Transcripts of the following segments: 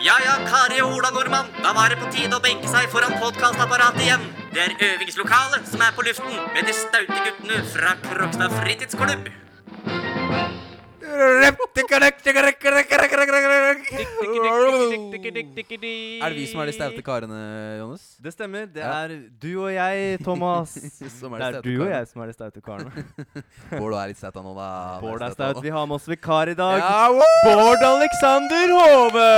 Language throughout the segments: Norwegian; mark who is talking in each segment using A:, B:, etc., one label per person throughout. A: Ja ja, Kari og Ola Nordmann, da var det på tide å benke seg foran podkastapparatet igjen. Det er øvingslokalet som er på luften med de staute guttene fra Krokstad fritidsklubb.
B: Er det vi som er de staute karene, Johannes?
C: Det stemmer. Det
B: Ja.
C: er du og jeg, Thomas.
B: Som er
C: det
B: de staute
C: er du og
B: karene.
C: jeg som er de staute karene.
B: Bård du er litt staut av nå, da.
C: Bård er
B: av
C: staut.
B: nå.
C: Vi har med oss vikar i dag.
B: Ja, wow!
C: Bård Alexander Hove!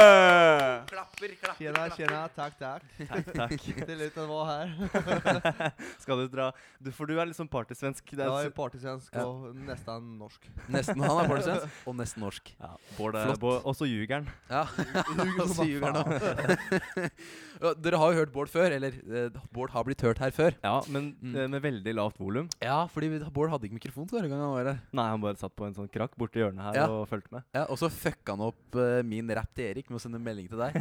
D: Tjena, tjena. Takk, takk.
C: Takk, takk.
D: Till ut att vara här.
C: Skal du dra? Du, for du er liksom partysvensk. Det
D: Jag är
C: er,
D: partysvensk
B: Ja.
D: och nästan norsk.
B: Nesten han er bortesvensk, og nesten norsk.
C: ja, Bård er
B: Flott.
C: Bård, Og så ljuger han.
B: Ja,
D: Ljuger som
B: Så ljuger han nå. Ja, Dere har jo hørt Bård før, eller eh, Bård har blitt hørt her før.
C: Ja, men
B: Mm.
C: eh, med veldig lavt volum.
B: Ja, fordi vi- Bård hadde ikke mikrofon forrige gang han var her.
C: Nei, han bare satt på en sånn krakk borti hjørnet her
B: Ja.
C: og fulgte med.
B: Ja, og så fucka han opp eh, min rap til Erik med å sende melding til deg.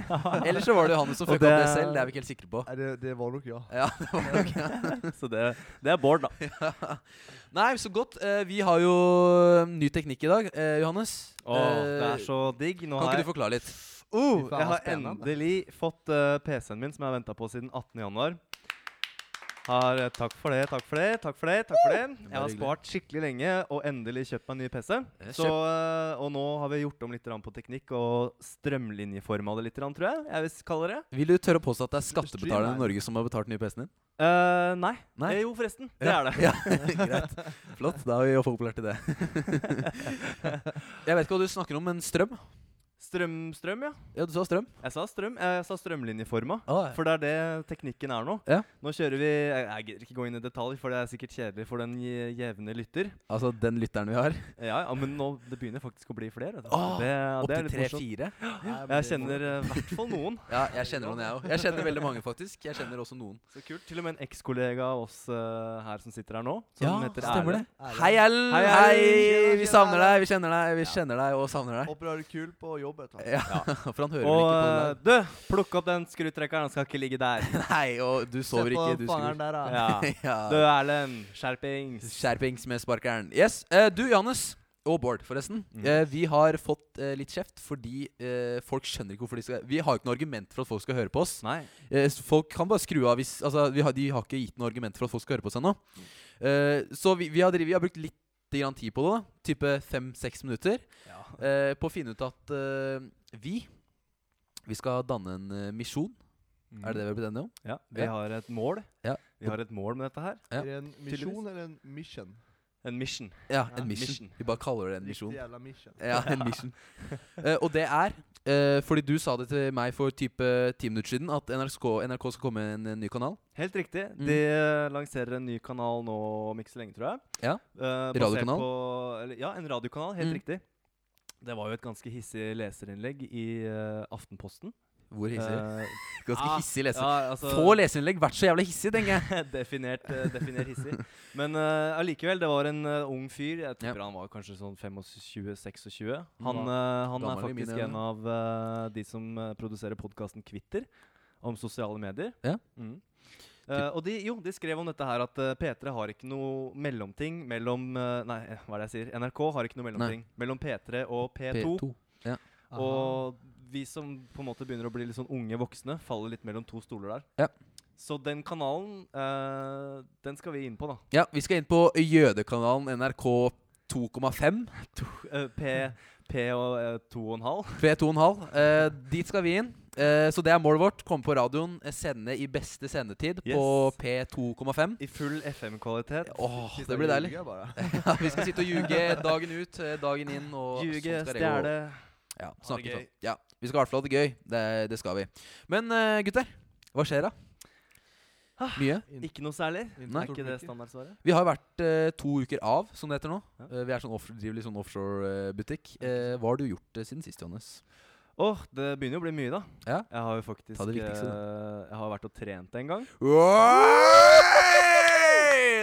B: Eller så var det Johannes som
C: Og
B: fucka opp det
C: det-
B: selv, det er vi ikke helt sikre på.
D: Nej, det, det var nog jag.
B: Ja, det var nok, ja.
C: Så det, det er Bård, da.
B: Nei, så godt. Eh, vi har jo ny teknikk i dag, eh, Johannes.
C: Å, det
B: Eh,
C: er så digg. Nå
B: Kan
C: har
B: ikke
C: jeg
B: du forklare litt?
C: Oh,
D: Fy faen,
C: jeg har
D: spennende. altså.
B: altså.
C: endelig fått eh, PC-en min, som jeg har venta på siden 18. januar. Har, eh, takk for det, takk for det, takk for det. takk for det. Jeg har
B: hyggelig.
C: spart skikkelig lenge og endelig kjøpt meg en ny PC.
B: Eh,
C: Så, eh, og nå har vi gjort om litt grann på teknikk og strømlinjeforma det litt, grann, tror jeg. Jeg vil kalle det.
B: Vil du tørre å påstå at det er
D: Industri,
B: skattebetalerne i
D: nei.
B: Norge som har betalt den nye PC-en din?
C: Eh, nei.
B: Nei.
C: Eh, jo, forresten. Det er det.
B: Ja, greit. Flott. Da er vi folk populært i det. jeg vet ikke hva du snakker om, men strøm?
C: Strøm, strøm, ja.
B: Ja, du sa strøm?
C: Jeg sa strøm. eh, Jeg sa strømlinjeforma.
B: Ah,
C: For det er det teknikken er nå.
B: Ja.
C: Nå kjører vi Jeg, jeg gidder ikke gå inn i detalj, for det er sikkert kjedelig for den je- jevne lytter.
B: altså den lytteren vi har?
C: Ja, ja, men nå, det begynner faktisk å bli flere. vet du.
B: Åh,
C: det, det er
B: Opptil
C: litt morsomt.
B: tre-fire?
C: Jeg kjenner eh, i hvert fall noen.
B: Ja, jeg kjenner noen, jeg òg. Jeg kjenner veldig mange, faktisk. Jeg kjenner også noen.
C: Så kult. Til og med en ekskollega av oss eh, her som sitter her nå, som heter
B: stemmer det.
C: Erlend.
D: Erlend.
B: Hei, Ellen.
C: Hei,
B: Hei,
C: Erlend.
D: Tjena,
B: Vi
D: tjena,
B: savner deg,
D: Erlend.
B: vi kjenner deg, vi känner deg og savner deg.
D: Hoppas du hade kul på jobbet. va?
B: Ja, For han hører
C: Og
B: vel ikke
C: eh,
B: på
C: du, plukk opp den skrutrekkeren, han skal ikke ligge der.
B: det? eh, Nei, og du sover
D: Se på
B: ikke, du
D: fangaren
B: skrur.
D: där. ah.
C: Ja. Du,
B: Ja.
C: Erlend. Skjerpings.
B: Skjerpings med sparkeren. Yes, eh, Du, Johannes. Og Bård, forresten.
C: Mm.
B: Eh, vi har fått eh, litt kjeft fordi eh, folk skjønner ikke hvorfor de skal Vi har jo ikke noe argument for at folk skal høre på oss.
C: Nei.
B: Eh, s- folk kan bare skru av hvis Altså, vi har, de har ikke gitt noe argument for at folk skal høre på oss ennå. Eh, så vi, vi, har driv, vi har brukt litt grann tid på det, da. Type fem-seks minutter.
C: Ja.
B: eh, på å finne ut at eh, vi Vi skal danne en eh, misjon. Er det det vi har blitt enige om?
C: Ja, vi
B: Ja.
C: har et mål.
B: Ja.
C: Vi har et mål med dette her.
B: Ja.
D: Är det en mission eller en mission?
C: En mission.
B: Ja,
D: Ja,
B: en mission.
C: mission.
B: Vi bare kaller det en misjon.
D: Riktig jävla mission.
B: Ja, en mission. Eh, og det er eh, fordi du sa det til meg for type ti minutter siden, at NRK, NRK skal komme med en, en ny kanal.
C: Helt riktig.
B: Mm.
C: De eh, lanserer en ny kanal nå om ikke så lenge, tror jeg.
B: Ja.
C: Eh, basert
B: Radiokanal?
C: på- eller- Ja, en radiokanal. Helt
B: Mm.
C: riktig. Det var jo et ganske hissig leserinnlegg i eh, Aftenposten.
B: Hvor hissig?
C: Eh,
B: Ganske
C: ah,
B: hissig leser.
C: ja, altså-
B: Få leserinnlegg vært så jævla hissig, tenker jeg.
C: definert, eh, definert hissig. Men eh, allikevel, det var en eh, ung fyr. Jeg tipper han var kanskje sånn 25-26. Han,
B: Mm.
C: eh, han er
B: Gammel i mine
C: faktisk
B: øyne.
C: en av eh, de som eh, produserer podkasten Kvitter om sosiale medier.
B: Ja.
C: Mm. Eh, og de, jo, de skrev om dette her at eh, P3 har ikke noe mellomting mellom eh, Nei, eh, hva er det jeg sier? NRK har ikke noe mellomting mellom P3 og P2.
B: P2.
D: Aha.
C: Og vi som på en måte begynner å bli litt sånn unge voksne, faller litt mellom to stoler der.
B: Ja.
C: Så den kanalen, eh, den skal vi inn på, da.
B: Ja, vi skal inn på jødekanalen NRK 2,5.
C: Eh, P, P og eh, to og en halv.
B: P2,5. Eh, dit skal vi inn. Eh, så det er målet vårt. Komme på radioen, eh, sende i beste sendetid på
C: Yes.
B: P2,5.
C: I full FM-kvalitet.
B: Åh,
D: Sitta
B: det
D: och
B: blir deilig.
D: ljuga bara.
B: Ja, vi skal sitte og ljuge dagen ut, eh, dagen inn. Og
C: Ljuge,
B: sånn skal det gå.
C: stjele.
B: Ja,
C: det
B: snakke
C: gøy.
B: sånn. Ja, vi skal i hvert fall ha det gøy. Det, det skal vi. Men eh, gutter, hva skjer da? Mye.
C: Ikke noe særlig.
B: Nei.
C: Ah, Er ikke det
D: mycket.
C: standardsvaret?
B: Vi har vært eh, to uker av, som det heter nå.
C: Ja.
B: Eh, vi er sånn off driver litt sånn offshore-butikk. hva har du gjort eh, siden sist, Johannes?
C: Åh, det begynner jo å bli mye, da.
B: Ja.
C: Jeg har jo faktisk
B: Ta det viktigste, da.
C: eh, Jeg har vært og trent en gang.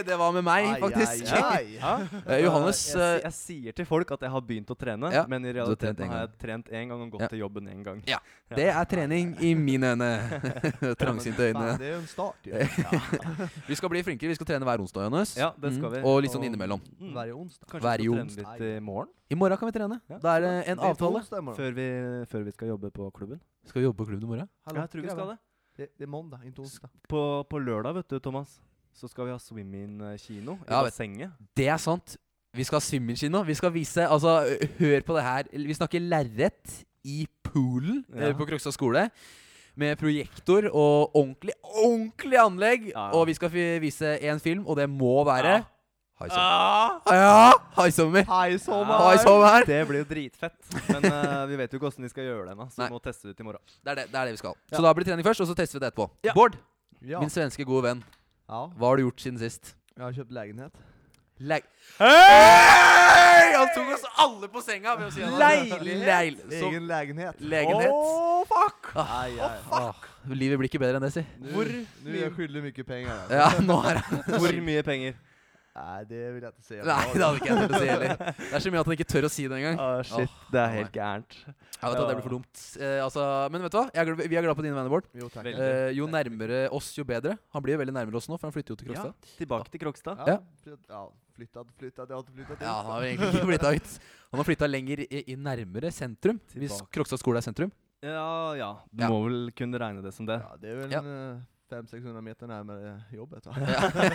B: Det var med meg,
D: Ai,
B: faktisk.
D: ai, ai.
B: Eh, Johannes
C: jeg, si-
B: eh,
C: jeg sier til folk at jeg har begynt å trene,
B: Ja,
C: men i
B: har trent en
C: realiteten har jeg trent én gang og gått
B: Ja.
C: til jobben én gang.
B: Det er trening i mine øyne. Trangsynte øyne.
D: Nei, det er jo en start. Ja.
B: Vi skal bli flinkere. Vi skal trene hver onsdag, Johannes.
C: Ja, det skal
B: Mm,
C: vi.
B: Og litt sånn
D: Og-
B: innimellom.
C: Mm.
D: Hver onsdag.
C: Kanskje
B: hver
C: vi skal
B: jons-
C: trene litt i morgen?
B: I morgen kan vi trene.
C: Ja,
B: Da er det en
D: Det er to
B: avtale.
D: onsdager, da.
C: Før vi, før vi skal jobbe på klubben?
B: Skal vi jobbe på klubben i morgen?
D: Hallo,
C: jeg tror vi skal
D: grabber.
C: det.
D: det. Det er mandag, ikke onsdag.
C: På, på lørdag, vet du, Thomas, så skal vi ha swim-in-kino i
B: Ja, vet-
C: bassenget.
B: Det er sant. Vi skal ha swimmerkino. Vi skal vise Altså, ø- hør på det her. Vi snakker lerret i poolen
C: Ja.
B: eh, på Krokstad skole. Med projektor og ordentlig, ordentlig anlegg.
C: Ja, ja.
B: Og vi skal fi- vise én film, og det må være
C: Ja. Ah!
B: High Summer. Ja! High Summer.
D: Hei,
C: sommer!
B: High Summer.
C: Det blir jo dritfett. Men eh, vi vet jo ikke åssen vi skal gjøre det ennå, så
B: Nei.
C: vi må teste det ut i morgen.
B: Det er det, det er det vi skal.
C: Ja.
B: Så da blir det trening først, og så tester vi det etterpå.
C: Ja.
B: Bård,
D: Ja.
B: min svenske gode venn,
D: ja.
B: hva har du gjort siden sist?
D: Jeg har kjøpt leilighet.
B: Leg... Hei! Han tok oss alle på senga ved å si at han- Leil. Så,
D: Egen leilighet.
B: legenhet.
C: fuck!
D: Nei, ja, ja.
B: Ah, livet blir ikke bedre enn det, si.
D: Nå-
C: Hvor
D: Nå er jeg skyldig mye penger. da.
B: Ja, nå er han
C: Hvor mye penger?
D: Nei, det vil jeg ikke si.
B: Nei, det hadde ikke jeg turt å si heller. Det er så mye at han ikke tør å si det engang.
C: Ah, shit, det er helt gærent.
B: Jeg vet at det blir for dumt. Eh, altså, men vet du hva? Jeg er glad, vi er glad på dine vegne, Bård.
D: Jo, takk.
C: Veldig.
B: Eh, jo nærmere oss, jo bedre. Han blir jo veldig nærmere oss nå, for han flytter jo til
C: Ja,
B: Krokstad.
C: tilbake til Krokstad.
D: Ja, flytt- ja, flyttet, flyttet, jeg hadde flyttet.
B: Ja, han har egentlig ikke flytta ut. Han har flytta lenger i, i nærmere sentrum. Hvis
C: Tilbake.
B: Krokstad skole er sentrum.
C: Ja, ja. Du
B: Ja.
C: må vel kunne regne det som det.
D: Ja, det er vel
B: Ja.
D: en eh, 500-600 meter nærmere jobbet. Da.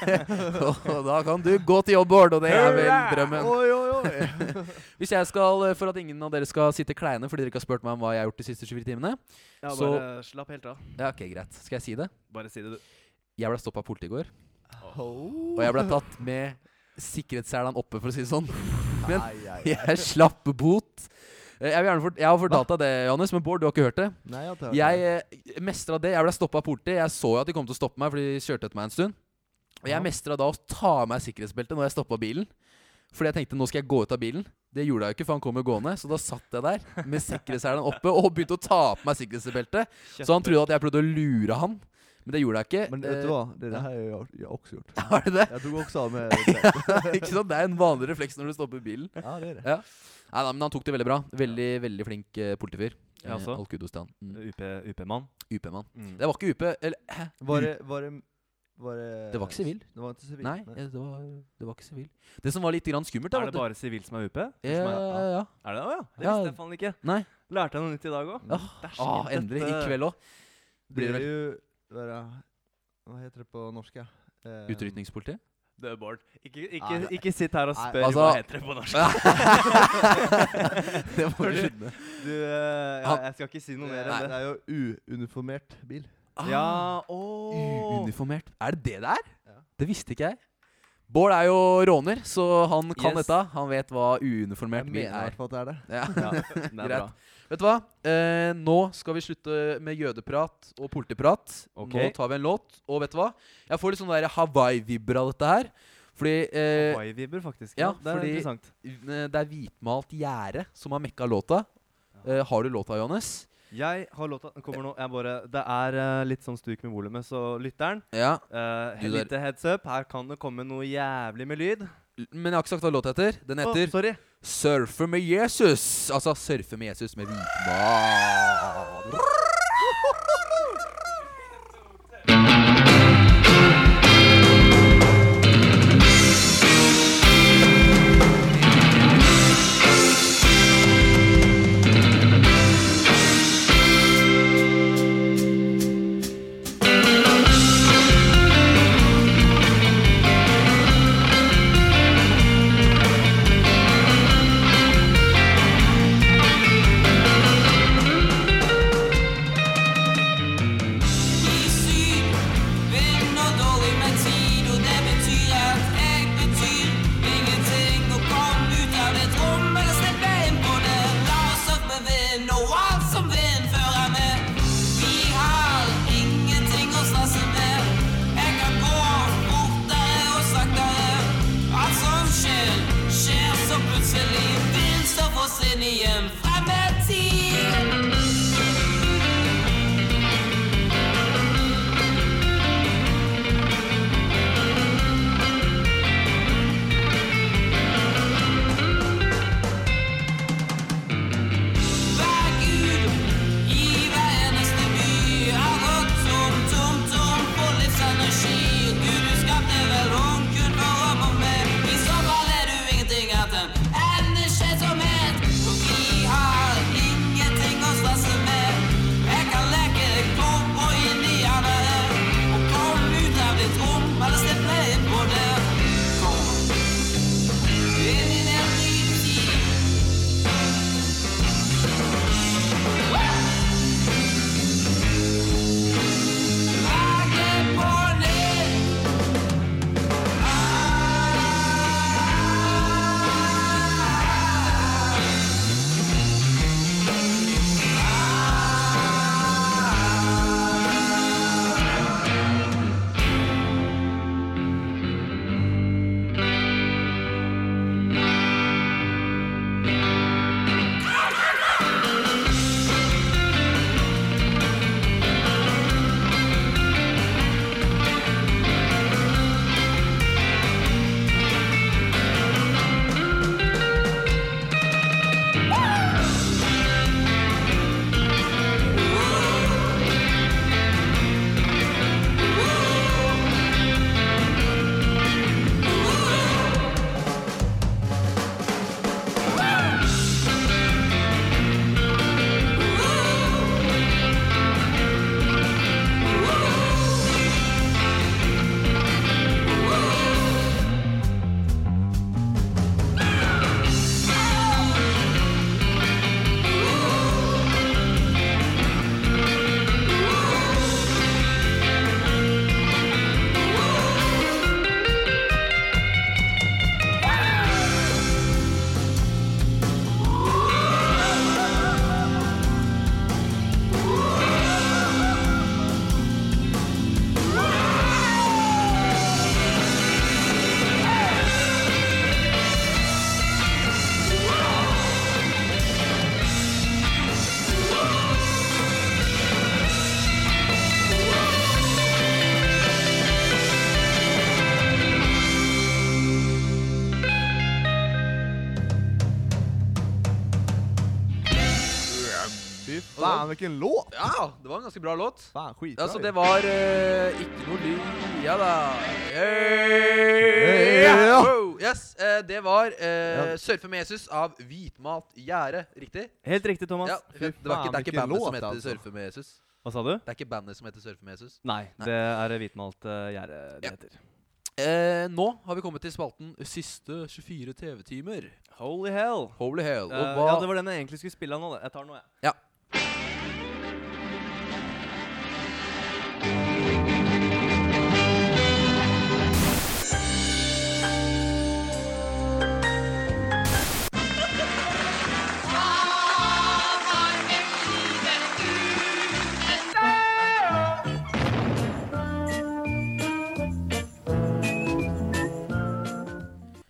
B: Ja. og da kan du gå til jobb, Bård, og det er vel
C: Hurra!
B: drømmen.
D: Oi, oi, oi.
B: Hvis jeg skal, eh, For at ingen av dere skal sitte kleine fordi dere ikke har spurt meg om hva jeg har gjort de siste 24 timene
C: Ja,
B: Så-
C: bare slapp helt av.
B: Ja, ok, greit. Skal jeg si det?
C: Bare si det, du.
B: Jeg ble stoppa av politiet i går.
D: Oh.
B: Og jeg ble tatt med sikkerhetsselene oppe, for å si det sånn. Men
D: Ai, ai, ai.
B: jeg slapp bot. Eh, Jeg, vil gjerne fort, jeg har fortalt deg det, Johannes, men Bård, du har ikke hørt det.
D: Nei, jeg har ikke hørt det.
B: Jeg mestra det. Jeg ble stoppa av politiet. Jeg så jo at de kom til å stoppe meg, for de kjørte etter meg en stund. Og
D: Ja.
B: jeg mestra da å ta av meg sikkerhetsbeltet når jeg stoppa bilen. Fordi jeg tenkte nå skal jeg gå ut av bilen. Det gjorde jeg jo ikke, for han kom jo gående. Så da satt jeg der med sikkerhetshælen oppe og begynte å ta på meg sikkerhetsbeltet. Så han trodde at jeg prøvde å lure han. Men det gjorde jeg ikke.
D: Men vet du hva? Det, det her har jeg, jeg også gjort.
B: Eh, Var det det?
D: Jeg tok også av med
B: ikke sant? Det er en vanlig refleks når du stopper bilen.
D: Ja, det er det.
B: Nei, nei, men han tok det veldig bra. Veldig, veldig flink eh, politifyr.
C: Ja,
B: Eh,
C: så.
B: All kudos til han. Mm.
C: UP-mann.
B: UP-mann.
C: Mm.
B: Det var ikke UP, eller hæ?
D: Var det Var det, var det,
B: Det var ikke sivil.
D: Det var ikke sivil.
B: Nei, eh, det var, det var ikke sivil. Det som var litt grann skummelt, da
C: Er det bare sivil som er UP? Som
B: ja,
C: er,
B: ja, ja.
C: er det det? Å ja. Det
B: Ja.
C: visste jeg faen ikke.
B: Nei.
C: Lærte jeg noe nytt i dag òg?
B: Ja. Ah, endelig. I kveld òg.
D: Blir
B: Blir
D: det
B: det
D: jo være, Hva heter det på norsk? ja? Eh,
B: Utrykningspolitiet?
C: Du, Bård. Ikke, ikke,
D: Nei, nei.
C: ikke sitt her og
D: Nei,
C: spør hva
B: altså-
C: heter det på norsk.
B: det må
C: Hør
B: du
C: du.
B: skjønne.
C: Du, eh, ja,
B: Han-
C: jeg skal ikke si noe
D: Det
C: mer
D: er,
C: enn
D: det
C: det.
D: er jo uuniformert bil.
C: Ja,
B: Ah,
C: ååå.
B: Uuniformert. Er det det det er?
D: Ja.
B: Det visste ikke jeg. Bård er jo råner, så han kan
C: Yes.
B: dette. Han vet hva
D: Jeg
B: uuniformert bil
D: mener i
B: er.
D: hvert fall at det er det.
B: Ja.
C: Ja, det er bra.
B: Greit. Vet du hva? Eh, nå skal vi slutte med jødeprat og politiprat.
C: Ok.
B: Nå tar vi en låt, og vet du hva? Jeg får litt sånn der Hawaii-vibber av dette her. Fordi eh,
C: Hawaii-vibber, faktisk.
B: ja,
C: Ja, det er
B: fordi-
C: interessant.
B: eh, det er hvitmalt gjerde som har mekka låta. Eh, har du låta, Johannes?
C: Jeg har låta Den kommer nå. Jeg bare Det er eh, litt sånn stuk med volumet, så lytteren
B: Ja.
C: uh,
B: Du der.
C: Lite heads up. Her kan det komme noe jævlig med lyd.
B: Men jeg har ikke sagt hva låta heter. Den
C: Å,
B: heter
C: sorry.
B: 'Surfe med Jesus'. Altså 'Surfe med Jesus' med hvitmalt.
D: Fy faen, hvilken låt!
B: Ja, det var en ganske bra låt.
D: Faen, skitbra.
B: Ja, så det var eh, ikke noe lyd Ja da.
D: Ja.
B: Wow. Yes, eh, det var eh,
D: Ja.
B: 'Surfe med Jesus' av Hvitmalt Gjerde. Riktig?
C: Helt riktig, Thomas.
B: Ja,
D: fy
B: det, var ikke, det er ikke
D: faen, hvilken
B: bandet som
D: låt,
B: heter
D: altså.
B: 'Surfe med Jesus'.
C: Hva sa du?
B: Det er ikke bandet som heter 'Surfe med Jesus'.
C: Nei,
B: Nei.
C: det er hvitmalt uh, gjerde det
B: Ja.
C: heter.
B: Eh, nå har vi kommet til spalten 'Siste 24 TV-timer'.
C: Holy hell.
B: Holy hell. Og
C: Eh,
B: hva
C: ja, det var den jeg egentlig skulle spille av nå. det. Jeg tar den nå, jeg.
B: Ja.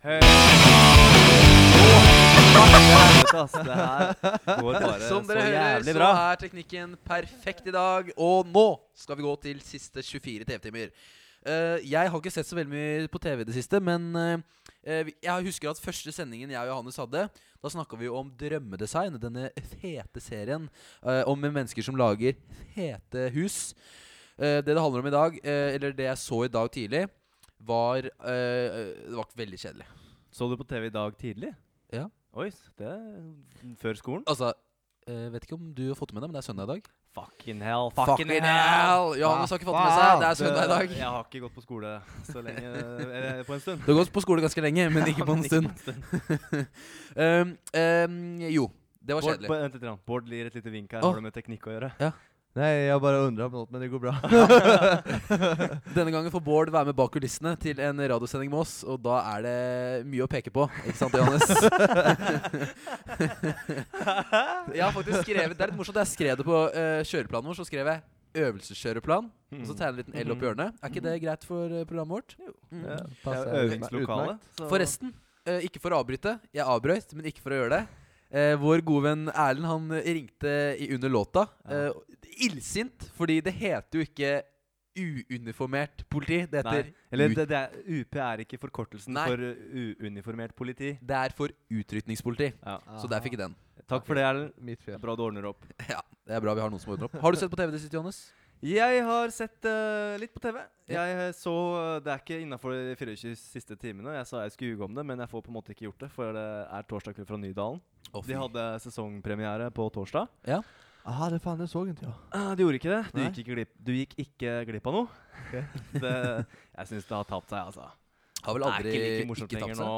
C: Hei. Helvete, ass. Det her går bare
B: Som
C: Eh, så
B: dere hører,
C: jævlig
B: så
C: bra.
B: er teknikken perfekt i dag. Og nå skal vi gå til siste 24 TV-timer. Eh, jeg har ikke sett så veldig mye på TV i det siste, men eh, eh, vi- jeg husker at første sendingen jeg og Johannes hadde, da snakka vi om drømmedesign. Denne fete serien eh, om mennesker som lager fete hus. Eh, det det handler om i dag, eh, eller det jeg så i dag tidlig, var eh, Det var veldig kjedelig.
C: Så du på TV i dag tidlig?
B: Ja.
C: Oi, s- det er før skolen?
B: Altså, eh, vet ikke om du har fått med deg, men det er søndag i dag.
C: Fucking hell.
B: Johannes har ikke fått det med seg. Det er søndag i dag.
C: Jeg har ikke gått på skole så lenge eller på en stund.
B: Du har gått på skole ganske lenge, men ikke på en
C: Ikke
B: stund. um, um, jo, det var
C: Bård,
B: kjedelig.
C: Bård, vent litt, grann. Bård gir et lite vink her.
B: Å.
C: Har det med teknikk å gjøre?
D: Nei, jeg bare undra på noe, men det går bra.
B: Denne gangen får Bård være med bak kulissene til en radiosending med oss, og da er det mye å peke på. Ikke sant, Johannes? jeg har faktisk skrevet Det er litt morsomt. Jeg skrev det på eh, kjøreplanen vår, så skrev jeg øvelseskjøreplan. Og så tegner jeg en liten L opp i hjørnet. Er ikke det greit for eh, programmet vårt?
C: Jo.
B: Mm.
C: Ja.
D: Passer
C: Det er Øvingslokale. så-
B: Forresten, eh, ikke for å avbryte. Jeg avbrøt, men ikke for å gjøre det. Eh, vår gode venn Erlend han eh, ringte i under låta. Eh, illsint, fordi det heter jo ikke uuniformert politi. Det
C: Nei.
B: heter
C: Eller
B: ut-
C: det, det er, UP er ikke forkortelsen
B: Nei.
C: for uh, uuniformert politi.
B: Det er for utrykningspoliti.
C: Ja.
B: Så der fikk jeg den.
C: Takk for det, Erlend.
D: Ah, Mitt
C: Det er
D: fjell.
C: Bra du ordner opp.
B: Ja, Det er bra vi har noen som ordner opp. Har du sett på TV det siste, Johannes?
C: Jeg har sett eh, litt på TV. Jeg eh, så eh, Det er ikke innafor de 24 siste timene. Jeg sa jeg skulle ljuge om det, men jeg får på en måte ikke gjort det, for det er torsdag kveld fra Nydalen.
B: Å, fy.
C: De hadde sesongpremiere på torsdag.
B: ja.
D: Aha, det faen, det så ikke jeg.
C: Eh, de gjorde ikke det. Du
D: Nei.
C: gikk ikke glipp, du gikk ikke glipp av noe. det, jeg syns det har tapt seg, altså.
B: Har vel aldri
C: det er ikke like morsomt
B: ikke tapt
C: lenger
B: seg.
C: nå.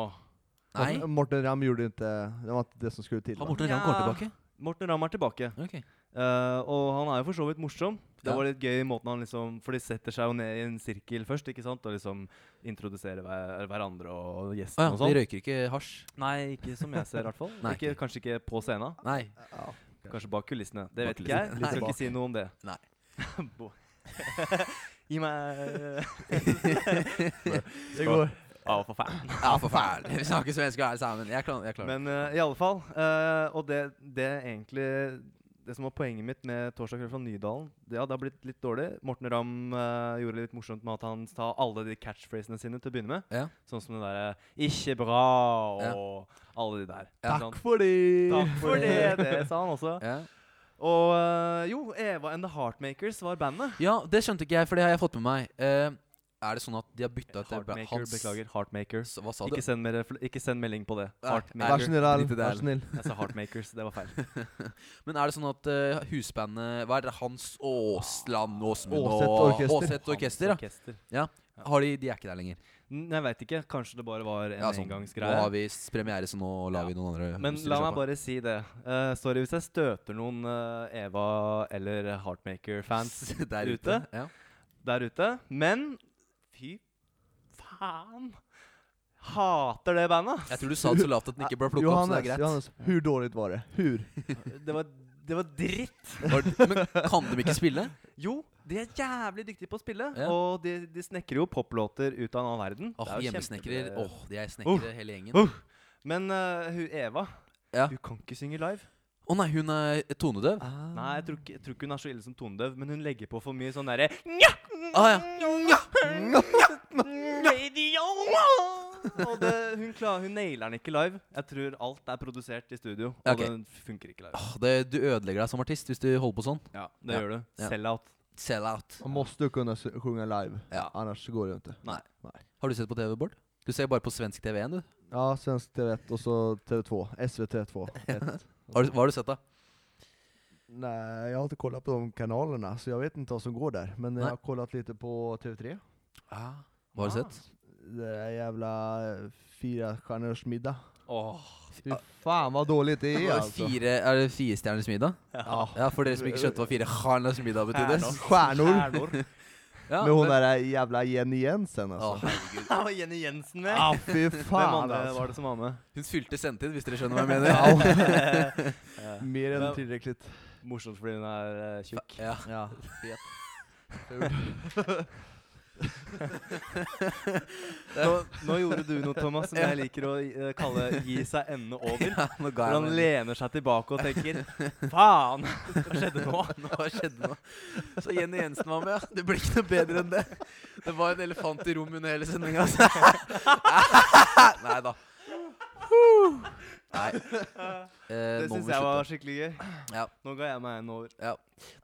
B: Nei.
D: Morten- Morten Ramm gjorde ikke Det var ikke det som skulle til.
B: Har
D: da.
B: Morten Ramm
C: Ja.
B: kommet tilbake?
C: Morten Ramm er tilbake.
B: Ok.
C: Eh, og han er jo for så vidt morsom. Det
B: Ja.
C: var litt gøy i måten han liksom For de setter seg jo ned i en sirkel først, ikke sant? Og liksom introduserer hver, hverandre og
B: Å
C: gjestene
B: ja,
C: og
B: de
C: sånn.
B: røyker ikke hasj?
C: Nei, ikke som jeg ser, i hvert fall.
B: Nei.
C: Ikke, kanskje ikke på scenen.
B: Nei.
D: Ja.
C: Kanskje bak kulissene. Det
B: Bak
C: vet ikke jeg.
B: kulissene.
C: Vi skal
D: Nei.
C: ikke si noe om det.
B: Nei.
C: Bo- Gi meg eh,
D: Det går.
C: Ja, for faen.
B: Ja, forferdelig. Vi snakker svensk og er sammen. Jeg, klar, jeg klarer det.
C: Men eh, i alle fall eh, Og det, det er egentlig Det som var poenget mitt med 'Torsdag kveld fra Nydalen', det, ja, det har blitt litt dårlig. Morten Ramm eh, gjorde det litt morsomt med at han sa alle de catchphrasene sine til å begynne med.
B: Ja.
C: Sånn som det derre 'ikke bra' og alle de der.
B: Ja.
C: Ikke sant?
D: Takk for det!
C: Takk for det! Det sa han også.
B: Ja.
C: Og øh, jo, Eva and the Heartmakers var bandet.
B: Ja, det skjønte ikke jeg, for det har jeg fått med meg. Eh, er det sånn at de har bytta ut det bra-
C: Heartmaker,
B: Hans-
C: beklager. Heartmakers.
B: S- Hva sa du?
C: Ikke send, mer, ikke send melding på det.
B: Nei,
D: Vær så
C: Heartmaker.
D: snill, Erlend.
B: Drit i det,
D: Vær så snill.
C: Jeg sa Heartmakers, det var feil.
B: Men er det sånn at eh, husbandet Hva er det? Hans Aasland Åsmund
D: Åseth
B: og
D: Orkester.
B: Åseth Orkester? Ja.
C: Orkester.
B: Har de, de er ikke der lenger.
C: N- Jeg veit ikke. Kanskje det bare var en
B: Ja, sånn. Nå
C: engangsgreie.
B: har vi s- premiere, så nå lar
C: Ja.
B: vi noen andre
C: Men
B: styre
C: la
B: sjappa.
C: meg bare si det. Eh, sorry hvis jeg støter noen eh, Eva eller Heartmaker-fans
B: der ute.
C: ute.
B: Ja.
C: der ute. Men fy faen! Hater det bandet!
B: Jeg tror du sa det så lavt at den ikke ble plukket opp, så det
D: Johannes,
B: er greit.
D: Johannes, hvor dårlig var det? Hur?
C: Det var, det var dritt!
B: Var- Men kan de ikke spille?
C: Jo, de er jævlig dyktige på å spille.
B: Ja.
C: Og de, de snekrer jo poplåter ut av en annen verden.
B: Åh,
C: Det er jo
B: Hjemmesnekrer.
C: kjempebra.
B: Åh, de er snekkere, hele gjengen.
C: Uh. Men eh, hun Eva
B: Ja.
C: Hun kan ikke synge live.
B: Å nei, hun er tonedøv?
D: Ah.
C: Nei, jeg tror, ikke, jeg tror ikke hun er så ille som tonedøv, men hun legger på for mye sånn derre
B: Ah, ja.
C: Og det, hun, klar, hun nailer den ikke live. Jeg tror alt er produsert i studio, og
B: Ok.
C: den funker ikke live.
B: Åh, det, du ødelegger deg som artist hvis du holder på sånn.
C: Ja, Det
B: Ja.
C: gjør du.
B: Ja.
C: Sell out.
B: Sell out.
D: Man måste kunna s- sjunga live,
B: Ja.
D: annars går det ju inte.
B: Har du sett på TV, Bård? Du ser bare på svensk TV1, du.
D: Ja, svensk TV1 och så TV2. SVT2. Ett.
B: Har du, hva har du sett, da?
D: Nej, jag har inte kollat på de kanalerna, så jag vet inte vad som går där. Men
B: Nej.
D: jag har kollat lite på TV3.
B: Hva har du
C: Ah.
B: sett?
D: Det där jävla eh, fyra stjärnors middag.
C: Åh,
D: Fy fan vad dåligt det
B: Er
D: är
B: det
C: altså.
D: alltså.
B: fire, er det firestjerners middag?
D: Ja.
B: Ja, for dere som ikke skjønte hva fire stjerners middag betydde.
C: Stjerners.
D: Stjärnor.
C: Stjernor.
B: Ja,
D: Med hon där eh, jävla Jenny Jensen
B: Åh,
C: altså.
D: alltså.
B: herregud.
C: Der var Jenny Jensen med.
B: Ah,
D: Ja, fy
C: Hvem
D: fan
B: altså.
C: andre var
D: alltså.
C: det som var med?
B: Hun fylte sendetid, hvis dere skjønner hva jeg mener.
C: Eh,
D: Mer
C: Men-
D: än tillräckligt.
C: Morsomt fordi hun er eh, tjukk.
B: Ja.
D: Ja.
C: Nå, nå gjorde du noe, Thomas, som jeg liker å eh, kalle 'gi seg ende over'.
B: ja, nå ga
C: Hvor
B: jeg
C: han
B: meg.
C: lener seg tilbake og tenker 'faen, hva skjedde nå?'
B: Nå hva skjedde nå? Så Jenny Jensen var med, ja. Det ble ikke noe bedre enn det. Det var en elefant i rommet under hele sendinga. Nei da. Nei. Eh,
C: Det
B: nå må vi
C: syns jeg
B: slutte.
C: var skikkelig gøy.
B: Ja.
C: Nå ga jeg meg en over.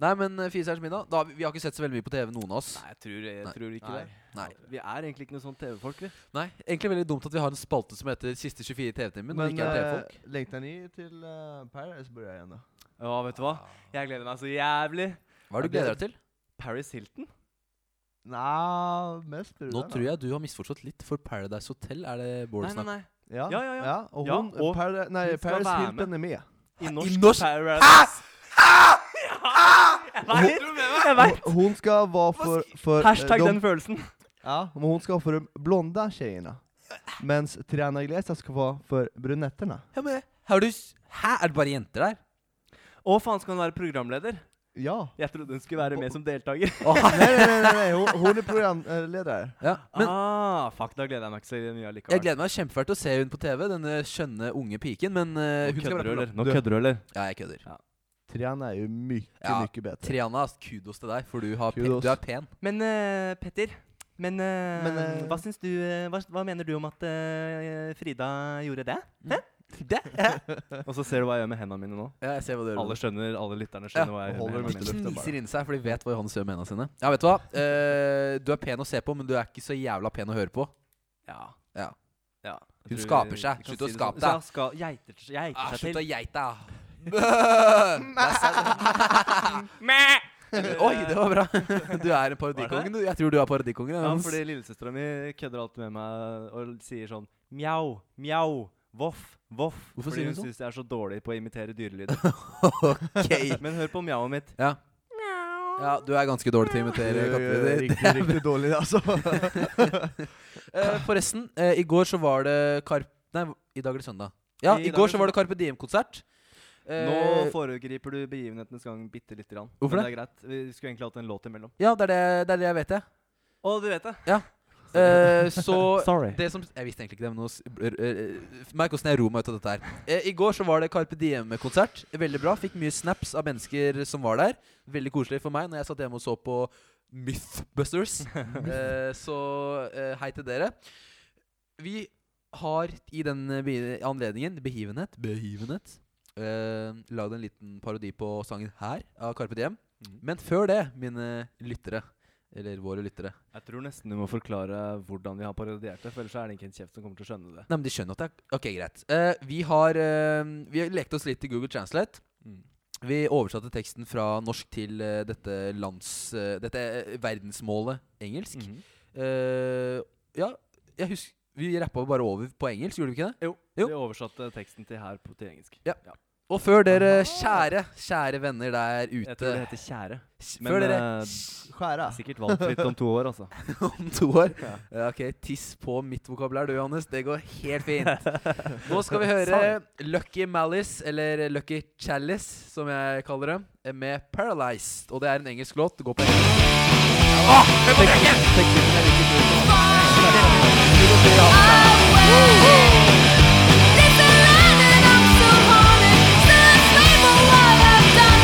B: Nei, men eh, Firestjerners middag da, har vi- Vi har ikke sett så veldig mye på TV, noen av oss.
C: Nei, jeg tror, jeg
B: Nei.
C: tror ikke
D: Nei.
C: det.
B: Nei.
C: Vi er egentlig ikke noe sånn TV-folk, vi.
B: Nei, Egentlig veldig dumt at vi har en spalte som heter Siste 24 TV-timen. Men, ikke er
D: eh,
B: TV-folk.
D: längtar ni till eh, Paradise börjar igen då?
C: Ja, vet du hva? Jeg gleder meg så jævlig.
B: Hva er det du gleder deg til?
C: Paris Hilton?
D: Nja, mest blir det
B: Nå
D: den,
B: tror jeg du har misforstått litt, for Paradise Hotel er det Bård
C: Nei, nei,
B: snakker
C: nei.
D: Ja,
C: Ja, ja, ja.
D: och
C: Ja,
D: hon,
C: och
D: Parada- nej,
C: hon ska
D: eh, Paris
C: vara
D: Hilton är med.
C: I
B: i
C: norsk,
B: norsk-
C: Paradise. Ja, jeg vet, jeg vet.
D: Hon, hon ska vara för... för eh,
C: Hashtag
D: de,
C: den følelsen.
D: Ja, men hon ska vara för de blonda tjejerna. Medan Triana Iglesias ska vara för brunetterna.
B: Ja, men, har du, s- Hæ, er det bare jenter der?
C: Å, faen, skal hun være programleder?
D: Ja.
C: Jeg trodde hun skulle være med som deltaker.
D: nej, nej, nej, nej, nej. Hon, hon är eh, programledare.
B: Ja, men
C: ah, fuck, da gleder jeg meg ikke så mye
B: Jeg
C: allikevel.
B: gleder meg kjempefælt til å se hun på TV, denne skjønne unge piken. Men eh, hun skal være program-
C: Nå kødder du, eller?
B: Ja, jeg kødder.
D: Triana är ju mycket,
B: Ja,
D: mycket bättre.
B: Triana, ass, kudos til deg, for du, har pe
D: Kudos.
B: du er pen.
C: Men eh, Petter, men, eh,
D: Men, eh,
C: hva syns du eh, hva, hva mener du om at eh, Frida gjorde det? Hæ? Det? Og så ser du hva jeg gjør med hendene mine nå.
B: Ja, jeg ser hva du gjør.
C: Alle skjønner, alle lytterne
B: Ja,
C: skjønner hva jeg gjør
D: og
C: med
D: holder
C: hendene mine.
D: munnen.
B: De
D: lufta bare.
B: kniser inni seg, for de vet hva Johannes gjør med hendene sine. Ja, vet du hva? Eh, du er pen å se på, men du er ikke så jævla pen å høre på.
C: Ja.
B: Ja.
C: Ja, jeg
B: Hun
C: tror
B: skaper
C: vi
B: seg.
C: kan
B: Slutt å
C: det
B: skape
C: sånn.
B: deg.
C: Ja, ska, geiter, geiter
B: Ah,
C: seg
B: slutt å
C: til.
B: geite! Bø! Der sa du det. Oi, det var bra. Du er parodikongen, du. Jeg tror du er parodikongen.
C: Ja,
B: Johannes.
C: fordi lillesøstera mi kødder alltid med meg og sier sånn mjau, mjau, voff, voff.
B: Hvorfor
C: fordi
B: sier hun sånn?
C: syns jeg er så dårlig på å imitere dyrelyder.
B: Ok.
C: Men hør på mjauet mitt.
B: Ja. ja, du er ganske dårlig til å
D: Du
B: imitere
D: är
B: kattelyder.
D: riktigt, riktigt dålig alltså.
B: Eh, forresten, eh, i går så var det Karp... Nei, i dag er det søndag. Ja,
C: I
B: i,
C: dag er
B: går
C: det
B: så var det Carpe Diem-konsert.
C: Nå foregriper du begivenhetenes gang bitte lite grann.
B: Eh. Hvorfor
C: Men det? er greit. Vi skulle egentlig hatt en låt imellom.
B: ja, det er det, det er det jeg vet, jeg.
C: Å, du vet det.
B: Eh, så
C: Sorry.
B: det som, Jeg visste egentlig ikke det, men nå s- r- r- r- merk åssen jeg roer meg ut av dette her. Eh, I går så var det Carpe Diem-konsert. Veldig bra. Fikk mye snaps av mennesker som var der. Veldig koselig for meg når jeg satt hjemme og så på Mythbusters. Eh, så eh, hei til dere. Vi har i den eh, be- anledningen, begivenhet, begivenhet eh, lagd en liten parodi på sangen her av Carpe Diem.
C: Mhm.
B: Men før det, mine lyttere, eller våre lyttere
C: Jeg tror nesten du må forklare hvordan vi har parodiert det, for ellers så er det ikke en kjeft som kommer til å skjønne det.
B: Nei, men de skjønner at det er Ok, greit. Eh, vi har eh, Vi har lekt oss litt i Google Translate.
C: Mm.
B: Vi oversatte teksten fra norsk til eh, dette lands... eh, dette eh, verdensmålet engelsk.
C: Mhm.
B: Eh, ja, jeg husker Vi rappa bare over på engelsk, gjorde vi ikke det?
C: Jo,
B: Jo.
C: Vi oversatte teksten til her på til engelsk.
B: Ja. Og før dere, kjære, kjære venner der ute
C: Jeg tror det heter kjære. men,
B: Før dere
C: eh,
D: Skära.
C: Sikkert valgfritt om to år, altså.
B: om to år Ja, Ok, tiss på mitt vokabulær du, Johannes. Det går helt fint. Nå skal vi høre Lucky Malice, eller Lucky Chalice, som jeg kaller det, med Paralyzed. Og det er en engelsk låt. Det går på engelsk.
E: This is London, I'm so haunted. Still a slave for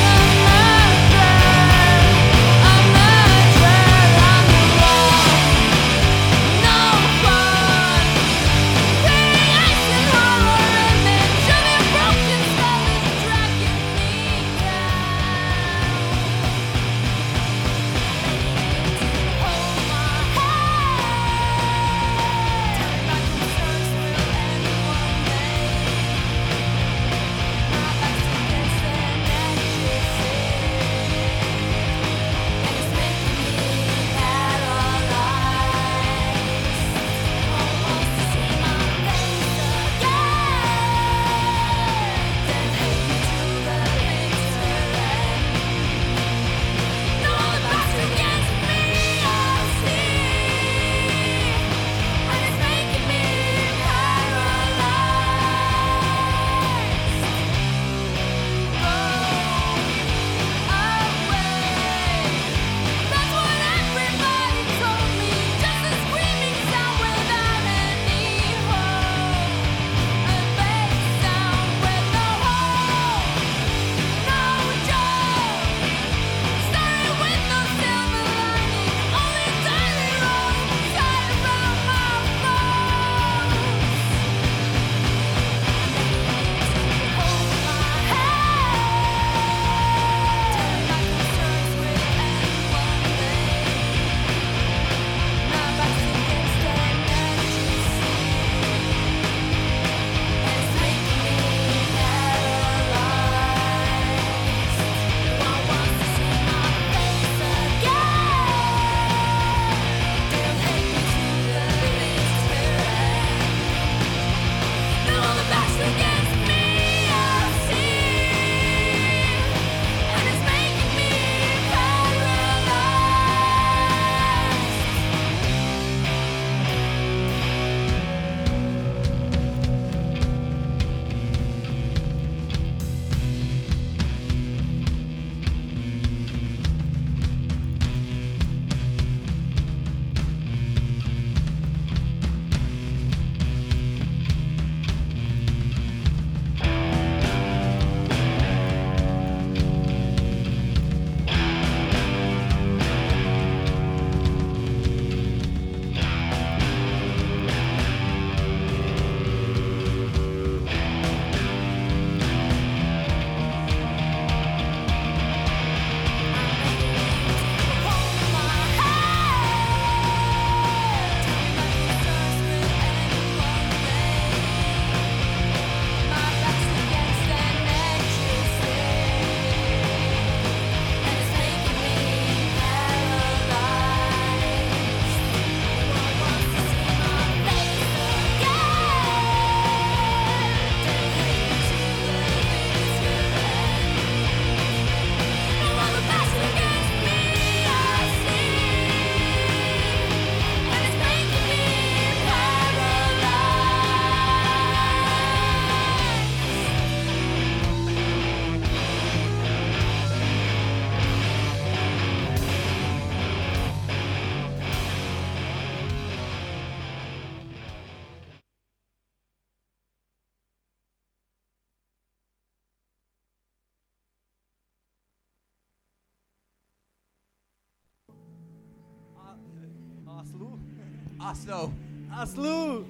B: Oslo.
C: Aslo!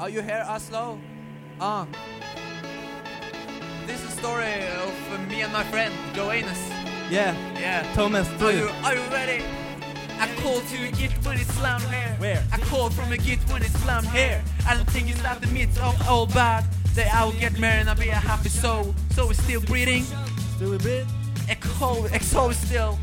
B: Are you here, Oslo? Ah. This is the story of me and my friend Joe Anus.
C: Yeah,
B: Yeah.
C: Thomas
B: Are you, are you ready? I call to a kid when it's blonde hair.
C: Where?
B: I call from a kid when it's blonde hair. I don't think it's like the myth of all bad. That I will get married and I'll be a happy soul. So we're still breathing.
C: Still a bit?
B: I call, I call still.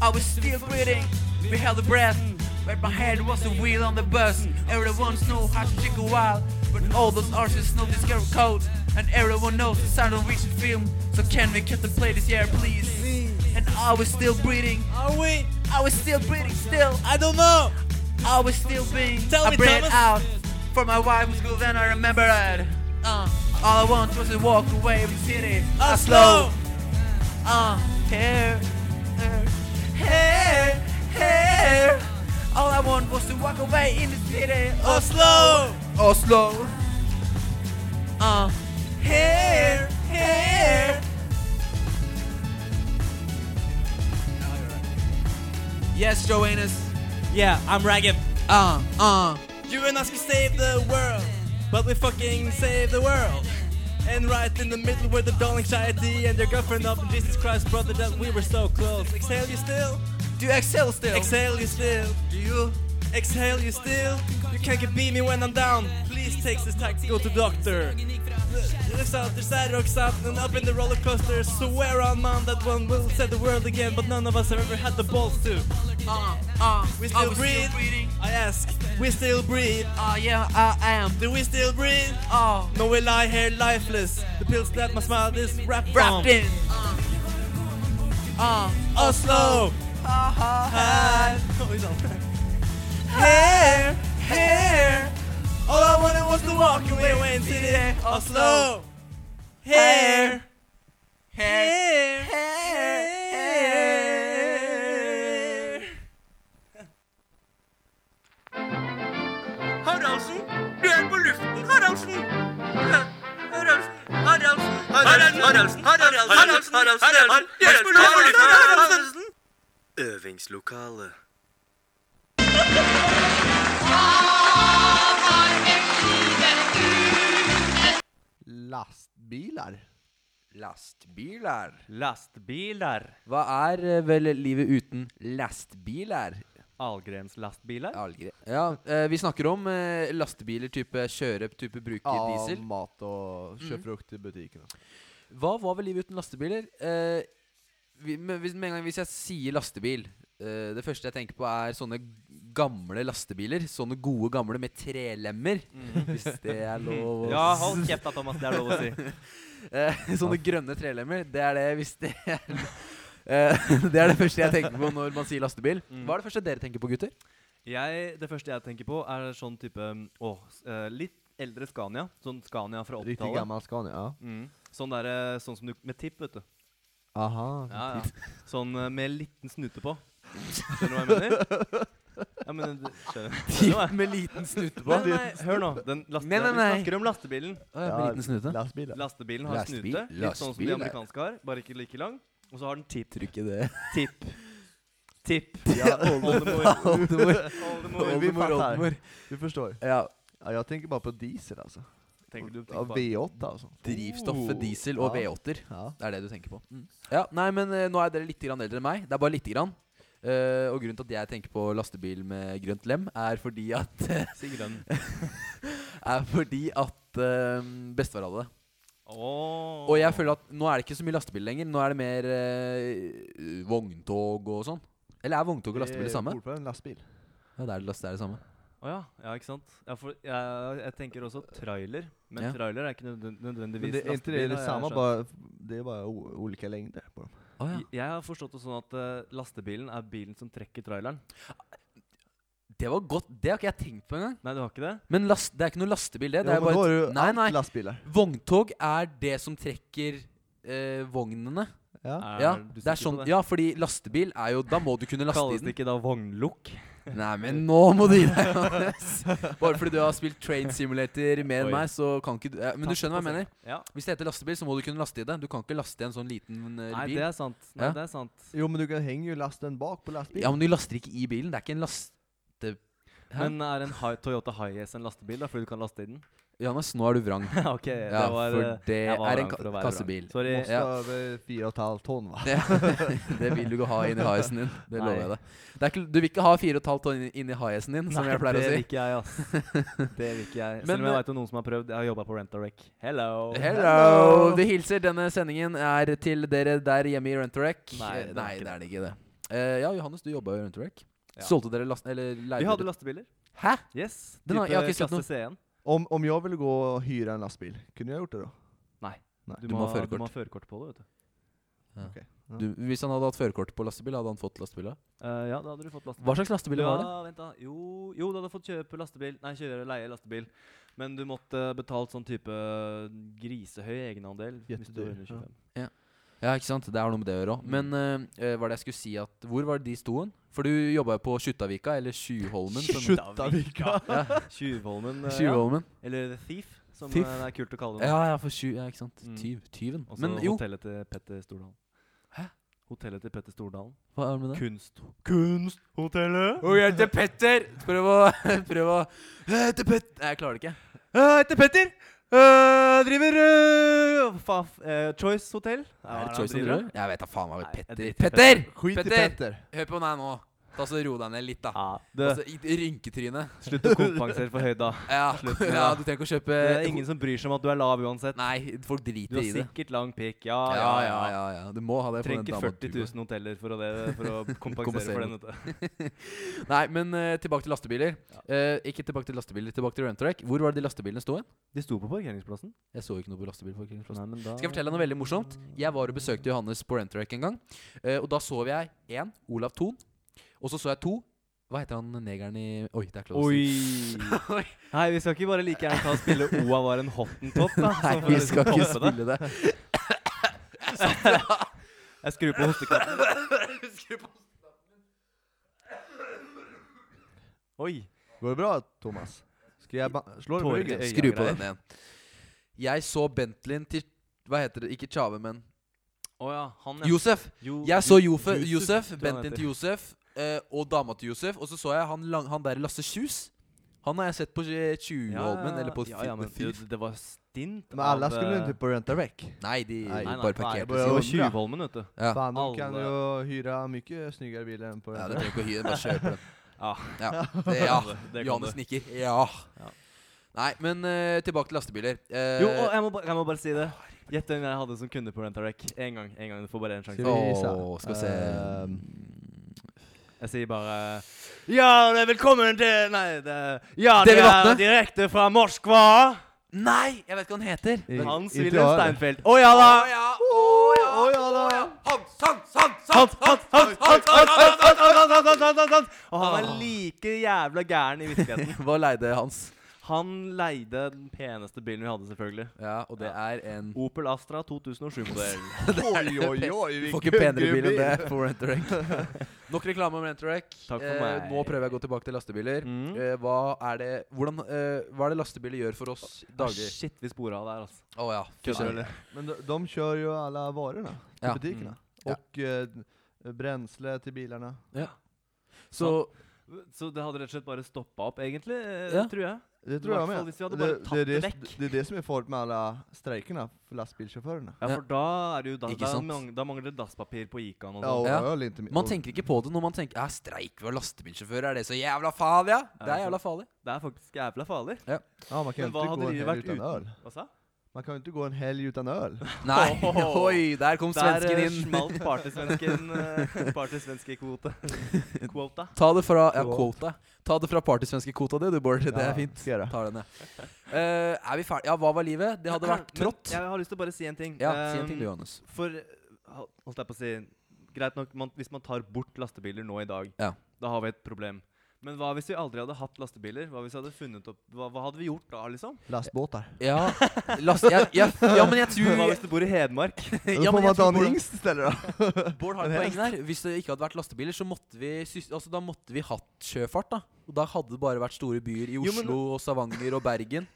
B: I was still breathing. We held a breath. But my head was a wheel on the bus. Everyone knows how to take a while. But all those artists know this girl code. And everyone knows the sound of recent film. So can we cut the play this year, please? And I was still breathing.
F: Are we?
B: I was still breathing still.
F: I don't know.
B: I was still being
F: Tell
B: I
F: me,
B: breathed
F: Thomas.
B: out for my wife was good then I remember it. Uh, all I want was to walk away with city.
F: Oslo.
B: Uh, hair, hair, hair, hair. All I want was to walk away in the city.
F: Oslo.
B: Oslo. Uh, hair, hair. Yes, Joannes.
F: Yeah, I'm Ragib.
B: Uh, uh.
F: You and us can save the world, but we fucking save the world. And right in the middle were the doll anxiety and your girlfriend up. And Jesus Christ, brother, that we were so close. Exhale, you still.
B: Do you excel still?
F: Exhale, you still.
B: Do you?
F: Exhale, you still. You can't get beat me when I'm down. Please take this taxi, go to doctor. Lifts out, there's side rocks out, and up in the roller coaster. Swear on mom that one will set the world again, but none of us have ever had the balls to.
B: Uh, uh.
F: We still
B: are
F: breathe.
B: Still breathing.
F: I ask, we still breathe.
B: Uh, yeah, I am.
F: Do we still breathe?
B: Oh,
F: No, we lie here lifeless. The pills that my smile is wrapped from.
B: wrapped in. Uh, uh.
F: Oslo.
B: Ha, ha, ha.
F: Hair, hair. All I wanted was to walk away when today. Oslo. Hair,
B: Hair.
F: hair,
B: hair.
F: hair.
A: Haraldsen, du er på luften, Haraldsen. Haraldsen, Haraldsen, Haraldsen, Haraldsen, Haraldsen, Haraldsen, du er på luften, Haraldsen. Øvingslokale.
D: Lastbilar.
B: Lastbiler.
C: Lastbiler.
B: Hva er eh, vel livet uten lastbiler?
C: Algrens lastbiler.
B: Algre. Ja, eh, vi snakker om eh, lastebiler type kjøre, type bruke
D: Av
B: diesel. Mhm.
D: mat og kjøpefrukt i butikkene.
B: Hva var vel livet uten lastebiler? Eh, vi, men hvis, med en gang hvis jeg sier lastebil eh, Det første jeg tenker på, er sånne gamle lastebiler. Sånne gode gamle med trelemmer.
D: Mhm.
B: Hvis det er lov å
C: Ja,
B: s-
C: hold kjeft da, Thomas. Det er lov å si.
B: Eh, sånne grønne trelemmer. Det er det hvis det er eh, Det er det første jeg tenker på når man sier lastebil.
D: Mhm.
B: Hva er det første dere tenker på, gutter?
C: Jeg, det første jeg tenker på, er sånn type mm, åh, s- eh, litt eldre Scania. Sånn Scania fra
D: Riktig
C: 80-tallet.
D: gammel Scania.
C: Mm. Sånn, derre- sånn som du Med tipp, vet du.
D: Aha.
C: Ja, ja. Sånn eh, med liten snute på. Skjønner du hva jeg mener? Ja, men du skjønner, skjønner du hva jeg
B: Med liten snute
C: Nei, nei, nei, hør nå. Den
B: Nei, nei,
C: lastebilen, vi
B: nei.
C: snakker om lastebilen.
B: Med liten snute?
D: Lastbiler.
C: Lastebilen har
B: Lastebil-
C: snute, litt sånn som
B: lastebil
C: de
B: er-
C: amerikanske har, bare ikke like lang. Og så har den tipp.
B: Tror ikke det.
C: Tipp. Tipp.
D: Ja,
C: Oldemor.
B: Oldemor.
C: Oldemor.
D: vi
B: Oldemor,
D: fattar.
B: oldemor.
D: Du förstår.
B: Ja.
D: Ja, jag tänker bara på diesel alltså.
C: Tenker du
D: Ja,
C: tenker på
D: V8 alltså.
B: Drivstoffet diesel og
D: Ja.
B: V8-er.
D: Ja.
B: Det er det du tenker på. Mm. Ja, Nei, men eh, nå er dere litt grann eldre enn meg. Det er bare lite grann. Eh, og grunnen til at jeg tenker på lastebil med grønt lem, er fordi at
C: Sigrun.
B: Er fordi at uh, bestefar hadde det.
C: Åh.
B: Og jeg føler at nå er det ikke så mye lastebil lenger. Nå er det mer eh, vogntog og sånn. Eller er vogntog og lastebil det samme?
D: Fortfarande en lastbil.
B: Ja, det er, last- det er det samme.
C: Å ja. ja, ikke sant. Ja, for, jeg, jeg tenker også trailer, men
B: Ja.
C: trailer er ikke nødven- nødvendigvis
D: Men det är inte det, det
C: har
D: är
C: jeg
D: samma,
C: skjønt.
D: bara, det är bara o- olika längder på dem.
B: Å, ja.
C: Jeg- Jeg har forstått det sånn at eh, lastebilen er bilen som trekker traileren.
B: Det var godt. Det har ikke jeg tenkt på engang.
C: Nei, du har ikke det?
B: Men last, det er ikke noe lastebil, det.
D: Ja,
B: det er
D: men då
B: bare
D: har
B: et,
D: du
B: nei, nei.
D: lastbilar.
B: Vogntog er det som trekker eh, vognene.
D: Ja.
B: Ja,
C: du
B: det er
C: sikker på
B: sånn, ja, fordi lastebil er jo Da må du kunne laste i
C: Kalles
B: den.
C: det ikke da vognlukk?
B: Nei, men nå må du gi deg. Johannes. Bare fordi du har spilt Train Simulator mer
C: Oi.
B: enn meg, så kan ikke du eh, Men du skjønner hva jeg mener?
C: Ja.
B: Hvis det heter lastebil, så må du kunne laste i det. Du kan ikke laste i en sånn liten eh,
C: Nei,
B: bil.
C: det er sant. Nei,
B: Ja.
C: det er sant.
D: Jo men du kan hänga ju lasten bak på lastbilen.
B: Ja, men du laster ikke i bilen. Det er ikke en last... lite Hæ?
C: Men er en Hi- Toyota Hiace en lastebil, da, fordi du kan laste i den?
B: Johannes, nå er du vrang.
C: ok, det
B: Ja,
C: var,
B: for
C: eh,
B: det
C: jeg var
B: er en
C: vrang
B: ka-
C: for å være vrang.
B: kassebil.
C: Sorry.
D: Måste
B: Ja.
D: över 4,5 ton va?
B: Det, det vil du ikke ha inn i haisen din. Det lover
C: Nei.
B: jeg deg. Det er ikke, du vil ikke ha 4,5 tonn inn- inn i haisen din, som
C: Nei,
B: jeg pleier å
C: det
B: si.
C: vil ikke jeg, ass. Det vil ikke jeg.
B: Men,
C: Selv om jeg
B: eh,
C: vet om noen som har prøvd. Jeg har jobba på Rent a Wreck. Hello.
B: Hello! Vi hilser. Denne sendingen er til dere der hjemme i Rentorec.
C: Nei, det er
B: Nei,
C: ikke
B: det er det ikke det. Eh, ja, Johannes, du jobba i Rentorec.
C: Ja.
B: Solgte dere last... Eller leide
C: Vi hadde
B: dere-
C: lastebiler.
B: Hæ?
C: Yes.
B: Den har- jeg har ikke sett
C: klasse
B: noe.
C: C1.
D: Om, om jag ville gå och hyra en lastbil, kunde jag gjort det då?
C: Du,
B: Du må
C: må,
B: ha
C: du
B: førerkort.
C: må ha førerkort på det, vet du.
B: Du, hvis han hadde hatt førerkort på lastebil, hadde han fått lastebil? da?
C: Eh, ja, da hadde du fått lastebil.
B: Hva slags lastebil var det?
C: Ja, vent da. Jo, jo, du hadde fått kjøpe lastebil. Nei, kjøre leie lastebil. Men du måtte betalt sånn type grisehøy egenandel. Hvis du
D: Jättedyr,
C: var under
D: ja.
C: 25.
B: Ja, ikke sant? Det er noe med det å gjøre òg. Men eh, eh, hva er det jeg skulle si at Hvor var det de sto hen? For du jobba jo på Skjuttavika, eller Tjuvholmen. som-
C: Skjuttavika.
B: Ja,
C: Tjuvholmen. eh, ja.
B: Tjuvholmen.
C: Eller The Thief, som
B: Thief.
C: eh, det er kult å kalle det. nå.
B: Ja, ja, for tju... Ja, ikke sant.
C: Mm.
B: Tyv. Tyven.
C: Og så
B: Men jo,
C: hotellet til Petter Stordalen.
B: Hæ?
C: Hotellet til Petter Stordalen.
B: hva er det med det?
C: Kunst. Kunsthotellet!
B: Å, jeg heter Petter! Prøv å Prøv å Jeg heter Petter Nei, jeg klarer det ikke.
C: Jeg heter Petter! Eh, driver eh, fa, eh, Choice Hotel.
B: er det
C: Ja, hva han
B: Choice
C: driver
B: Andrew?
C: med?
B: Jeg vet da faen hva
C: Nei, jeg
B: Petter
C: driter i
B: Petter!
D: Skit i
B: Petter!
D: Petter!
B: Hør på meg nå. Ta så Ro deg ned litt, da.
C: Ja, det,
B: Altså, i- Rynketryne.
C: slutt å kompensere for høyda.
B: Ja.
C: Slutt med det.
B: ja, du trenger ikke å kjøpe
C: Det er ingen som bryr seg om at du er lav uansett.
B: Eh, Nei, folk
C: Du
B: driter
C: har
B: i det.
C: sikkert lang pikk. Ja,
B: Ja, ja, ja. ja. Du må ha det. for
C: Trenger
B: den
C: ikke
B: dama du
C: 40
B: går.
C: 000 hoteller for å, det, for å kompensere
B: Kompensere.
C: for den. vet du.
B: Nei, men eh, tilbake til lastebiler. Eh, ikke tilbake til lastebiler, tilbake til Rentrack. Hvor var det de lastebilene sto hen?
C: De sto på parkeringsplassen.
B: Jeg så ikke noe på lastebil. for eksempel.
C: Nei, men da-
B: Skal jeg fortelle deg noe veldig morsomt? Jeg var og besøkte Johannes på Rentrack en gang. eh, og da så jeg én, Olav Thon. Og så så jeg to. Hva heter han negeren i Oi, det er klart å si.
C: Oi! Nei, vi skal ikke bare like gjerne ta og spille Oa var en hottentott, da.
B: Nei,
C: så for
B: vi
C: å
B: skal
C: toppe
B: ikke
C: det.
B: spille det.
C: Jeg skrur på hostekatten. Oi.
D: Går det bra Thomas? Ska jag ba- slå dig på
C: Tårg-
D: ryggen?
C: Øya
B: Skru på
C: greier.
B: den igjen. Jeg så Bentleyen til Hva heter det? Ikke Tjave, men
C: Å ja, han
B: Josef!
C: Jo-
B: Jeg så
C: Jo-
B: Jofe, Josef,
C: tror han
B: Bentley
C: heter.
B: til Josef eh, og dama til Josef. Og så så jeg han, lang, han der Lasse Kjus. Han har jeg sett på eh, Tjuvholmen, eller på
C: ja, ja, men,
B: Thief.
C: det, det var stint
D: Men alla
C: av,
D: skulle
C: eh,
D: inte på Rent a Wreck?
B: Nei, de
D: Nei,
C: nei,
B: bare
C: nei,
B: parkerte
D: nei,
C: Det var
D: undra.
C: Tjuvholmen, vet du.
B: Ja.
D: Fan,
C: Alla.
D: du kan ju hyra mycket snyggare bil än på
B: Ja,
D: Rent
B: du
D: a Wreck.
B: trenger ikke å hyre, bare kjøp den.
C: Ja.
B: ja. Det, ja.
C: Det kan
B: Johannes
C: du.
B: nikker. Ja.
C: Ja.
B: Nei, men eh, tilbake til lastebiler. Eh,
C: Jo, og jeg må, ba- jeg må bare si det. Gjett hvem jeg hadde som kunde på Rentarec. En gang. en gang, Du får bare en sjanse.
D: Skal vi vise?
B: Åh, skal vi se
C: Ehm. Jeg sier bare Ja, det er velkommen til Nei, det Ja,
B: David
C: det er
B: Vatne.
C: direkte fra Moskva.
B: Nei! Jeg vet ikke hva han heter.
D: I-
C: Hans
D: inte
C: Wilhelm
D: jag.
C: Steinfeld. Å ja da!
B: Å ja! Å ja!
D: Å ja da!
B: Hans, Hans, Hans,
C: Hans,
B: Hans,
C: Hans, Hans, Hans, Hans, Hans, Hans, Hans, Hans, Hans, Hans, Hans, Hans. Og han
B: Ah.
C: er like jævla gæren i virkeligheten.
B: Hans! Hva leide Hans?
C: Han leide den peneste bilen vi hadde, selvfølgelig.
B: Ja, og det er en
C: Opel Astra 2007-modell.
D: Oj, oj, oj,
B: Du
D: vilken
B: får ikke penere
D: grym
B: bil enn det på Rentorec. Nok reklame om Rentorec.
C: Takk for meg.
B: Eh, nå prøver jeg å gå tilbake til lastebiler.
C: Mm.
B: Eh, hva, er det, hvordan, eh, hva er det lastebiler gjør for oss daglig?
C: Shit, vi spora av der, altså.
B: Å ja.
D: Kör.
B: Kødder du?
D: Men de, de kör ju alla varorna till
B: Ja. Mm.
D: butikerna.
B: Ja.
D: Och eh, bränsle till bilarna.
B: Så
C: Så det hadde rett og slett bare stoppa opp, egentlig, eh,
B: Ja.
C: tror jeg.
D: Det
C: I
D: tror
C: hvert
D: jag
C: fall
D: med.
C: hvis vi hade
D: det,
C: bara tagit
D: det,
C: det
D: det,
C: väck.
D: det är det som är farligt med alla strejkerna för lastbilschaufförerna.
C: Ja,
B: Ja.
C: for da er det jo da,
B: Ikke
C: da,
B: sant?
C: mang, da mangler det dasspapir på Ikan og
D: Ja,
C: sånn.
D: och
B: Ja.
D: öl inte min-
B: man
D: och-
B: tenker ikke på det når man tenker Ja, streik ved lastebilsjåfører, er det så jævla farlig, ja? Det er jævla farlig.
C: Det er faktisk jævla farlig.
D: Ja, man kan ju
C: Men hva
D: inte gå
C: hadde
D: en
C: de
D: helg
C: vært
D: utan öl.
C: uten? Hva sa?
D: Man kan ju inte gå en helg utan öl.
B: Nei,
C: Åh.
B: oi, der kom
C: Der
B: svensken
C: eh,
B: inn.
C: smalt partysvensken eh, partysvenskekvote. Kvota.
B: Ta det fra ja,
D: Quote.
B: quota. Ta det fra partysvenskekvota di, du, Bård. Det er fint.
D: Ska jag göra.
B: Tar den, jeg. Eh, er vi ferdige? Ja, hva var livet? Det hadde vært
C: Men
B: trått.
C: Jeg har lyst til å bare si en ting.
B: Ja, si en ting,
C: Ehm,
B: du, Johannes.
C: For hol- Holdt jeg på å si Greit nok, man, hvis man tar bort lastebiler nå i dag,
B: Ja.
C: da har vi et problem. Men hva hvis vi aldri hadde hatt lastebiler? Hva hvis vi hadde funnet opp Hva, hva hadde vi gjort da, liksom?
D: Lastbåtar.
B: Ja, last, jeg, jeg, ja men jeg tror
C: Hva hvis du bor i Hedmark?
D: Då
B: ja, men
D: får man
B: jeg
D: ta
B: tror
D: en
B: Bård,
D: hingst istället då.
B: Bård har et poeng der. Hvis det ikke hadde vært lastebiler, så måtte vi, sys- altså, da måtte vi hatt sjøfart. da Og da hadde det bare vært store byer i
C: Jo, men-
B: Oslo og Stavanger og Bergen.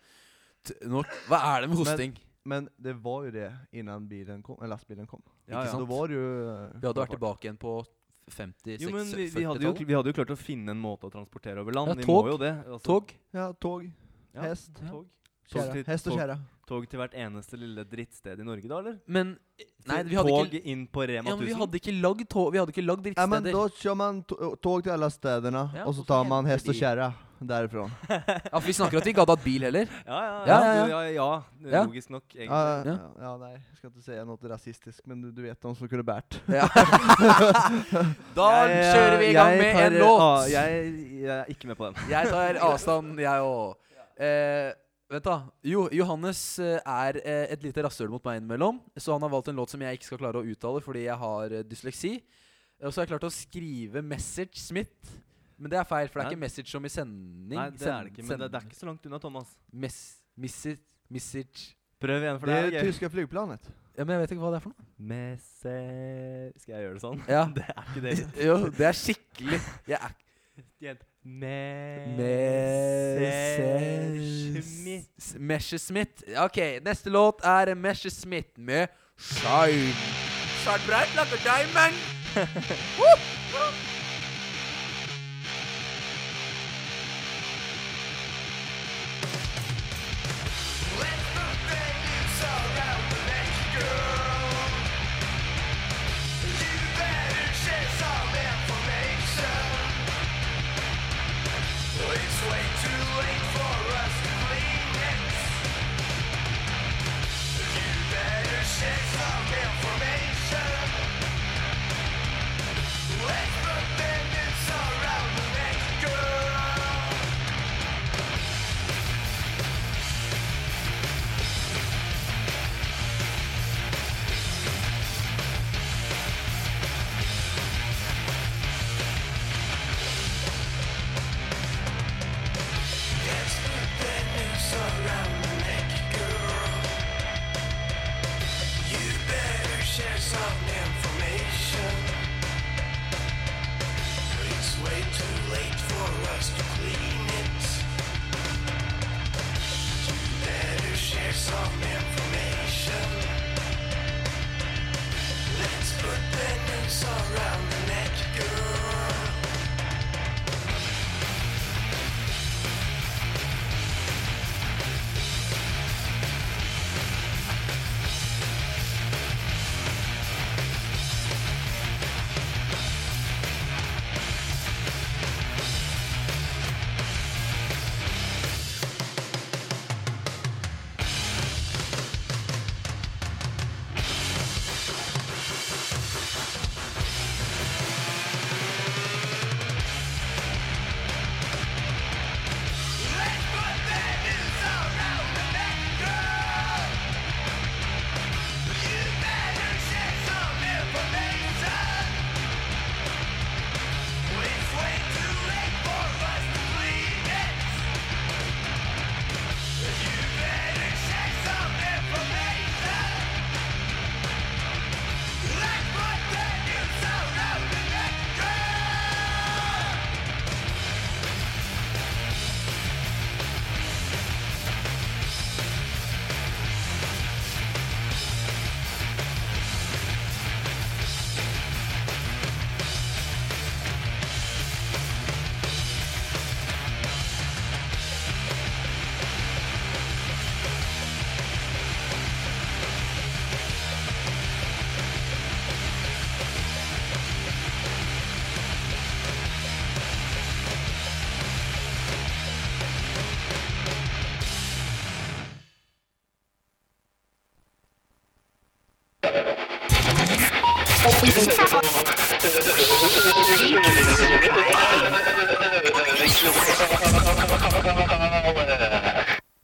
B: T nå, hva er det med hosting?
D: Men det var ju det innan bilen kom, eller lastbilen kom.
C: Ja,
B: Ikke
C: ja.
D: Så
B: sant?
D: då var det ju... eh,
B: Vi hadde vært
D: sjöfart.
B: tilbake igjen på 50,
C: Jo, men vi, vi, hadde jo,
B: 60-40-tallet.
C: vi hadde jo klart å finne en måte å transportere over land.
B: Ja,
C: vi
B: tog.
C: må jo det. altså.
B: Tog.
D: Ja, tog,
C: Ja.
D: hest,
C: Tog. Tog
D: kjære.
C: til-
D: Hest og
C: tog-
D: kjære.
C: Tog til hvert eneste lille drittsted i Norge, da, eller?
B: Men Nei, vi hadde
C: tog
B: ikke
C: inn på Rema
B: ja, men
C: 1000.
B: vi hadde ikke lagd tog, vi hadde ikke lagd
D: Ja, men
B: drittsteder.
D: da kör man to- tåg till alla städerna
B: Ja,
D: och så
B: och så
D: tar man
B: hämtar
D: häst och
B: de.
D: kärra därifrån.
B: Ja, for vi snakker at vi ikke hadde hatt bil heller.
C: Ja,
B: Ja,
C: ja, ja.
B: ja,
C: ja, ja,
B: Ja.
C: Logisk nok, egentlig.
B: Ja.
D: Ja, ja. ja, nej, jag ska inte säga något rasistiskt men du, du vet de som kunde bärt.
B: Ja. da kjører vi i gang
C: jeg
B: med
C: tar,
B: en låt.
C: ah, jeg, jeg er ikke med på den.
B: Jeg tar avstand, jeg òg. Eh, vent, da. Jo, Johannes eh, er eh, et lite rasshøl mot meg innimellom, så han har valgt en låt som jeg ikke skal klare å uttale fordi jeg har eh, dysleksi. Eh, Og så har jeg klart å skrive 'Message Smith', men det er feil, for det er
C: Nei.
B: ikke 'message' som i sending.
C: Nei, det er det ikke. Men det, det er ikke så langt unna, Thomas.
B: Mess, missi- message
C: Prøv igjen, for
D: Det
C: det,
D: är
C: er gøy.
D: tyska flygplanet.
B: Ja, men jeg vet ikke hva det er for noe.
C: Messe... Skal jeg gjøre det sånn?
B: Ja.
C: Det er ikke det.
B: Jo, det er skikkelig Jeg er
C: Igjen. Messe... Schmidt.
B: Messerschmitt. Messerschmitt. Ok, neste låt er Messerschmitt med Shine. Shine bright like a diamond.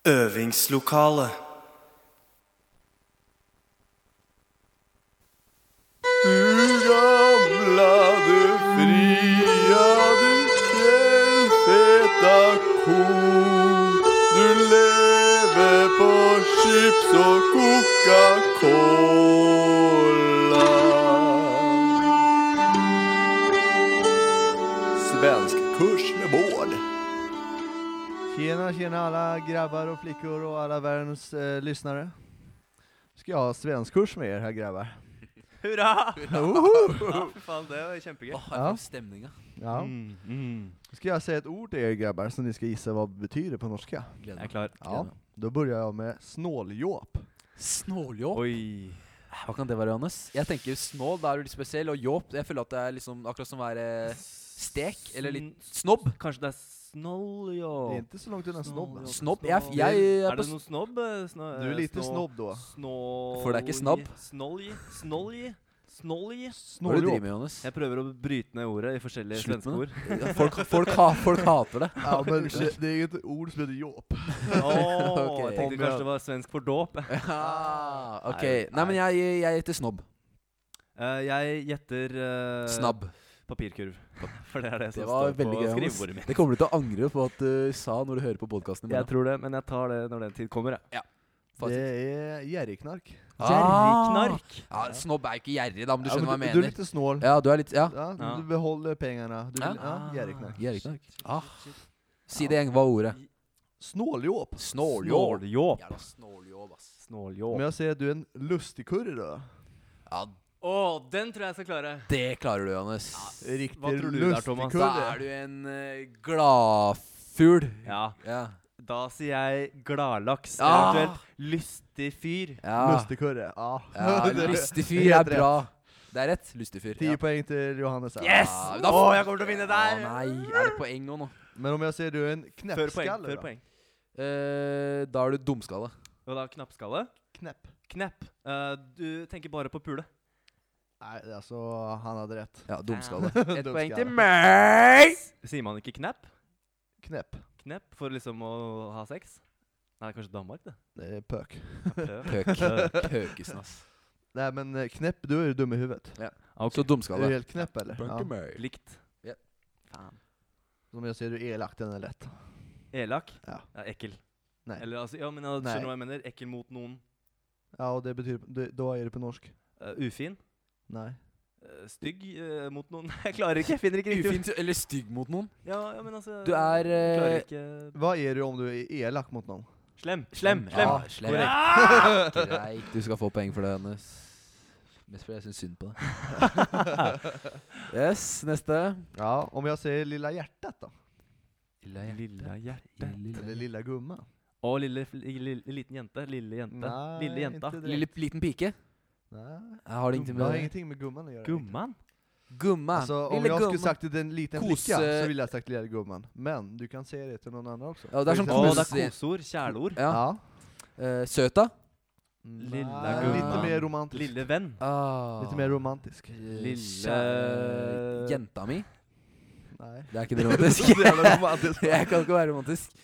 F: Øvingslokale.
D: Svensk kurs med Bård. Tjena, tjena alla grabbar och flickor och alla världens eh, lyssnare. Ska jag ha svensk kurs med er här grabbar.
C: Hurra!
B: Åh,
C: Ja, fy faen, det var kjempegøy.
B: jeg får stemninga.
D: Ja.
G: Mm, mm.
D: Ska jag säga ett ord till er grabbar så ni ska gissa vad det betyder på norska?
B: Gleder
G: Jeg er
B: meg.
G: klar.
B: Gleder
D: Ja.
B: meg.
D: Då börjar jag med snåljåp.
B: Snåljåp?
G: Oi.
B: Hva kan det være, Johannes? Jeg tenker snål, da er du litt spesiell. Og jåp, jeg føler at det er liksom akkurat som å være stek, eller litt snobb.
C: Kanskje det er snåljåp?
D: Det är inte så långt undan snobben.
B: Snobb? Jeg,
C: Snobb.
B: jeg, er på
C: Er det noe snobb? eh, Sno,
D: Du är
C: eh,
D: lite
C: snå-
D: snobb då.
C: Snål...
B: For det er ikke snobb.
C: Snålj. Snålj. Snålj.
B: Hva er det du driver
D: Snåljåp.
B: med, Johannes?
C: Jeg prøver å bryte ned ordet i forskjellige
B: Slutt med
C: svenske ord.
B: Folk, folk, ha, folk hater det.
D: Ja, men det det är ju ett ord som heter jåp.
C: Åh,
B: Ok.
C: Jeg tenkte kanskje det var svensk for dåp.
B: Ja, ok.
C: Nei,
B: Nei, men jeg, jeg heter snobb.
C: Eh, jeg gjetter eh,
B: Snabb.
C: papirkurv. For det er det som
B: Det var
C: står på
B: veldig gøy. Johannes.
C: skrivebordet mitt.
B: Det kommer du til å angre på at du sa når du hører på podkasten.
C: Jeg tror det, men jeg tar det når den tid kommer. jeg.
D: Det är jerriknark.
C: Gjerrigknark.
B: Ah! Ja, snobb er ikke gjerrig, da, men du
D: Ja,
B: skjønner hva
D: men du,
B: jeg
D: du är
B: mener.
D: lite snål.
B: Ja, du er litt Ja,
D: Ja,
C: Ja.
D: Du behåller pengarna. Du vill, ja, jerriknark.
B: gjerrig knark. Ah. Si det igjen. Hva er ordet?
D: Snåljåp.
B: Snåljåp.
C: Snåljåp.
B: Jævla snåljåp, ass.
C: Snåljåp.
D: Men jag säger att du är en lustigkurre då.
B: Ja,
C: Å, den tror jeg jeg skal klare.
B: det klarer du, Johannes.
D: Riktig
C: Vad tror du där, Thomas?
B: Da er du en eh, gladfugl.
C: Ja,
B: Ja.
C: da sier jeg gladlaks.
B: Ah.
C: Eventuelt lystig fyr.
B: ja.
D: Lustigkurre. Ja.
B: Ah. ja
D: Det-
B: lystig
D: helt
B: fyr er
D: rätt.
B: bra. Det er rett. Lystig fyr.
D: 10 poäng till Johannes här.
C: Yes!
B: Ja,
C: Å,
B: da-
C: jeg kommer til å vinne
B: Å
C: der!
B: nei, er det poeng nå? nå?
D: Men om jag säger du är en
C: Før poeng.
D: knäppskalle
C: Før
D: då?
C: poeng.
B: Eh, da er du dumskalle.
C: Og da knappskalle.
D: Knäpp.
C: Knepp. Eh, du tenker bare på pule.
D: Nej, alltså han hade rätt.
B: Ja, dumskalle. Ett poeng
D: Dumskalle.
B: til meg!
C: Sier man ikke knepp?
D: Knäpp.
C: Knepp for liksom å ha sex? Nei, kanskje Danmark, det.
D: Det är pök.
C: Pø.
B: Pøk. Pøkesen, ass.
D: Nej men eh, knäpp, du är ju dum i huvudet.
B: Så
D: Är du
B: dumskalle.
D: helt knäpp eller?
B: Pøk til meg.
C: Likt.
B: Ja.
C: Faen.
D: Som jag ser du är elak, den är lätt.
C: Elak?
D: Ja.
C: ekkel.
D: Nei.
C: Eller altså, ja, men jeg
D: Nei.
C: skjønner hva jeg mener. Ekkel mot noen.
D: Ja och det betyder, det, då är det på norsk.
C: Eh, ufin.
D: Nej.
C: Eh, stygg eh, mot noen. jeg klarer ikke, jeg finner ikke riktig ord.
B: Ufin til- eller stygg mot noen.
C: Ja, ja, men altså
B: Du er,
C: jeg
B: eh,
C: Klarer ikke
D: Vad är du om du är elak mot någon?
C: Slem. Slem. Slem.
B: Ja, slem.
C: Korrekt.
B: Greit, du skal få poeng for det, Johannes. Mest fordi jeg syns synd på deg. Yes, neste.
D: Ja, om jag säger lilla hjärtat då?
C: Lilla hjerte.
D: Eller lilla gumman?
C: Å, lille, fl- lille, liten jente. Lille jente.
D: Nei,
C: lille jenta.
D: inte direkt.
B: Lille, liten pike?
D: Nej.
B: Jeg har det ingenting
D: Det har
B: med det.
D: ingenting med gumman att göra.
C: Gumman?
B: Gumma.
D: Alltså, om
B: Ah, Lille
D: jag skulle
B: gumma.
D: sagt det till en liten
B: Kose-
D: flicka så ville jag sagt lilla gumman. Men du kan säga det till någon annan också.
B: Ja, det är som
D: Till
C: Å,
D: exempel-
C: det
B: Kose-
C: er koseord. Kjæleord.
B: Ja.
D: Ja.
B: Eh, søta?
C: Lilla
D: Nej,
B: gumman.
D: Lite mer romantisk.
C: Lille venn.
B: Ah.
D: Lite mer romantisk.
B: Lille
C: Kjære-
B: Eh, Jenta mi?
D: Nej.
B: Det er ikke det romantisk.
D: Så jävla romantisk.
B: jeg kan ikke være romantisk.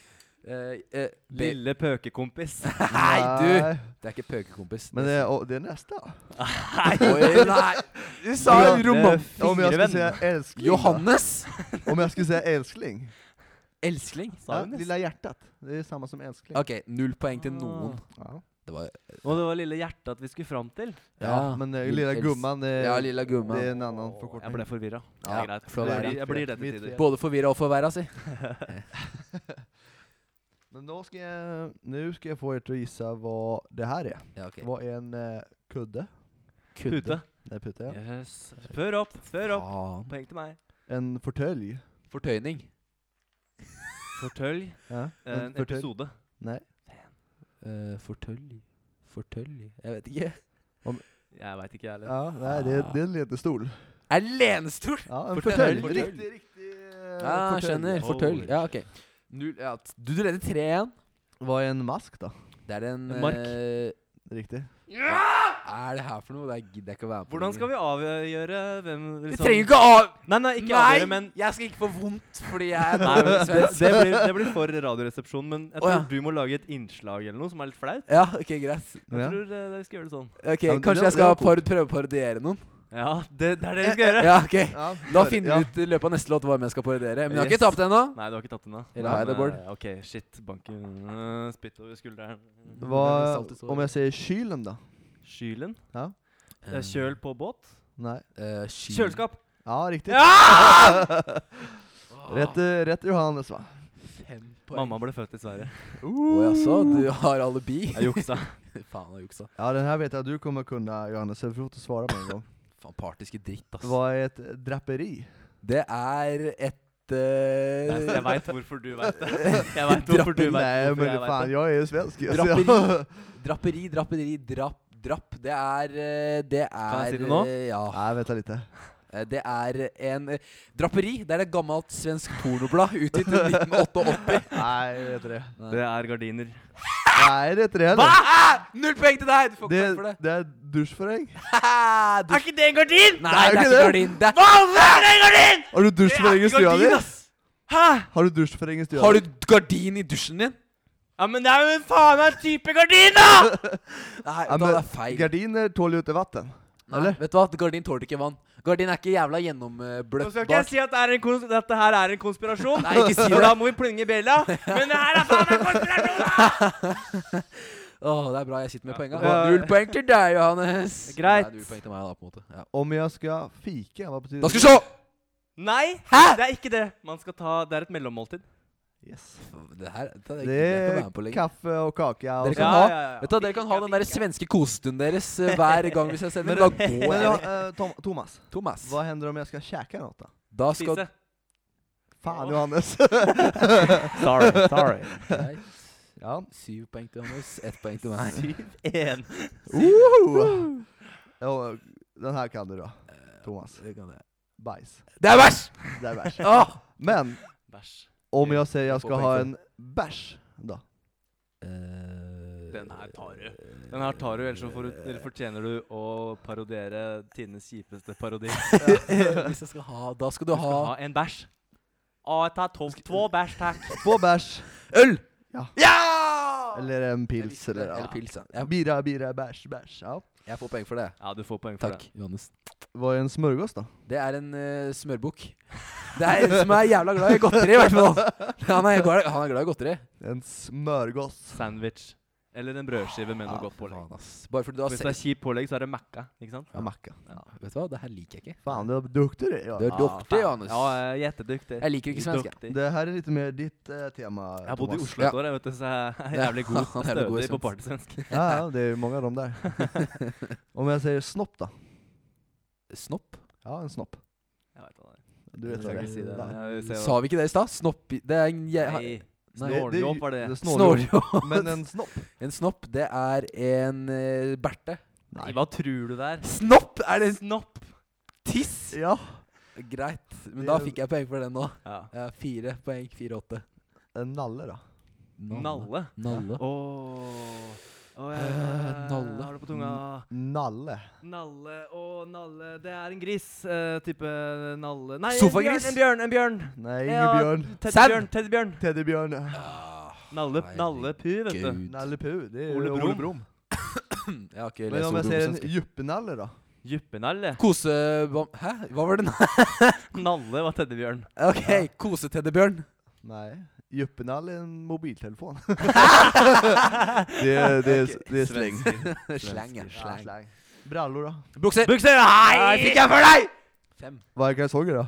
B: Eh, eh, be-
C: Lille pøkekompis.
B: Nei, du!
D: Nej.
B: Det er ikke pøkekompis.
D: Men det är, och det är nästa. eh,
B: Oi, nei. Du sa
C: Grønne
B: roman...
D: Om jag skulle
C: fingervenn.
D: säga älskling. då?
B: Johannes!
D: Om jag skulle säga älskling.
B: Elskling.
C: Sa
D: Ja,
C: hun nesten.
D: lilla hjärtat. Det är samma som älskling.
B: Ok, null poeng til noen.
D: Ah. Ja.
B: Det var
C: Og det var lille hjertet at vi skulle fram til.
D: Ja,
B: Ja.
D: men eh,
B: Lill-
D: lilla
B: äls-
D: gumman, eh,
B: Ja, lilla gumma.
D: det är en annan
C: Jeg
D: förkortning.
C: ble forvirra.
B: Ja,
C: det er greit.
B: flott.
C: Jeg blir- Jeg blir det
D: Mitt
C: til tider.
D: fel.
B: Både forvirra og forverra, si.
D: Men då ska jag, nu ska jag få er till att gissa vad det här är.
B: Ja, ok.
D: Vad är en eh, kudde?
C: Pute.
D: Nej, pute, ja.
C: Yes. Før opp, før opp.
B: Faen.
C: Poeng til meg.
D: En fåtölj.
B: Fortøyning. eh,
C: Fortøll.
D: Ja,
C: En
D: fåtölj.
C: episode.
D: Nej.
B: Uh, fortølj Fortølj Jeg vet ikke.
C: Jeg veit ikke, jeg heller.
D: Ja, nej, det, det är en ledestol.
B: Er lenestol?
D: Ja, en
B: Fåtölj.
D: fåtölj.
B: Fåtölj.
D: Riktig, riktig eh,
B: Ja,
D: fåtölj.
B: skjønner.
C: Holy
B: Fortølj. Ja, ok. Null, ja. t- Du, du leder 3-1.
D: Vad är en mask då?
B: Det er en
C: En mark.
B: eh,
D: Riktig.
B: er det her for noe? Det er- gidder jeg ikke å være med på.
C: Hvordan skal vi avgjøre hvem
B: Vi
C: liksom-
B: trenger ikke å av...
C: Nei, nei, ikke
B: Nei!
C: avgjøre, men
B: Jeg skal ikke få vondt fordi jeg er
C: Nei,
B: dårlig
C: men det,
B: svensk.
C: det, blir, det blir for Radioresepsjonen, men jeg
B: Å,
C: tror
B: ja.
C: du må lage et innslag eller noe som er litt flaut.
B: Ja, ok, greit.
C: Jeg
D: Ja.
C: tror eh, vi skal gjøre det sånn.
B: Ok,
D: Ja, men det-
B: Kanskje jeg
D: det
B: skal
D: var
B: par prøve å parodiere noen?
C: Ja, det, det er det vi
D: Eh,
C: skal gjøre.
B: Ja, ok.
D: Ja,
B: Da
D: för-
B: finner
D: ja.
B: vi ut i løpet av neste låt hva vi skal parodiere. Men jeg har
C: Yes.
B: ikke tapt ennå.
C: Nei, du har ikke tatt den da.
B: Eller har jeg det, Bård?
C: Men, eh, Ok, shit. Banken. eh, Spytt over skulderen.
D: Vad-
B: Salt i såret.
D: om jag säger kylen då?
C: Kylen. Eh,
B: Eh,
C: Kjøl på båt.
D: Nej.
B: eh,
D: Mm.
B: kyl.
C: Kjøleskap.
D: Ja, riktigt. Rätt, eh, rätt Johannes va?
B: Fem poeng.
C: Mamma ble født i Sverige.
B: Oi, altså, du har alibi?
C: Jeg juksa.
B: Faen, jeg juksa.
D: Ja, den här vet jag att du kommer kunna Johannes, så du får inte svara på en gång.
B: Faen, partiske dritt, ass.
D: Vad är ett draperi?
B: Det er et eh,
C: Jeg veit hvorfor du veit det. Jeg vet hvorfor du vet
D: Nej
C: hvorfor
D: men
C: jeg vet
D: fan,
C: det.
D: jag är ju svensk. altså. så
B: Draperi.
D: jag-
B: Draperi, draperi, drapp, drapp. Det er eh, Det er
C: Kan jeg si det nå?
B: eh, Ja.
D: Nej, vänta lite.
B: Eh, Det er en eh, Draperi, det er et gammelt svensk pornoblad utgitt i 1988.
D: Nej, jag vet inte det.
C: Det er gardiner.
D: Nej, det är inte det heller.
B: Hva?! Null poeng til deg! Du får ikke poeng for
D: Det,
B: det.
D: det är duschförhäng.
B: Er ikke det en gardin?! Nei,
D: Det er
B: det er
D: ikke
B: ikke
D: det.
B: gardin. Det er
D: Har du duschförhäng i stugan din?
B: ass!
D: Har du duschförhäng i stugan
B: Har
D: din?
B: du gardin i dusjen din?
G: Ja, men det er jo en faen meg type gardin, da!
B: Nei,
D: Ja,
B: da
D: men
B: det er feil.
D: Gardiner tål ju inte vatten.
B: Nei,
D: eller?
B: Vet du hva? Gardin tåler ikke vann. Gardin er ikke
G: Nå
B: jævla
G: skal ikke jeg
B: gjennombløtt.
G: si at det er en kons dette her er en konspirasjon,
B: Nei, ikke si
G: for da
B: det.
G: må vi plinge i bjella. Men det her er faen meg konspirasjon! da!
B: Åh, det er bra jeg sitter med poenga.
C: Ja.
B: Null poeng til deg, Johannes.
G: Greit.
B: Nei, null poeng til meg, da, på en måte. Ja.
D: Om jag ska fika, vad betyder
B: Da skal vi se!
G: Nei,
B: Hæ?
G: det er ikke det. Man skal ta Det er et mellommåltid.
D: det? Yes.
B: Det her det er,
D: Det
B: jeg kan være med på
D: är
B: lenger.
D: kaffe och kaka. Och
B: Dere
D: så-
B: kan
G: Ja, ja,
B: ha,
G: ja, ja.
B: Vet du, hva, dere kan ha den der svenske kosestunden deres eh, hver gang hvis jeg sender. Da går
D: Men
B: jeg.
D: ja, eh, Tom, Thomas,
B: Thomas,
D: vad händer om jag ska käka något då?
B: da skal
G: Spise.
D: Fan
G: Ja.
D: Johannes.
C: Sorry. sorry.
B: Greit.
D: ja.
B: Syv poeng til Johannes, ett poeng til meg.
G: En.
D: Woho! Ja, den här kan du då,
B: Eh.
D: Thomas.
B: Det kan jeg.
D: Bajs.
B: Det er bæsj!
D: Det är bärs.
B: Åh!
D: Men
G: Bæsj.
D: om jag säger jag
B: får
D: ska
B: poäng
D: ha
B: för
D: en bärs då?
B: Den Eh,
G: Den her tar du. Den her tar du, ellers så får du, eller fortjener du å parodiere tidenes kjipeste parodi.
B: Hvis jeg skal ha Da skal du ha
G: Ha en bæsj. Ah, ta to, to bæsj, takk.
D: Två bärs,
B: øl!
D: Ja.
B: Ja!
D: eller en pils
B: Eller,
D: eller
B: eller
D: ja.
B: pils, ja. Jeg,
D: Bira, bira, bärs, bärs. Ja.
B: jeg får poeng for det.
G: Ja, du får poeng for
B: Takk, Johannes.
D: Vad är en smörgås då?
B: Det er en eh, smørbukk. Det er en som er jævla glad i godteri, i hvert fall. Han er, glad- han er glad i godteri.
D: En
G: det.
D: smörgås.
G: Sandwich. Eller en brødskive med noe godt pålegg.
B: Faen, ass. Altså, Bare fordi du har
G: Hvis det
B: sett
G: er kjipt pålegg, så er det Macca. Ikke sant?
D: Ja. Macka.
B: Vet du hva, det her liker jeg ikke.
D: Fan, du är duktig du är, ja.
B: Du er duktig,
G: faen.
B: Johannes.
G: Ja, jeg er jetteduktig.
B: Jeg liker ikke svenske.
G: Duktig.
D: Det här är lite mer ditt eh, tema,
G: Jeg bodde i
D: Thomas.
G: Oslo et år, jeg vet du, så jeg er
B: Ja,
G: jævlig god
B: han er jævlig god i
G: stødig på
B: svensk.
G: partysvensk.
D: Ja, ja, det är ju många av dem där. Om jag säger snopp då?
B: Snopp?
D: Ja, en snopp.
G: Jeg vet hva det er.
D: Du vet
G: Jeg
D: vad
G: skal
D: det
G: ikke si det.
D: är.
G: men jeg vil se
B: Sa vi ikke det i stad? Snopp Det er en
G: hva-
B: jeg,
G: Nei,
B: Nei.
G: snåljåp var det.
D: Snåljåp.
B: Snorjo.
D: Men en snopp?
B: En snopp, det er en eh, berte.
G: Nei, hva tror du det er?
B: Snopp? Er det en
G: Snopp!
B: tiss?
D: Ja.
B: Greit. Men
D: Det
B: da
D: er-
B: fikk jeg poeng for den nå.
G: Ja.
B: Ja, fire poeng. Fire-åtte.
D: En nalle da?
G: Nalle.
B: Nalle.
G: Åh Åh, jeg-
B: Eh, nalle. Mm.
G: Har det på tunga.
D: Nalle.
G: Nalle og nalle Det er en gris. eh, type nalle Nei,
B: Sofagris?
G: en bjørn! En bjørn! En bjørn.
D: Nej,
G: Ja,
D: ingen bjørn.
G: Teddybjørn! Teddybjørn!
D: Teddybjørn.
B: Ah,
G: Nalle,
B: Herregud.
G: nalle pu, vet du.
D: Nalle Puh, det är
G: Ole
D: Ole
G: Brumm.
D: Brom. Ole Brumm.
B: Jeg har ikke
D: Men
B: lest
D: om jag
B: ordet på
D: säger en
B: svensk.
D: juppenalle då?
G: Juppenalle.
B: Kosebam... Hæ? Hva var det nå?
G: Nalle var teddybjørn.
B: Ok, koseteddybjørn.
D: Nej. Juppenalle är en mobiltelefon. det är, det är, det är släng.
B: Slang, ja.
D: Ja,
B: Slang.
D: slang. Brallor då?
B: Bukser.
G: Bukse! Hei!
B: Fikk jeg for deg! Fem.
D: Vad är kalsonger då?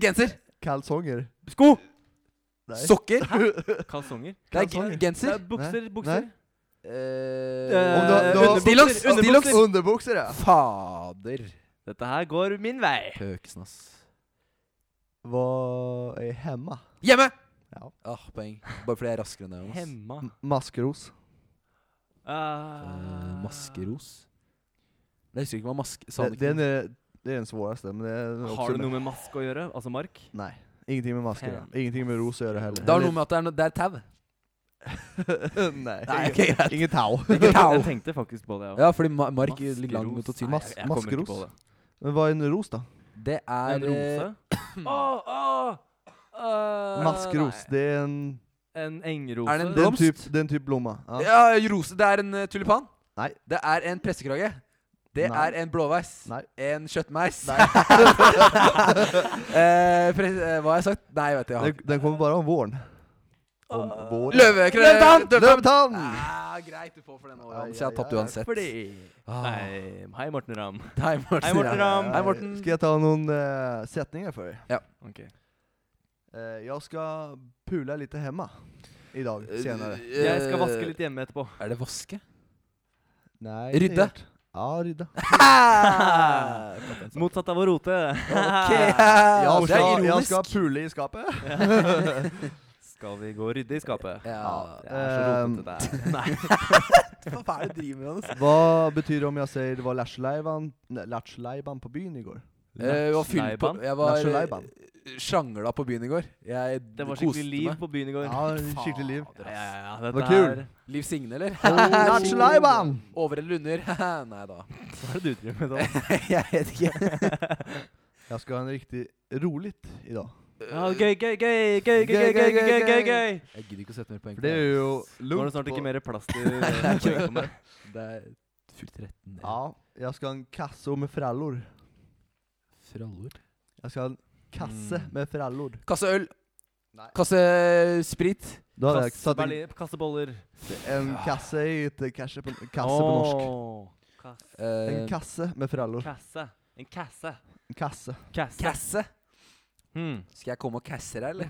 B: Genser.
D: Kalsonger?
G: Sko!
D: Nej.
B: Sokker.
G: Kalsonger.
B: Det er
D: Kalsonger.
B: ge- genser.
G: Nei, bukser,
D: Nei.
G: bukser.
D: Nei.
B: Eh,
D: Om du- du har-
B: Stillongs!
G: Underbukser,
B: Stillongs!
G: underbukser.
D: Underboxer ja.
B: Fader.
G: Dette her går min vei.
B: Pøkesen, ass.
D: Vad är hemma?
B: Hjemme!
D: Ja.
B: Ah, poeng. Bare fordi jeg er raskere enn deg. Jonas.
G: Hemma.
D: M- Maskros.
B: Eh,
G: Ah.
B: maskeros. Jeg husker ikke hva sånn- maske... Sa
D: Det,
B: han ikke
D: den
B: noe?
D: är, det är den svåraste. Men det är också
G: Har det
D: med-
G: noe med mask å gjøre? Altså mark?
D: Nej, ingenting med masker.
G: Fan.
D: Ja. Ingenting med ros att göra heller.
B: Det har noe med at det er, no det er tau.
D: Eller- Nej,
B: Nei, ok, greit.
D: inget tau.
B: Ikke
G: Jeg
B: tau.
G: tenkte faktisk på det. Ja.
B: Ja, fordi ma mark ligger langt mot å ty.
D: Mas- maskeros. Men vad är en ros då?
B: Det er
G: En rose?
B: eh,
G: Åh, åh! Øh,
D: Maskros,
G: nei.
D: det är en,
G: En engrose.
B: Er det en
D: det är en,
B: Blomst?
D: typ, det är en typ blomma. Ja.
B: Ja, rose. Det er en eh, tulipan.
D: Nei.
B: Det er en pressekrage. Det
D: Nei.
B: er en blåveis.
D: Nei.
B: En kjøttmeis.
D: Nej,
B: eh, pres eh, hva har jeg sagt? Nei, vet jeg.
D: den, den kommer bara om våren. Om våren.
B: Løvekrøll!
D: Lövtann!
B: Ah, greit, du får for den
D: Ai,
B: overgangen. Så jeg
D: ai,
B: har tapt
D: ai.
B: uansett.
G: Fordi
B: Ah.
G: Hei, hei, Morten Ramm.
B: Hei, Morten.
G: Hei, Morten
B: ja.
G: Ramm.
B: Hei, Morten.
D: Ska jag ta någon eh, sättningar för dig?
G: Ok.
D: Eh, jag ska pula lite hemma idag,
B: Eh,
D: senare.
G: Jeg skal vaske litt hjemme etterpå.
B: Er det vaske?
D: Nej, inte
B: Rydda.
D: gjort. Ja, rydda.
G: Motsatt av å rote.
D: Jag
B: det är
D: ska, jag
B: ironiskt.
D: ska pula i skapet.
G: Skal vi gå og rydde i skapet?
B: Ja.
G: Det er så rotete det er.
B: Hva er det du driver med, Anders?
D: Vad betyder om jag säger det var Lattjo-lajban på byn igår?
B: Eh, Jeg var fyll på
G: Lattjo-lajban?
B: Jeg var
D: Lattjo-lajban.
B: sjangla på byen i går. Jeg
G: Det var
B: koste
G: skikkelig liv
B: meg.
G: på byen i går.
D: Ja, skicklig liv.
G: Ja, ja, ja, dette
D: Vad kul.
G: er-
B: Liv Signe, eller?
D: Lattjo-lajban!
B: Over eller under? Nei da.
G: Hva er det du driver med da?
B: Jeg vet ikke.
D: Jag ska ha en riktigt roligt idag.
G: Ja, gøy, gøy, gøy, gøy, gøy, gøy, gøy, gøy, gøy, gøy.
B: Jeg gidder ikke å sette mer poeng.
D: För det är
B: det.
D: ju
G: Nå er det
D: lugnt
G: snart ikke
D: på-
G: mer plass til eh, poeng på meg.
B: Det er fullt 13. eller?
D: Ja, jag ska ha en kasse med frallor.
B: Frallor.
D: Jag ska ha en kasse
G: Mm.
D: med frallor.
B: Kasse øl.
D: Nej.
B: Kasse sprit.
D: Då har jag
G: Kasse-
D: satt en,
G: berli- Kasseboller.
D: en kasse i ett kasse på, kasse på norsk.
G: Åh, kass-
B: Eh,
D: En kasse med frallor.
G: Kasse. En kasse.
D: En kasse.
G: Kasse.
B: kasse.
G: Hmm.
B: Skal jeg komme og kasse deg, eller?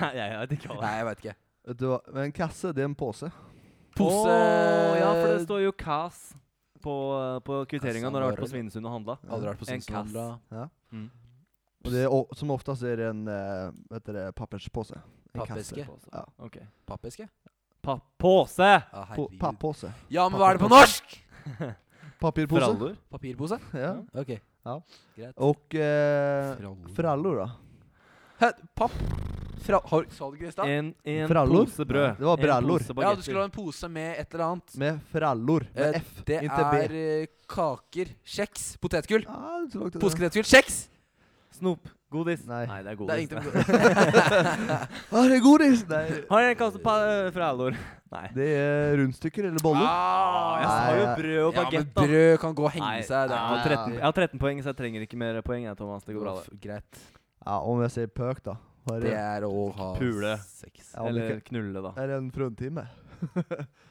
G: Nei, jeg vet ikke hva det er.
B: Nei, jeg veit ikke.
D: Vet du vad? Men en kasse, det är en påse.
B: Pose
G: Åh, ja, for det står jo kass på, eh, på kvitteringa
B: Kassa
G: når du har vært
B: varer.
G: på Svinesund och handla.
B: Aldri vært på
G: En
B: Sinsenhandla.
G: Mm.
D: Och det är, o- som oftast är det en eh, vet du det, papperspåse. En kasse.
B: Pappeske.
D: Ja.
G: Ok.
B: Pappeske?
G: Pa påse!
B: Ja,
D: På,
B: herregud.
D: pappåse.
B: ja, men hva er det på norsk?
D: Papperpåse.
G: Brallor.
B: Papirpose?
D: Ja.
B: Ok.
D: Ja.
B: Greit.
D: Och eh,
B: Frallor.
D: frallor då?
B: Hæ, papp? Fra har, sa du ikke det i stad?
G: En, en
D: Frallor?
G: pose brød.
D: Det var brallor.
G: En pose
B: Ja, du
G: Eh, baguetter.
B: skulle ha en pose med et eller annet.
D: Med frallor. Med
B: Eh,
D: F,
B: Det
D: inte
B: er
D: B.
B: eh, kaker, kjeks, potetgull.
D: Ah, det är så långt det.
B: Påsketetgull, kjeks!
G: Snop. Godis.
D: Nei.
G: det er
B: Det er
G: godis.
B: ingenting
D: Ah, det är godis! Nej.
G: Har jeg en kasse pa eh, frallor? Nei.
D: Det är rundstycken eller bollar.
B: Ah,
G: jeg sa jo
D: Nei.
G: brød og
B: Ja, men
G: bagett, da.
B: brød kan gå og henge
G: Nei,
B: seg. Det
G: jeg,
B: er
G: har
B: ikke
G: 13, jeg har 13 poeng, så jeg trenger ikke mer poeng. Jeg, Thomas, det går bra, det.
B: F- Greit.
D: Ja, om jag säger pök då? Vad är
B: Det
D: det?
B: er å ha
G: Pule.
B: sex.
D: Ja, om det
G: Eller
D: kan-
G: knulle, da.
B: Eh.
D: Är det en fruntimme?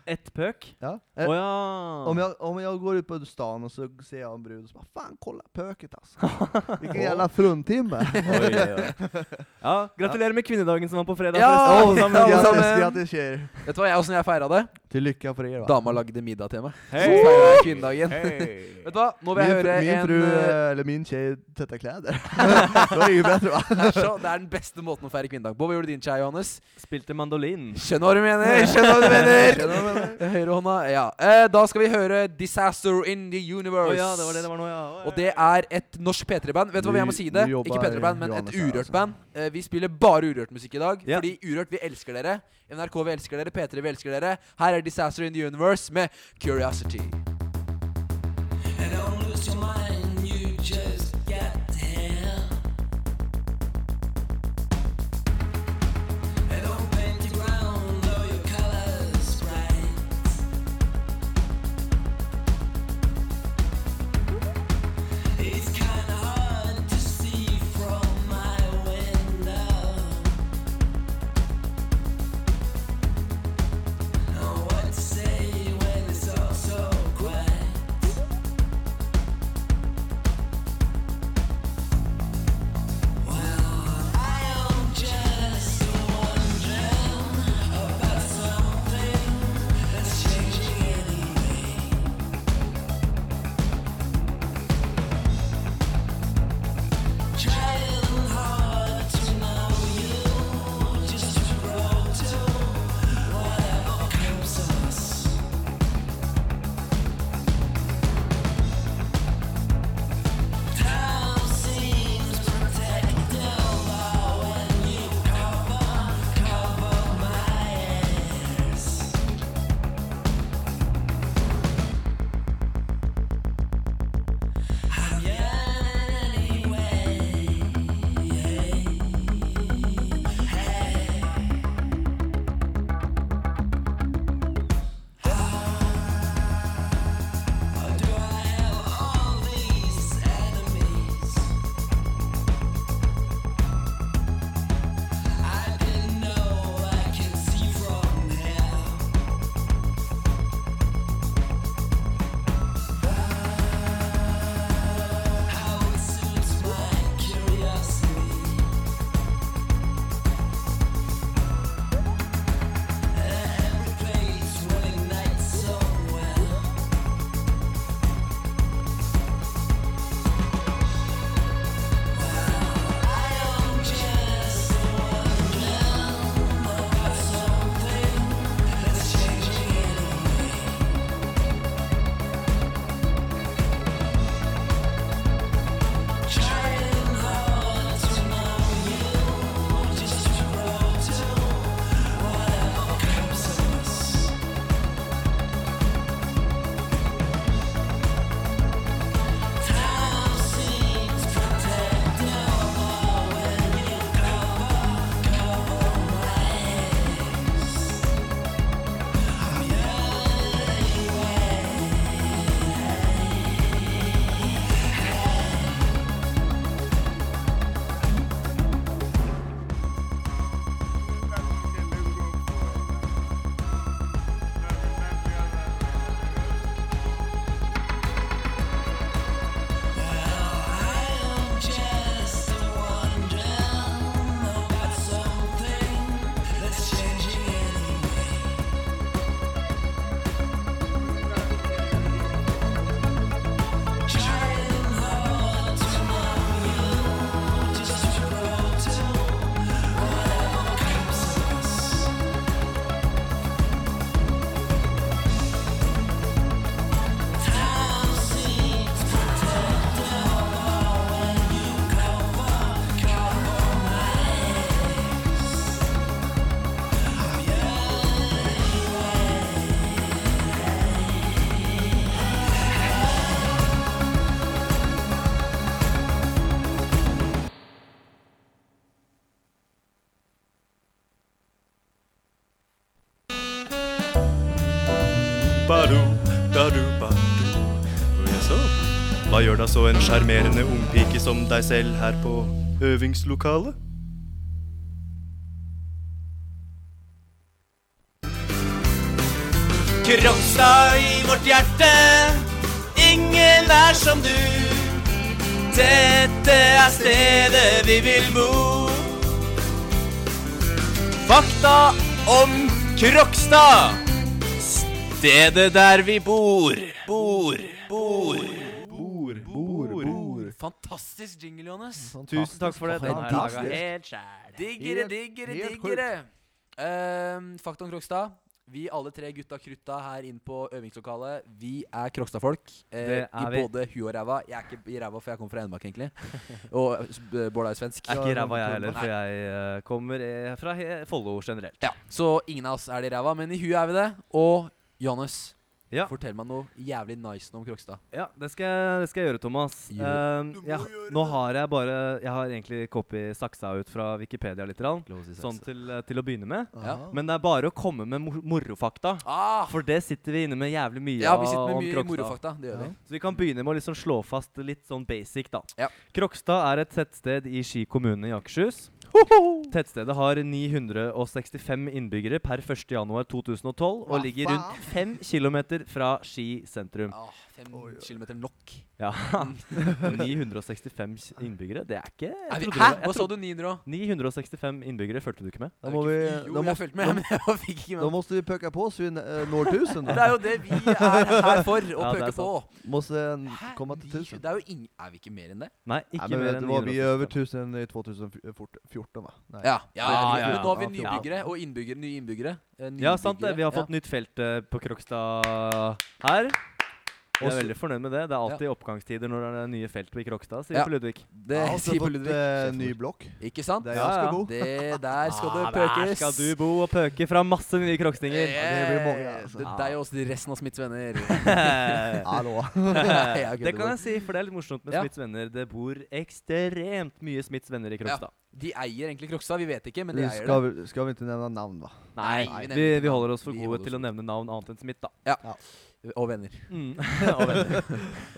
G: Ett pøk?
D: Ja.
G: Å
D: Eh,
G: ja.
D: Om jag, om jag går ut på stan och så ser jag en brud och så bara Fan kolla pöket alltså! Vilken jävla fruntimme!
G: Oi, oi, oi. Ja, gratulerer med kvinnedagen som var på fredag.
B: Ja,
G: forresten.
B: ja,
G: Alle
B: ja,
G: sammen.
B: men-
D: Grattis tjejer!
B: Vet du hva jeg, åssen jeg feira det?
D: Till lycka för er va!
B: Dama lagde middag til meg. Så
G: Hei.
B: feira jeg kvinnedagen.
G: Hei.
B: Vet du hva, nå
D: Min,
B: vil jeg
D: fru,
B: høre
D: min
B: en
D: fru,
B: eh,
D: eh, eller min tjej, tvättar kläder. Då är det inget bättre va?
B: Det er, så, det er den beste måten å feire kvinnedag på. Hva gjorde din kjære Johannes?
G: Spilte mandolin.
B: Skjønner hva du mener! Skjønner hva du mener!
D: Tjena, vänner.
B: Høyrehånda. Ja. Eh, da skal vi høre 'Disaster in the
G: Å
B: Universe'.
G: ja, det var det det var nå, ja. Å,
B: Og det er et norsk P3-band. Vet du hva jeg må si det?
D: Ny- ny jobba
B: Ikke P3-band, men et
D: Johannes her, altså.
B: urørt-band. Eh, vi spiller bare urørt-musikk i dag.
G: Ja.
B: Fordi Urørt, vi elsker dere. NRK, vi elsker dere. P3, vi elsker dere. Her er Disaster in the Universe med Curiosity.
F: What to say when it's all so quiet?
C: Baru, daru, baru. Jaså? Hva gjør da så en sjarmerende ungpike som deg selv her på øvingslokalet? Kronstad i vårt hjerte, ingen er som du. Dette er stedet vi vil bo. Fakta om Krokstad. Stedet der vi bor. Bor, bor.
D: Bor, bor, bor.
B: Fantastisk jingle, Johannes.
G: Tusen takk for det. Den
D: Fantastisk.
G: laga jeg.
B: Diggere,
D: Helt-
B: diggere,
D: helt
B: diggere. Um, Fakta om Krokstad. Vi alle tre gutta krutta her inn på øvingslokalet. Vi er Krokstad-folk. Eh,
G: Det er
B: I
G: vi.
B: både hu og ræva. Jeg er ikke i ræva, for jeg kommer fra Hedmark, egentlig. Og eh, Bård er jo svensk.
G: Er ikke ræva jeg
D: Nei.
G: heller, for jeg eh, kommer eh, fra he- Follo generelt.
B: Ja, Så ingen av oss er det i ræva, men i huet er vi det. Og Johannes,
G: Ja.
B: fortell meg noe jævlig nice om Krokstad.
G: Ja, det skal, jeg- det skal jeg gjøre, Thomas.
B: Gjør
G: Eh, jeg, nå har jeg bare Jeg har egentlig copy saksa ut fra Wikipedia litt, grann, sånn til, eh, til å begynne med.
B: Ja.
D: Aha.
G: Men det er bare å komme med mor morofakta.
B: Ah,
G: For det sitter vi inne med jævlig mye
B: ja, vi sitter
G: om
B: med mye
G: Krokstad.
B: morofakta. Det gjør vi.
G: Så vi kan begynne med å liksom slå fast litt sånn basic, da.
B: Ja.
G: Krokstad er et tettsted i Ski kommune i Akershus. Tettstedet har 965 innbyggere per 1.1.2012 og
D: Hva
G: ligger rundt 5 km fra Ski sentrum.
B: Ah, fem
D: Oi, oi.
B: kilometer nok.
G: Ja. 965 s- innbyggere, det er ikke jeg
B: Er vi,
G: trodde
B: hæ?
G: det- jeg
B: Hva sa
G: trodde-
B: du? 900 og?
G: 965 innbyggere, fulgte du ikke med?
D: Da må vi
B: Jo,
D: Da
B: jeg
D: måste,
B: fulgte med, men jeg fikk ikke med.
D: da måste vi pöka på så vi eh, når tusen.
B: Det er jo det vi er her for, å
G: Ja, det
B: pøke
G: er
B: på.
D: Måste en
B: Hæ?
D: komma till
B: Vi-
D: tusen.
B: Det er jo ingen Er vi ikke mer enn det?
G: Nei, ikke
D: Nej, men
G: mer
D: vet
G: enn
D: du vad, vi är
G: 965.
D: över tusen i 2014 va? Nej.
B: Ja. ja, ja,
G: Ja, ja,
B: Men
G: ja.
B: nå har vi
D: Ja,
B: nye
G: ja.
B: byggere og innbyggere, nye innbyggere. Eh, nye
G: Ja, sant det.
B: byggere.
G: Vi har fått nytt felt eh, på Krokstad her. Jeg er
B: Også-
G: veldig fornøyd med det. Det er alltid oppgangstider når det er nye felt på Krokstad, sier
B: Ja.
G: på Ludvig.
B: Ja. Det
D: har också
B: sier på
D: fått
B: Ludvig.
D: eh, ny block.
B: Ikke sant?
D: Där
G: Ja,
D: jag
G: ja.
D: ska bo.
B: Det der skal det
G: Ah, Der
B: pøkes. Eh,
G: skal du bo og pøke fra masse nye krokstinger.
D: det blir mange, altså.
B: Det er deg og oss, resten av Smiths venner.
D: Hallå.
B: Jeg
G: det
B: kødder
G: kan
B: bare.
G: jeg si, for det er litt morsomt med
B: Ja.
G: Smiths venner. Det bor ekstremt mye Smiths venner i Krokstad.
B: De eier egentlig Krokstad, vi vet ikke, men de
D: Nu
B: eier
D: ska
B: det.
D: vi, ska vi inte nämna namn va?
G: Nei,
B: Nei, vi nevner
G: vi,
B: ikke
G: vi
B: navn.
G: holder oss for
B: Vi
G: gode
B: holder
G: til
B: oss
G: å nevne navn annet enn Smith, da.
B: Og venner.
G: Mm. og, venner.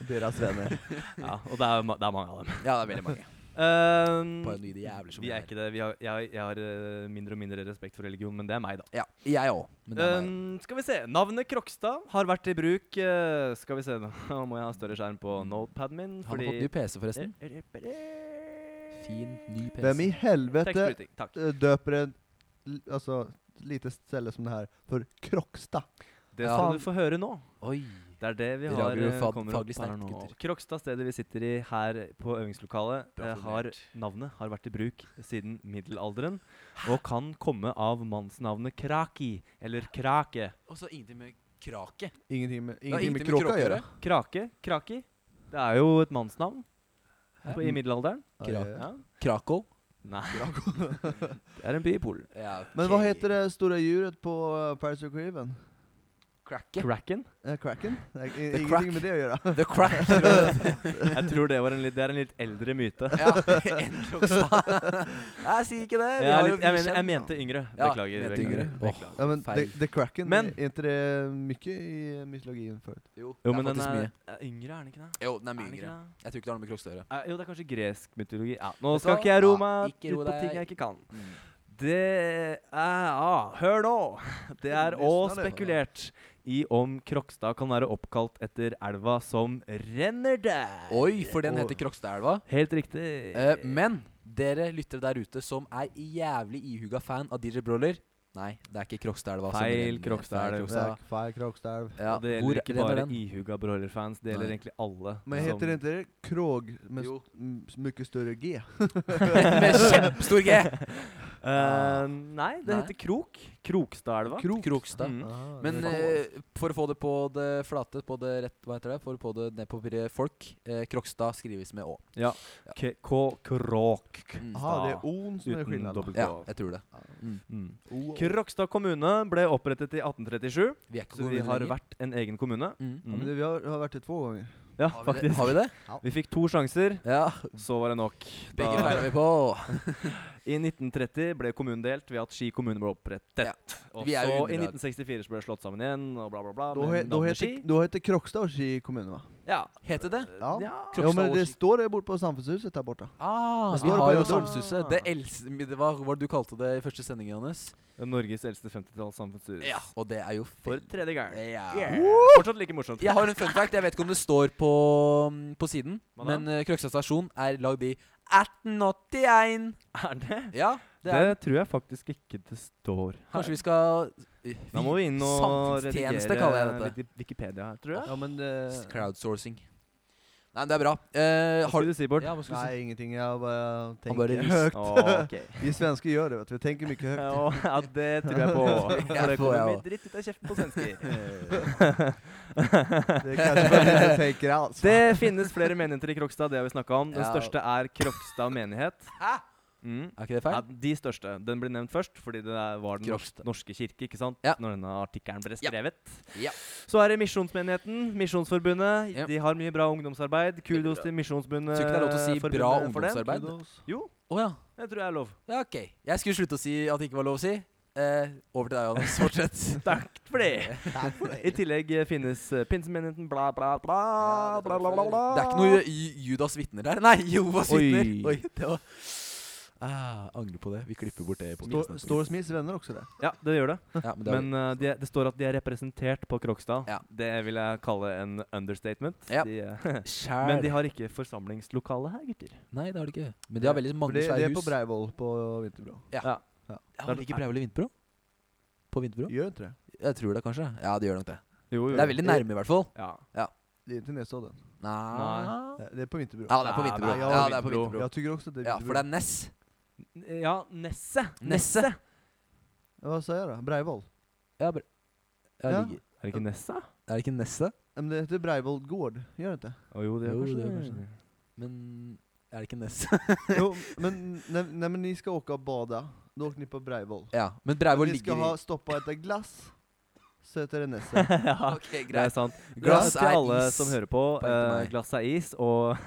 D: Deras vänner.
G: ja, og det er, ma- det er mange av dem.
B: Ja, det er veldig mange.
G: Ehm,
B: Bare noe de jævler som
G: vi er ikke det. Vi har, jeg, jeg har eh, mindre og mindre respekt for religion, men det er meg, da.
B: Ja, jeg òg. Men det er meg.
G: Ehm, skal vi se. Navnet Krokstad har vært i bruk eh, Skal vi se, nå må jeg ha større skjerm på notepaden min.
B: Mm.
G: Eh,
B: Har du fått ny PC, forresten? Fin, ny PC.
D: Vem i helvete
G: Tekstbryting. eh. Takk.
D: eh, döper en, alltså, litet ställe som det här för Kroksta?
G: Det
B: Ja.
G: skal du få høre nå.
B: Oi.
G: Det er det vi
B: Vi
G: har
B: lager jo
G: eh,
B: fag-
G: kommer opp
B: faglig
G: her
B: sterkt,
G: nå.
B: gutter.
G: Krokstad, stedet vi sitter i her på øvingslokalet,
B: Bra
G: eh, har
B: formulert.
G: navnet har vært i bruk siden middelalderen og kan komme av mannsnavnet Kraki eller Krake.
B: Og så ingenting med kraket.
D: Ingenting med,
B: Det har
D: ingenting med Krokka att göra.
G: Krake, Kraki. Det er jo et mannsnavn
B: Hæ?
G: på, i middelalderen.
B: Kraka.
G: Ja.
B: Krakow.
G: Nei. det er en by i Polen.
B: Ja,
D: Men vad heter det stora djuret på eh, Pirates of the Caribbean?
B: Cracket.
G: Kraken?
D: Eh, Kraken? Nej, i-
B: The
D: ingenting
B: Crack.
D: med det att göra.
B: The Crack.
G: Jeg tror det, var en litt, det er en litt eldre myte.
B: ja, en Krokstad. Jeg sier ikke det.
G: Jeg,
B: Vi
G: er
B: har jo
G: litt, jeg, mener,
B: Vikskjær.
G: jeg mente yngre.
B: Ja,
G: Beklager.
B: mente
G: beklager,
B: yngre.
G: beklager.
D: Ja, men
B: Feil.
D: the, the Kraken,
G: Men-
D: är inte det mycket i mytologin förut?
B: Jo,
G: Jo,
B: det
G: men
B: er
G: den
B: faktisk
G: er,
B: mye.
G: er yngre, er den ikke det?
B: Jo, den er mye
G: den ikke
B: yngre.
G: det?
B: Jeg tror ikke det har noe med Krokstad å gjøre.
G: Eh, jo, det er kanskje gresk mytologi. Ja, nå
B: Vet du
G: skal
B: hva?
G: ikke jeg roe
B: Ja,
G: meg ut
B: ikke ro
G: på ting
B: deg.
G: jeg ikke kan.
B: Mm.
G: Det er ja, Hør nå! Det er
D: Lyssna
G: òg
D: nu.
G: spekulert i om Krokstad kan være oppkalt etter elva som renner der.
B: Oi, for den
G: Og-
B: heter Krokstadelva.
G: Helt riktig.
B: Eh, men dere lyttere der ute som er jævlig ihuga fan av DJ Broller Nei, det er ikke Krokstadelva. som
G: Feil
B: renner.
G: Krokstadelva.
B: Feil Krokstad.
D: Fire Krokstav.
B: Ja,
G: det
B: hvor
G: gjelder ikke
B: renner
G: bare
B: den?
G: ihuga Broiler-fans, det gjelder
B: Nei.
G: egentlig alle.
D: Men heter det inte det Krog med
B: Jo.
D: st m- mycket större G?
B: Med kjempestor G!
D: Ah.
G: Eh, Nei, det
B: Nei.
G: heter Krok. Krokstadelva.
D: Krok?
B: Krokstad.
G: Mm.
D: Ah,
B: Men
D: det är-
B: eh, for å få det på det flate, på det rett, hva heter det? For å få det ned på papiret folk, eh, Krokstad skrives med Å.
G: K- K- Kråkstad.
B: Mm.
D: Aha, det är on som är
G: Uten
D: skillnad.
G: dobbelt
B: Ja,
G: K.
B: jeg tror det.
G: Mm.
B: Oh,
D: O-
G: Krokstad kommune ble opprettet i 1837,
B: Vi er ikke
G: så vi
B: kommune
G: har
B: lenger.
G: vært en egen kommune.
B: Mm.
D: Ja, men det, vi har, har vært det två gånger.
G: Ja,
B: Har vi det?
G: faktisk.
B: Har vi det?
G: Vi fikk to sjanser,
B: Ja.
G: så var det nok.
B: Begge
G: Da-
B: feila vi på.
G: I 1930 ble kommunen delt ved at Ski kommune ble opprettet.
B: Ja.
G: Og
B: Vi er
G: så
B: jo
G: i
B: underlag.
G: 1964 så ble det slått sammen igjen, og bla, bla, bla.
D: Da
G: med
D: he- da
G: navnet
D: heter,
G: Ski.
D: da heter Krokstad og Ski kommune, va?
G: Ja.
B: Heter det?
D: Ja.
G: ja.
D: Jo, men
B: og
D: det
B: Ski.
D: står det borte på Samfunnshuset der borte.
B: Ah,
D: Det
B: vi
D: står
B: har
D: på
B: jo
D: Jotun.
B: Samfunnshuset. Det eldste det var, Hva var det du kalte det i første sending, Johannes?
G: Norges eldste 50-tallssamfunnsstudie.
B: Og det er jo
G: For
B: fel-
G: tredje gang.
B: Ja.
G: Fortsatt like morsomt.
B: Jeg har en fun fact. Jeg vet ikke om det står på, mm, på siden,
G: Hva da?
B: men uh, Krøkstad stasjon er lagd i 1881.
G: Er det?
B: Ja, det
G: Det,
B: er den.
G: tror jeg faktisk ikke det står her.
B: Kanskje vi skal vi,
G: Da må vi inn og
B: Samfunnstjeneste kaller
G: redigere eh,
B: jeg
G: Wiki- Wikipedia her, tror jeg.
D: Ja, men
B: eh,
D: det-
B: Crowdsourcing. Nei, men det er bra. Eh,
G: Hva
B: har
G: skulle du si, Bård?
B: Ja, hva skulle du si?
D: Nei, ingenting. Jeg bare
B: Han bare
D: tenker
B: visste.
D: høyt.
G: Å, ok.
D: Vi svensker gjør det, vet du. Vi tenker mye høyt.
G: Ja, ja, det tror jeg på. For det
B: tror
G: kommer
B: jeg
G: mye
B: også.
G: dritt ut av kjeften på svensker.
D: Det er kanskje bare det jeg tenker, altså.
G: Det finnes flere menigheter i Krokstad, det har vi snakket om. Den
B: Ja.
G: største er Krokstad menighet. Mm.
B: Er ikke det
G: Ja,
B: feil?
G: de største. Den ble nevnt først fordi det er- var den
B: Krokstad.
G: norske, norske kirke, ikke sant?
B: Ja.
G: Når denne artikkelen ble
B: Ja.
G: skrevet.
B: Ja.
G: Så er det Misjonsmenigheten, Misjonsforbundet.
B: Ja.
G: De har mye bra ungdomsarbeid. Kudos til Misjonsbundet.
B: Tror ikke det er lov til å si
G: forbundet
B: bra
G: for det.
B: ungdomsarbeid. Å
G: Jo,
B: ja.
G: det tror jeg er lov.
B: ja. Ok. Jeg skulle slutte å si at det ikke var lov å si. Eh, over til deg, Johannes. Fortsett.
G: Takk for det. I tillegg eh, finnes eh, Pinsemenigheten, bla, bla, bla. bla, bla, bla, bla.
B: Det er ikke noe Ju- Judas vitner der. Nei, Jovas
G: Oi.
B: vitner. Oi, det var ah, Angrer på det. Vi klipper bort det. i podcasten.
D: Står, står Smiths venner også det?
G: Ja, det gjør det.
B: Ja, men det er
G: Men eh, de, er- det står at de er representert på Krokstad.
B: Ja.
G: Det vil jeg kalle en understatement.
B: Ja.
G: De, eh,
B: Skjær.
G: men de har ikke forsamlingslokale her, gutter.
B: Nei, det har de ikke. Men de har veldig
D: For
B: mange
D: det, det
B: svære
D: er på
B: hus.
D: Breivoll på Vinterbro.
B: Ja, har de ikke Breivoll i Vinterbro? På Vinterbro?
D: Gjør det ikke det?
B: Jeg tror det, kanskje. Ja, det gjør nok det.
G: Jo,
B: Det er veldig nærme, i hvert fall.
G: Ja.
D: Det er ikke Nesodden.
B: Nei
D: Ah. Det det er på Vinterbro.
B: Ja, det er på
G: Nei,
B: Vinterbro.
D: nei, ja,
B: Ja, det er på
G: Vinterbro.
B: Vinterbro.
D: Jeg tykker også det er
B: Ja, for det
D: Vinterbro.
B: er Ness.
G: Ja, Nesset.
B: Nesset.
D: Hva sa jeg da? Breivoll?
B: Ja, bra. Jeg
D: Ja.
B: ligger-
G: Er det ikke Nessa?
B: Er det ikke Nesset?
D: Ja, Men det heter Breivoll gård, gjør det ikke?
G: Å jo, det er
B: Jo,
G: kanskje
B: det er
G: det.
B: kanskje Men er det ikke Ness?
D: Jo, men när, när, men ni ska åka och bada, då åker ni på Breivoll.
B: ja. Men
D: Om
B: Breivoll
D: ni ska
B: ligger
D: ha
B: i
D: stoppa och äta glass, så heter det Nesse.
G: ja,
B: Ok,
G: det er
B: greit.
G: sant. Glass
B: Glass
G: til
B: er
G: alle
B: is.
G: som hører på.
B: Poeng til
G: eh,
B: meg.
G: glass er is, och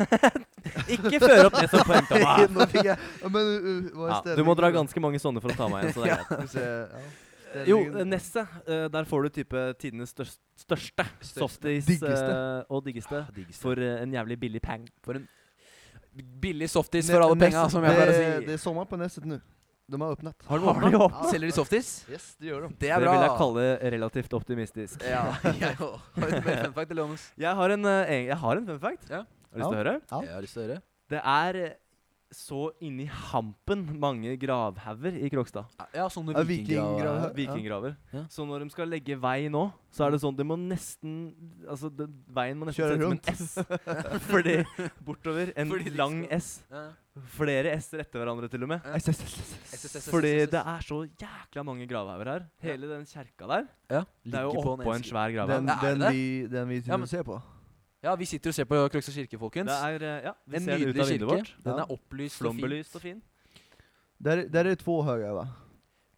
G: Ikke før opp det som poeng til meg.
D: Nå fikk jeg- ja, men, uh, uh, hva er
G: Ja, du
D: ställningen
G: må dra
D: då?
G: ganske mange sånne for å ta meg igjen. Så det er greit.
D: Ska vi se, ja.
G: Jo,
D: Ställningen-
G: eh, Nesset. eh, der får du type tidenes størst, største softis
D: Diggeste.
G: eh, og diggeste for eh, en jævlig billig peng.
B: For en billig softis
D: Ne-
B: for alle
D: Nesse-
B: penga, som jeg pleier å
D: det, det
B: si.
D: är sommar på Nesset nu. De har öppnat.
G: Har du
B: Har
G: åpnet?
B: de
G: opp?
B: åpnet? Selger de softis?
D: Yes, det gör de.
B: Det
G: Det
B: er bra.
G: vil jeg kalle relativt optimistisk.
B: Ja, jeg òg. Har du mer fun fact, eller, Johannes?
G: Jeg har en, eh, egen- jeg har en fun fact.
B: Ja.
G: Har du lyst til å høre?
D: Ja.
B: Jeg har lyst til å høre.
G: Det er eh, så inni hampen mange gravhauger i Krokstad.
B: Ja, sånn sånne
D: Ja,
B: vikinggraver.
D: vikinggraver.
G: Vikinggraver.
B: Ja.
G: Så når de skal legge vei nå, så er det sånn Det må nesten Altså, det, veien må nesten
D: Kjøre
G: se ut som en S. Fordi bortover en
B: Fordi de
G: lang
B: skal-
G: S. Flere S-er etter hverandre, til og med. Fordi det er så jækla mange gravhauger her. Hele den kjerka der,
B: ja,
G: det er jo
B: ligger på
G: oppå en
B: eske.
G: svær
D: Den,
G: gravhaug.
B: Ja, är
D: den,
B: det?
D: vi, den vi
B: Ja, men-
D: ser på.
B: Ja, vi sitter og ser på Krøkstad kirke, folkens.
G: Det er eh, Ja, vi
B: en
G: ser den ut
B: nydelig
G: av vinduet
B: kirke.
G: vårt. Mm.
B: Den
D: Ja.
B: er opplyst og fin.
G: Flombelyst og fin.
D: Där, där är det två högar va?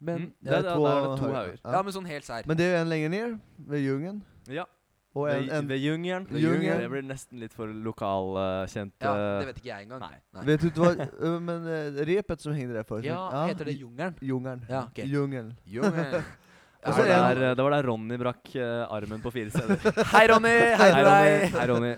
B: Men,
G: Mm. Ja,
D: Det
G: ja,
D: är två
G: der er det to
D: högar.
G: hauger.
B: ja, men sånn helt sær.
D: Men det är en längre ner, vid djungeln.
G: Ja.
D: Och en,
G: Ved,
D: en,
G: ved jungelen.
D: Ved jungelen.
G: Det blir nesten litt for eh, lokalkjent.
B: Ja, det vet ikke jeg engang.
G: Nei.
B: Nej.
D: Vet du inte vad, eh, men eh, repet som hängde där förut?
B: Ja,
D: ja,
B: heter det Jungelen?
D: Jungern.
B: Ja, okej.
D: Djungeln.
B: Jungelen.
D: Og
G: det,
D: så
G: var
D: en-
G: der, det var der Ronny brakk eh, armen på fire steder.
B: Hei, Ronny! Hei til
G: Ronny.
B: deg!
G: Hei, Ronny.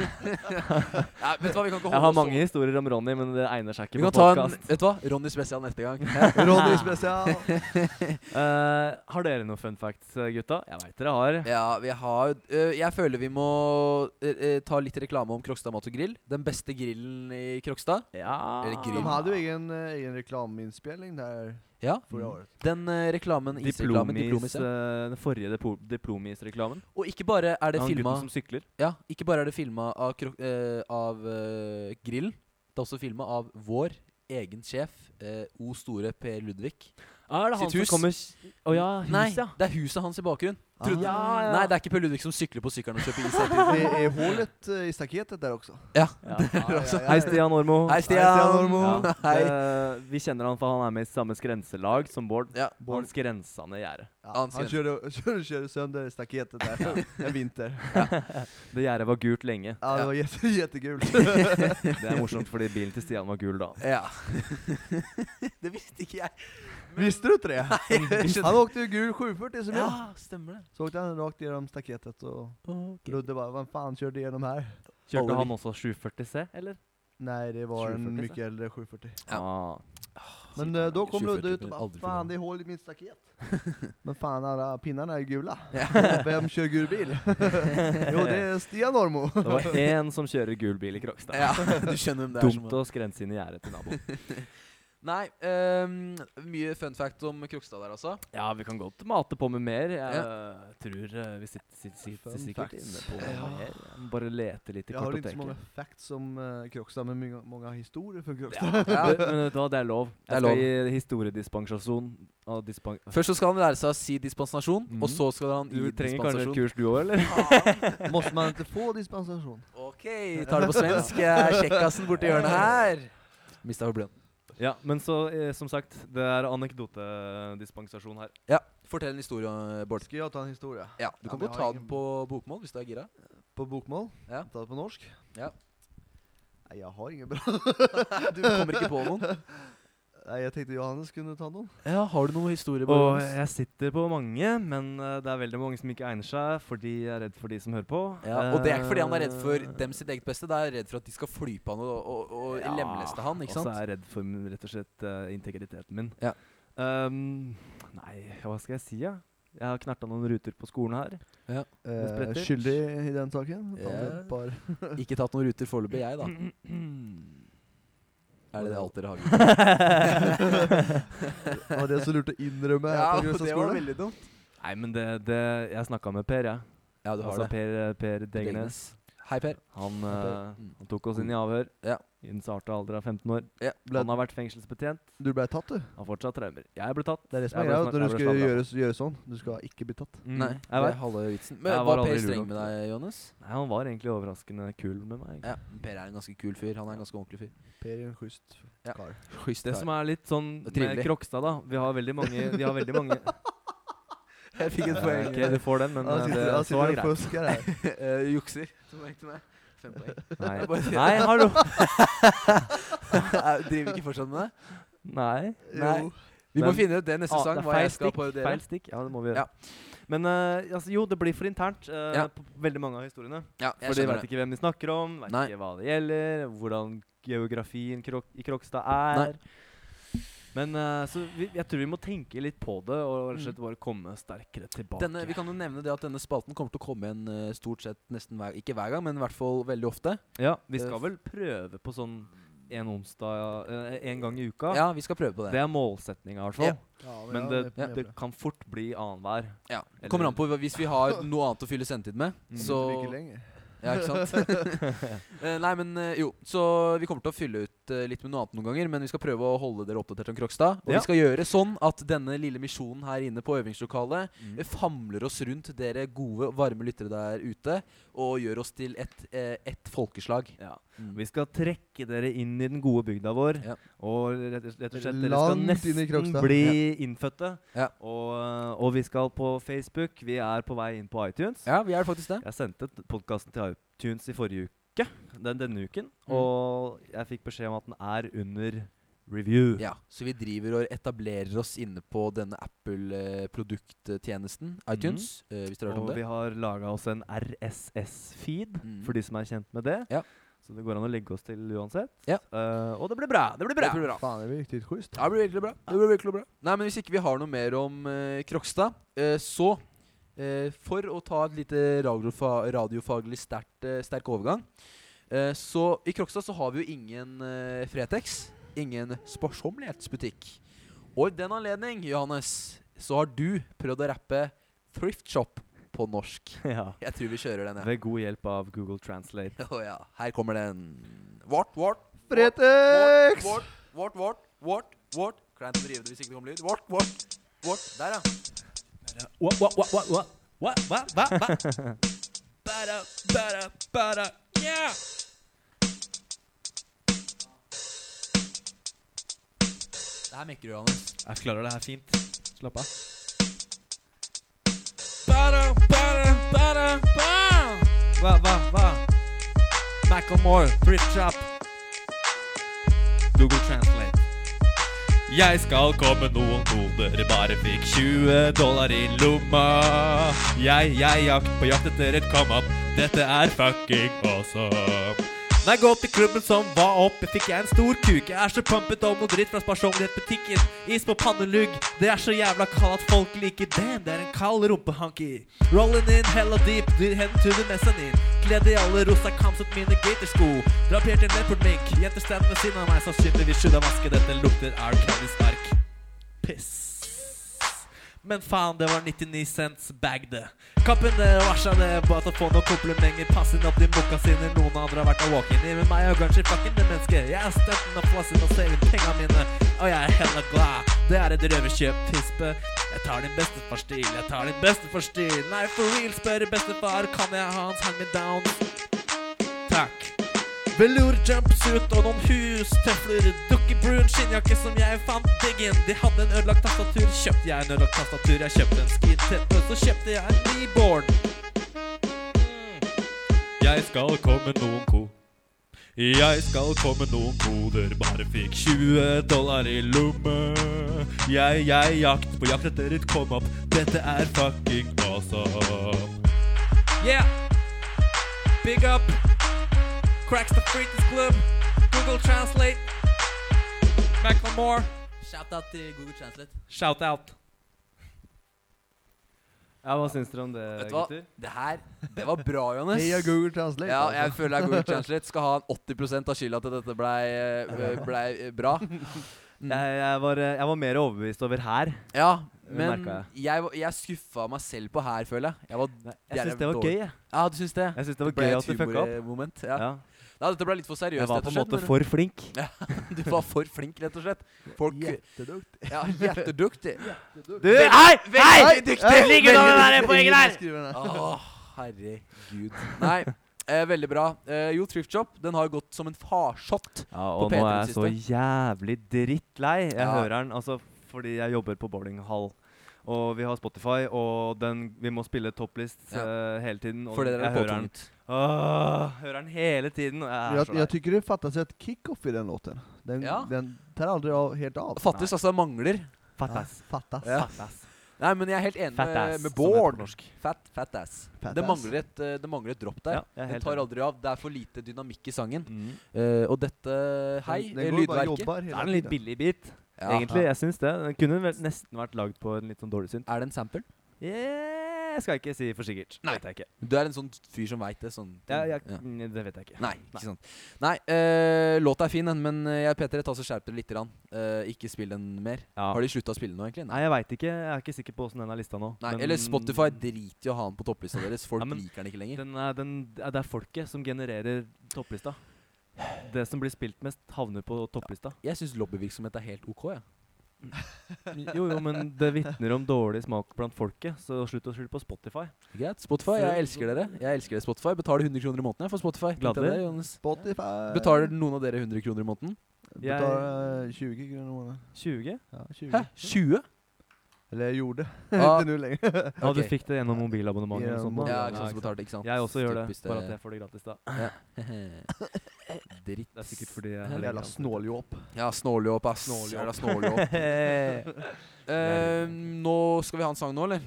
B: Nei, vet du hva, vi kan ikke
G: Jeg
B: holde
G: har
B: oss
G: mange
B: så-
G: historier om Ronny, men det egner seg
B: Vi
G: ikke
B: kan
G: på
B: ta en
G: podkast.
B: Vet du hva? Ronny spesial neste gang.
D: Ronny special.
G: Eh, har dere noen fun facts, eh, gutta? Jeg veit dere har.
B: Ja, vi har øh, Jeg føler vi må øh, øh, ta litt reklame om Krokstad mat og grill. Den beste grillen i Krokstad.
G: Ja
B: Eller grill.
D: De hade ju egen, eh, egen reklaminspelning där
B: Ja.
D: förra året.
B: Den øh, reklamen, isreklamen,
G: Diplomis,
B: Diplomis. Ja.
G: eh, Den forrige depo- Diplomis-reklamen.
B: Og ikke bare er det
G: Han
B: filma
G: gutten som sykler.
B: Ja, ikke bare er det filma av, krok øh, av øh, grillen. Det er også filma av vår egen sjef, øh, O store Per Ludvig.
F: Ah, er det han
B: Sitt hus.
F: som kommer s- Å ja,
G: Ah,
F: hus,
B: Nei,
F: ja.
B: det er huset hans i bakgrunnen. Trodde-
F: Ja, ja.
B: Nei, det er ikke Per Ludvig som sykler på sykkelen og kjøper is. hele tiden.
D: Det er hålet eh, i staketet der også.
B: Ja.
F: Ja.
G: Hei, Stian Ormo.
B: Hei, Stian.
D: Ormo.
G: Ja.
B: Hei.
G: Eh, vi kjenner han, for han er med i samme skrenselag som Bård.
B: Ja.
G: Han skrensa ned gjerdet.
D: Ja,
B: Han
D: han
B: skrev-
D: kjører, kjører, kjører sönder staketet där en vinter.
G: Det gjerdet var gult lenge.
D: Ja, det
B: Ja.
D: var jätte, jättegult.
G: Det er morsomt, fordi bilen til Stian var gul da.
B: Ja. det visste ikke jeg.
D: Visste du inte det? Han åkte ju gul 740 som jag.
B: Ja, stemmer det.
D: Så åkte han rakt igenom staketet och Ludde bara, vem fan körde igenom här?
G: Kjørte
B: Alle
G: han også 740C, eller?
D: Nej, det var en
G: 740,
D: mycket äldre 740.
B: Ja.
G: Ah.
D: Men eh, då kom
B: 740
D: Ludde ut och
B: blir
D: bara,
B: aldrig
D: fan
B: förlåt."
D: det är hål i mitt staket. Men fan alla pinnarna är gula.
B: Ja.
D: Vem kör gul bil? jo, det är Stian Ormo.
G: Det var én som kjører gul bil i Krokstad.
B: Ja, du skjønner hvem det er.
G: Dumt å skrense inn i gjerdet til naboen.
B: Nei, ehm, mye fun fact om Krokstad der, altså.
G: Ja, vi kan godt mate på med mer. Jeg tror eh, vi sitter, sitter, sitter
D: Fun
G: sikkert
D: facts.
G: inne på
B: Ja.
G: mer. Jeg må Bare lete litt i
D: Jag har inte så många
G: kartoteket.
D: facts om eh, Krokstad, men många, många historier från Krokstad.
B: Ja.
G: Men men vet du hva, det er lov.
B: Det er
G: Jeg skal gi historiedispensasjon. av dispen-
B: Først så skal han lære seg å si dispensasjon,
G: Mhm.
B: og så skal han
G: Du
B: gi
G: trenger kanskje et
B: dispensasjon.
G: kurs du òg, eller?
D: Måste man inte få dispensation?
B: Ok, tar det på svensk. Jeg er Kjekkasen borti hjørnet her. Mista problemet.
G: Ja, men så, eh, som sagt, det er anekdotedispensasjon her.
B: Ja, fortell en historie, Bård.
D: Ska jag ta en historia?
B: Ja, Du
D: Ja,
B: kan
D: men
B: godt
D: jeg
B: ta
D: har
B: den
D: ingen-
B: på bokmål hvis du er gira.
D: På bokmål?
B: Ja.
D: Ta det på norsk?
B: Ja.
D: Nej, jag har inget bra.
B: Du kommer ikke på noen.
D: Nej, jag tänkte Johannes kunde ta någon.
B: Ja, Har du noen historie?
G: Og
B: Bård?
G: jeg sitter på mange, men eh, det er veldig mange som ikke egner seg fordi jeg er redd for de som hører på.
B: Ja, og det er ikke fordi han er redd for
G: Eh,
B: dem sitt eget beste, det er redd for at de skal fly på han og, og, og
G: Ja,
B: lemleste han,
G: Og
B: ikke
G: så
B: sant?
G: er jeg redd for mm, rett og slett eh, integriteten min.
B: Ja.
G: Ehm, nei, hva skal jeg si, ja? Jeg har knerta noen ruter på skolen her.
D: Eh,
G: spretter.
D: skyldig i den saken. Ta
B: Ja.
D: ett par.
B: Ikke tatt noen ruter foreløpig, jeg, da. Er det det alt dere har gjort?
D: Ja, det är så lurt att inrymma här på Grösta skolan.
B: veldig dumt.
G: Nei, men det, det Jeg snakka med Per, jeg.
B: Ja, du har
G: altså
B: det.
G: Per, eh, per Degnes.
B: Hei, Per.
G: Han, eh,
B: Mm.
G: han tok oss inn i avhør.
B: Ja.
G: I den sarte alder av 15 år.
B: Ja,
D: ble-
G: Han har vært fengselsbetjent.
D: Du blev tatt du.
G: Har fortsatt traumer. Jeg ble tatt.
D: Det är det som är
G: Jeg ble
D: grejen,
G: sma-
D: när du
G: jeg ble
D: ska
G: sladdet.
D: göra, göra sånt. sånn, Du ska inte bli tatt.
G: Mm,
B: Nei, det
G: jeg
B: er
G: vet.
B: halve vitsen. Men
G: Jeg var
B: var
G: aldri
B: Per
G: lur
B: streng
G: nok.
B: med deg, Johannes?
G: Nei, han var egentlig overraskende kul med meg. egentlig.
B: Ja, Per er en ganske kul fyr. Han er en ganske ordentlig fyr.
D: Per är en schysst
B: Ja.
D: karl.
B: Schysst
G: Det
B: kar.
G: som er litt sånn
B: Det er
G: med
B: trivelig.
G: Krokstad, da Vi har veldig mange, vi har veldig mange
B: Jeg fikk et
G: Ok, du får den, men
D: Han
G: eh,
D: sitter,
G: det, så
D: han
G: er
D: sitter
G: det
D: och
G: greit.
D: fuskar här.
B: Eh, Jukser, som jeg gikk med. Fem poeng.
G: Nei,
B: Jeg bare sier-
G: Nei hallo!
B: Eh, Driver ikke fortsatt med det?
G: Nei.
B: Nei.
D: Jo.
B: Vi må
G: Men-
B: finne ut det neste
G: Ah,
B: sang,
G: det er
B: hva jeg
G: feil
B: skal
G: stikk,
B: parodiere.
G: Feil stikk. Ja, det må vi gjøre. Men eh, altså, jo, det blir for internt eh,
B: Ja.
G: på veldig mange av historiene.
B: Ja, jeg
G: For de
B: skjønner
G: veit ikke hvem de snakker om, veit
B: Nei.
G: ikke hva det gjelder, hvordan geografien krok i Krokstad er. Men eh, så vi, jeg tror vi må tenke litt på det, og rett og slett bare komme sterkere tilbake.
B: Mm. Denne, vi kan jo nevne det at denne spalten kommer til å komme igjen eh, stort sett nesten hver Ikke hver gang, men i hvert fall veldig ofte.
G: ja, vi
B: Eh,
G: skal vel prøve på sånn en onsdag eh, en gang i uka.
B: Ja, vi skal prøve på
G: Det
B: det.
G: er målsettinga, i hvert
B: Ja.
G: fall.
D: Ja,
G: Men
D: jag
G: det,
D: är med på
G: det kan fort bli annenhver.
B: Ja. Det kommer
G: Eller-
B: an på hva- hvis vi har noe annet å fylle sendetid med.
G: Mm.
B: Så
D: Inte mycket längre.
B: Ja, ikke sant? Eh, Nei, men eh, jo. Så vi kommer til å fylle ut eh, litt med noe annet noen ganger, men vi skal prøve å holde dere oppdatert om Krokstad. Og
G: Ja.
B: vi skal gjøre sånn at denne lille misjonen her inne på øvingslokalet
G: Mm.
B: eh, famler oss rundt dere gode, varme lyttere der ute, og gjør oss til ett eh, ett folkeslag.
G: Ja.
B: Mm.
G: Vi skal trekke dere inn i den gode bygda vår.
B: Ja.
G: Og rett, og- rett og slett Dere
D: Langt
G: skal
D: inn i
G: nesten
D: Krokstad.
G: bli innfødte.
B: Ja.
G: Og, eh, og vi skal på Facebook. Vi er på vei inn på iTunes.
B: Ja, vi er faktisk det.
G: Jeg sendte podkasten til iTunes i forrige uke. Den, denne uken.
B: Mm.
G: Og jeg fikk beskjed om at den er under review.
B: Ja, Så vi driver og etablerer oss inne på denne Apple-produkttjenesten iTunes. eh, hvis dere har hørt
G: Mm. Og
B: om
G: vi
B: det.
G: har laga oss en RSS-feed,
B: Mhm.
G: for de som er kjent med det.
B: Ja.
G: Så det går an å legge oss til uansett.
B: Ja.
G: Eh, og det blir bra! Det blir bra!
B: Det blir bra.
D: Fan, det blir riktigt schysst.
B: Ja, det blir virkelig bra. Det blir virkelig bra. Nei, men Hvis ikke vi har noe mer om eh, Krokstad, eh, så eh, For å ta et lite radiofa radiofaglig sterkt, eh, sterk overgang eh, Så i Krokstad så har vi jo ingen eh, Fretex. Ingen sparsomlighetsbutikk. Og i den anledning, Johannes, så har du prøvd å rappe Thrift Shop på norsk.
G: ja.
B: Jeg tror vi kjører den, jeg.
G: Ved god hjelp av Google Translate.
B: Å ja. Her kommer den. Vart, vart,
D: Fretex!
B: vart, vart, vart, vart, vart, Kleint å drive det hvis ikke det kommer lyd. Vårt, vårt, vårt. Der, ja.
C: Hva, hva, hva, hva, hva, hva, hva, hva, hva? Bada, bada, bada, yeah!
B: Det her mekker du, Johannes.
C: Jeg klarer det her fint. Slapp av. Bada, bada, bada, bada. Hva, hva, hva? Macklemore, Thrift Shop. Google Translate. Jeg skal komme noen koder, bare fikk 20 dollar i lomma. Jeg, jeg jakt på jakt etter et come up, dette er fucking awesome. Når jeg går til klubben som var oppe, fikk jeg en stor kuk. Jeg er så pumpet om noe dritt fra sparsomlighetsbutikken. Is på pannelugg. Det er så jævla kald at folk liker den. Det er en kald rumpehanky. Rolling in hella deep, dyr hen to the mezzanine. Kledd i alle rosa kamset mine gatersko. Drapert i en leopardmink. Jenter stand ved siden av meg, sannsynligvis skylda vaske. Dette lukter R. Kellys merk. Piss. Men faen, det var 99 cents bag, det. Kappen det varsa det på at å få noen komplimenter. Pass inn opp de mokka sine. Noen andre har vært og walk-in i med meg og kanskje fucking det mennesket. Jeg er støtten og flassen og saving penga mine. Og jeg er hella glad. Det er et røverkjøp, tispe. Jeg tar din bestefars stil, jeg tar din bestefars stil. Nei, for real, spør bestefar, kan jeg ha hans hang me down? Takk. Velour jumpsuit og noen hustøfler. Dukkebrun skinnjakke som jeg fant diggen. De hadde en ødelagt tastatur, kjøpte jeg en ødelagt tastatur. Jeg kjøpte en skintette, så kjøpte jeg en reborn. Mm. Jeg skal komme noen ko. Jeg skal komme noen koder, bare fikk 20 dollar i lomme. Jeg, jeg jakt på jakt etter et come up, dette er fucking awesome. Yeah! Big up! Cracks the Freakers Club, Google Translate, Macklemore,
B: Shout-out til Google Translate.
C: shout out.
G: Ja, Hva syns dere om det,
B: Vet du hva?
G: gutter?
B: Det her, det var bra, Johannes.
D: Heia Google Translate.
B: Ja,
D: altså.
B: jeg føler at Google Translate skal ha en 80 av skylda til dette blei eh, blei, eh, bra. Mm.
G: Jeg, jeg, var, eh, jeg var mer overbevist over her.
B: Ja,
G: Det
B: men
G: merker
B: jeg, var- jeg skuffa meg selv på her, føler jeg. Jeg, var,
G: Jeg syns det var gøy. Jeg,
B: Ja, du syns det?
G: jeg syns det var
B: ble
G: gøy
B: et
G: at du fucka opp.
B: humormoment, Ja.
G: Ja.
B: Nei, dette ble litt for seriøst.
G: Jeg var på en
B: rett og
G: måte
B: slett,
G: for flink.
B: men Du var for flink, rett og slett. Folk
D: Jetteduktig.
B: Ja, jetteduktig.
G: Du, hei!
B: Veldig
D: Hei!
B: dyktig!
C: ligger noe
D: Veldig-
C: der i poenget der!
D: veldig beskrivende.
B: Åh, herregud. Nei, eh, veldig bra. Eh, jo, Thrift Shop den har gått som en farsott.
G: Ja, og
B: På
G: nå
B: P3
G: er jeg så jævlig drittlei. Jeg
B: Ja.
G: hører den altså fordi jeg jobber på bowlinghall. Og vi har Spotify, og den, vi må spille topplist eh, hele tiden. Og
B: For det der
G: jeg
B: er
G: hører den,
B: påtvunget.
G: Åh, hører den hele tiden. Og jeg er
D: Jag,
G: så lei.
D: jag tycker det fattas ett kick-off i den låten. Den,
B: Ja.
D: den tar aldrig av, helt av.
B: Fattes, altså mangler.
G: Fattass.
D: Fattas.
B: Ja.
G: Fattass.
B: Nei, men jeg er helt enig med,
G: Fattass,
B: med
G: som det heter
B: Bård.
G: på norsk.
B: Fat, fat ass.
D: Fat
B: det,
D: ass.
B: mangler et, eh, det mangler et dropp der.
G: Ja, jeg er
B: den
G: helt
B: tar
G: enig.
B: aldri av. Det er for lite dynamikk i sangen.
G: Mm.
B: Eh, og dette Hei,
D: Den-
B: eh,
D: den går bara och
B: lydverket.
D: jobbar
G: Det
D: hela
G: er en litt
D: tiden.
G: billig bit,
B: Ja.
G: egentlig. Jeg syns det. Den kunne vel nesten vært lagd på en litt sånn dårlig synt.
B: Er det en sample?
G: Yeah, jeg skal ikke si for sikkert.
B: Nei.
G: Vet jeg ikke.
B: Du er en sånn fyr som veit det. Sånn,
G: Ja, jeg,
B: Ja.
G: mm, Det vet jeg ikke.
B: Nei, ikke sant. Nei, eh, låta er fin, den, men eh, jeg Peter, ta så skjerp dere litt. Rann. Eh, ikke spill den mer.
G: Ja.
B: Har de slutta å spille nå, egentlig?
G: Nei, jeg veit ikke. Jeg er ikke sikker på åssen den er lista nå.
B: Nei,
G: men-
B: Eller Spotify driter i å ha den på topplista deres. Folk
G: Ja, men
B: liker den ikke lenger.
G: Den er, den, ja, det er folket som genererer topplista. Det som blir spilt mest, havner på topplista.
B: Jeg syns lobbyvirksomhet er helt OK. Ja.
G: Jo, jo, men det vitner om dårlig smak blant folket, så slutt å skylde på Spotify.
B: Greit. Spotify, jeg elsker dere. Jeg elsker dere Spotify. Betaler 100 kroner i måneden jeg for Spotify. Tenkte
G: Gladelig.
B: jeg det, Johannes.
D: Spotify.
B: Betaler noen av dere 100 kroner i måneden?
G: Jeg-
D: Betalar eh, 20 kronor i månaden.
G: 20?
D: Ja, 20.
B: Hæ? 20?
D: Eller jeg gjorde.
B: Ah,
D: Inte nu längre.
G: Ja,
B: Ok.
G: du fikk det gjennom mobilabonnementet eller noe sånt? da?
B: ja,
D: ikke
B: ikke sant, så betalte ikke sant.
G: Jeg også gjør det,
B: Typisk eh,
G: bare at jeg får det gratis, da.
B: Dritt.
G: Det er sikkert fordi jeg
B: Jävla
D: Jävla snåljåp.
B: Ja, snåljåp, ass.
G: Snåljåp.
B: Jævla snåljåp.
G: Å
B: Eh, nå skal vi ha en sang nå, eller?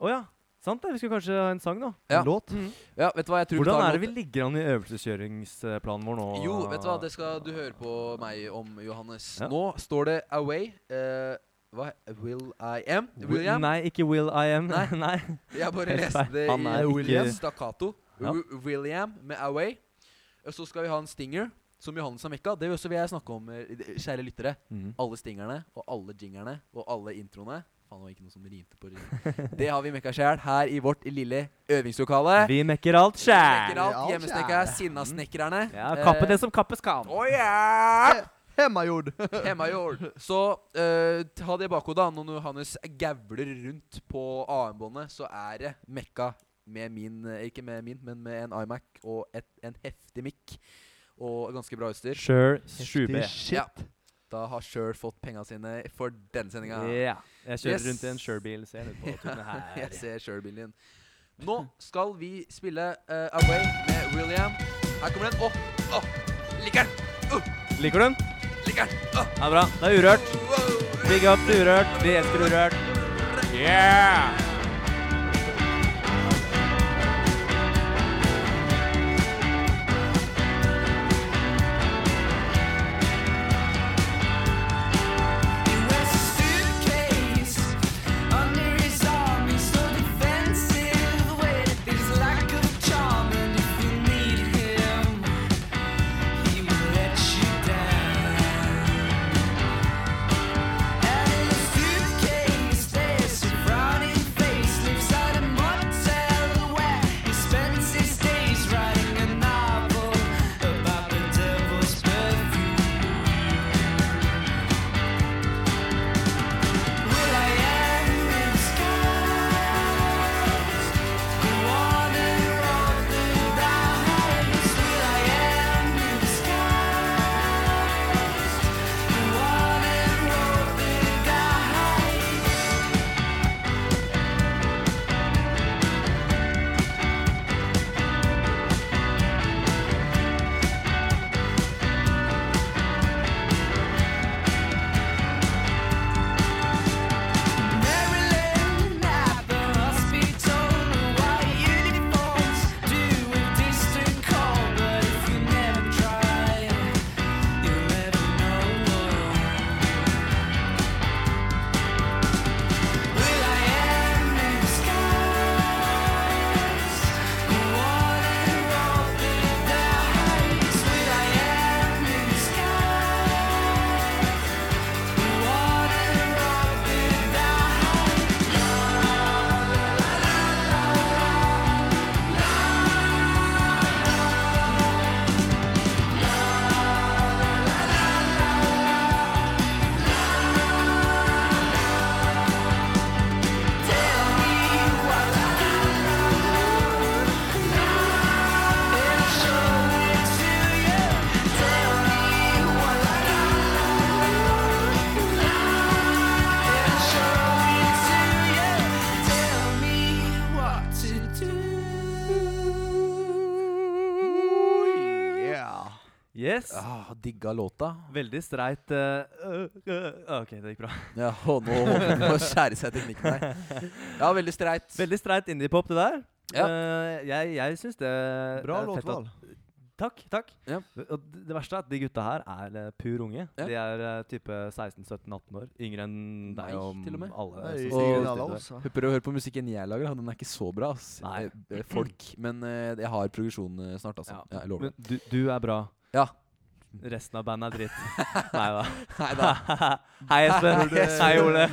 G: ja, sant det. Vi skulle kanskje ha en sang nå.
B: Ja.
D: En låt.
B: Ja, vet du hva, jeg tror
G: Hvordan
B: vi tar
G: er det
B: en
G: vi ligger an i øvelseskjøringsplanen vår nå?
B: låt. Jo, vet du hva, det skal du høre på meg om, Johannes.
G: Ja.
B: Nå står det Away. eh, hva Will I Am? William?
G: Nei, ikke Will I Am.
B: Nei.
G: Nei.
B: Jeg bare
G: Helt
B: leste
G: feil.
B: det
G: Han
B: i
G: er
B: William
G: ikke-
B: Stakkato.
G: Ja.
B: Wi- William med Away. Og så skal vi ha en stinger, som Johannes har mekka. Det vil også vil jeg snakke om, eh, kjære lyttere.
G: Mm.
B: Alle stingerne og alle jingerne og alle introene. Faen, det var ikke noe som rimte på rim. Det har vi mekka sjæl her i vårt lille øvingslokale.
G: Vi mekker alt
B: Snekker
G: sjæl.
B: alt,
D: Ja,
B: hjemmesnekka,
D: kjære.
B: sinnasnekkerne.
G: Ja, kappe det som kappes kan.
B: Å ja!
D: Hemmagjord!
B: Hemmajord. Så eh, ha det i bakhodet da, når Johannes gavler rundt på AM-båndet, så er det mekka med min eh, Ikke med min, men med en iMac og et, en heftig mic og ganske bra utstyr.
G: Sure
D: Heftig
G: 7B.
D: Shit.
B: Ja. Da har Sjøl fått penga sine for denne sendinga.
G: Ja. Jeg kjører
B: Yes.
G: rundt i en Sure-bil, ser du på turen her.
B: Jeg ser Sjøl-bilen din. Nå skal vi spille eh, Away med William. Her kommer den. Åh, åh, liker den!
G: Liker du den?
B: Liker den! Åh,
G: Ja, bra. Det er urørt.
B: wow.
G: Big up til Urørt. Vi elsker Urørt. Yeah!
F: About the devil's perfume Will I end in the skies? The water of the rise. Will I end in the skies? The water of the rise. Maryland at the hospital, white uniforms do a distant call, but if you never try, you'll never know. Will I end in the skies? The water of the heights. Will I end in the skies? The water of the heights.
D: Yeah.
G: Yes.
B: Ah, digga låta.
G: Veldig streit eh, øh, øh, OK, det gikk bra.
B: Ja, og nå håper du å skjære seg teknikken her. Ja, veldig streit.
G: Veldig streit indiepop, det der.
B: Ja.
G: Eh, jeg jeg syns det
D: Bra
G: det er fett at-
D: låtvalg.
G: Takk. takk
B: Ja.
G: Og d- Det verste er at de gutta her er eh, pur unge.
B: Ja.
G: De er eh, type 16-17-18 år. Yngre enn deg
B: Nei,
G: og
B: til og med.
G: alle.
D: Nei,
G: som
D: sikkert
G: sitter
D: alle
G: ute.
D: oss, ja.
B: Prøver å høre på musikken jeg lager. da. Den er ikke så bra, ass.
G: Nei.
B: Eh, eh, Folk. Men eh, jeg har progresjon eh, snart, altså.
G: Ja.
B: Ja, jeg lover det.
G: Men du, du er bra.
B: Ja.
G: Resten av bandet er dritt. Nei da.
B: Nei da.
G: Hei, Espen. Hei, Ole.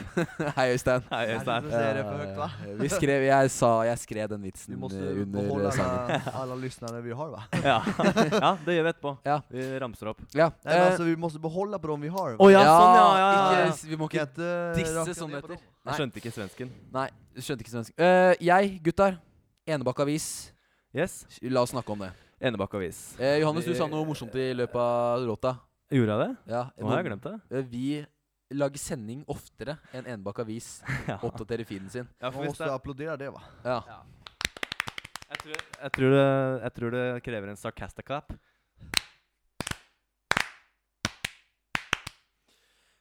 B: Hei, Øystein.
G: Hei, Øystein.
D: Ser det for högt, va?
B: Eh, Vi skrev, jeg, sa, jeg skrev den
D: Vi
B: vitsen
D: måste
B: eh, under
D: behålla
B: eh, sangen.
D: alla, alla lyssnare vi har va?
G: Ja. ja, det gjør vi etterpå.
B: Ja.
G: Vi ramser opp.
B: Ja.
D: Nej, men
B: eh,
D: alltså, vi måste behålla på dem vi har.
G: Å altså, ja, sånn, ja. ja, ja,
B: Ikke,
G: ja.
B: s- vi må
D: Vi
B: ikke
D: kan inte racka ner
B: disse, som
D: på
B: det heter.
D: dem.
G: Jeg
B: Nei,
G: skjønte ikke svensken.
B: nei, skjønte ikke svensk. Eh, jeg, gutter. Enebakk avis.
G: Yes.
B: La oss snakke om det.
G: Enebakk avis.
B: Eh, Johannes, du sa noe morsomt i løpet av låta.
G: Gjorde jeg det?
B: Ja,
G: Nå har jeg glemt det.
B: Eh, Vi lager sending oftere enn Enebakk Avis
G: Ja.
B: oppdaterer feeden sin.
G: Ja,
D: Man måste applådera det va?
B: Ja.
G: Jeg tror, jeg, tror det, jeg tror det krever en sarcastic clap.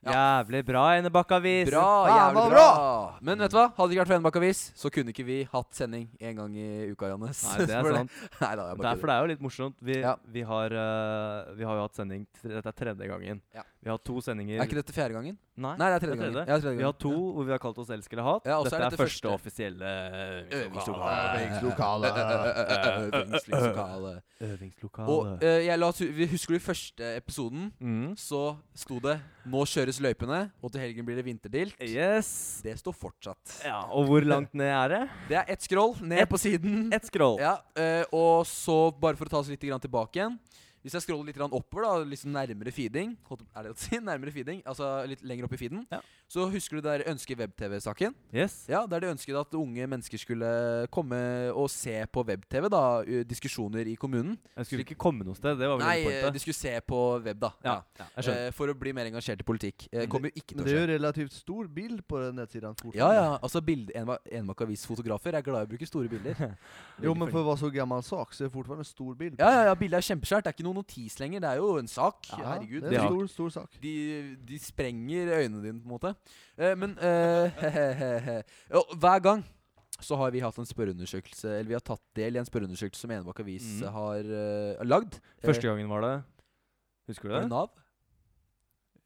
B: Ja.
G: Jævlig bra, Enebakkavis.
B: Bra!
D: Faen,
B: Jævlig
D: var
B: bra! Men vet du hva? Hadde det ikke vært for Enebakk Avis, så kunne ikke vi hatt sending en gang i uka, Johannes.
G: Nei, det er
B: For
G: sant.
B: Nei, da, jeg
G: Det
B: bare
G: er, for det er jo litt morsomt. Vi,
B: Ja.
G: vi, har, eh, vi har jo hatt sending tre- Dette er tredje gangen.
B: Ja.
G: Vi har to
B: kødder. Er
G: sendinger
B: ikke dette fjerde gangen?
G: Nei.
B: Nei, det er tredje
G: det er
B: gangen.
G: tredje.
B: Ja, tredje
G: Vi har
B: gangen.
G: to hvor vi har kalt oss Elsk eller hat.
B: Ja, og så
G: dette er,
B: er dette første.
G: første offisielle eh,
B: Øvingslokale.
D: Øvingslokale.
B: Ø- ø- ø- Øvingslokale. Og
G: Øvingslokale.
B: eh, jeg la oss, vi Husker du første episoden?
G: Mm.
B: Så sto det 'Nå kjøres løypene, og til helgen blir det vinterdilt'.
G: Yes.
B: Det står fortsatt.
G: Ja, og hvor langt ned er det?
B: Det er ett scroll ned på siden.
G: Ett scroll.
B: Ja, eh, og så bare for å ta oss litt grann tilbake igjen. Hvis jeg scroller litt grann oppover, da, liksom nærmere feeding holdt- Er det å si? Nærmere feeding, altså litt lenger opp i feeden,
G: Ja.
B: så husker du det der Ønske web-TV-saken?
G: Yes.
B: Ja, der de ønsket at unge mennesker skulle komme og se på web-TV, da, u- diskusjoner i kommunen.
G: Jeg skulle ikke komme noe sted. Det var vel
B: Nei,
G: hele
B: eh, de
G: pointet.
B: skulle se på web, da.
G: Ja, ja, jeg skjønner.
B: Eh, For å bli mer engasjert i politikk. Eh,
D: Men
B: Kommer jo ikke
D: Men
B: til å
D: det er
B: skje.
D: jo relativt stor bil på den nettsiden. fort.
B: Ja, ja. Altså, bilde, Enva- Envak avisfotografer er glad i å bruke store bilder.
D: Jo, men for å være så gammel sak, så er det fortfarande en stor bil.
B: Ja, ja, ja, bildet er kjempeskjært. Det er ikke noen notis lenger. Det er jo en sak.
D: Ja,
B: Herregud.
D: Det er
G: Ja.
D: en stor, stor sak.
B: De, de sprenger øynene dine, på en måte. Eh, men eh, og Hver gang så har vi hatt en spørreundersøkelse Eller vi har tatt del i en spørreundersøkelse som Enebakk Avis
G: Mhm.
B: har eh, lagd.
G: Første gangen var det Husker du
B: Var det
G: det?
B: Nav?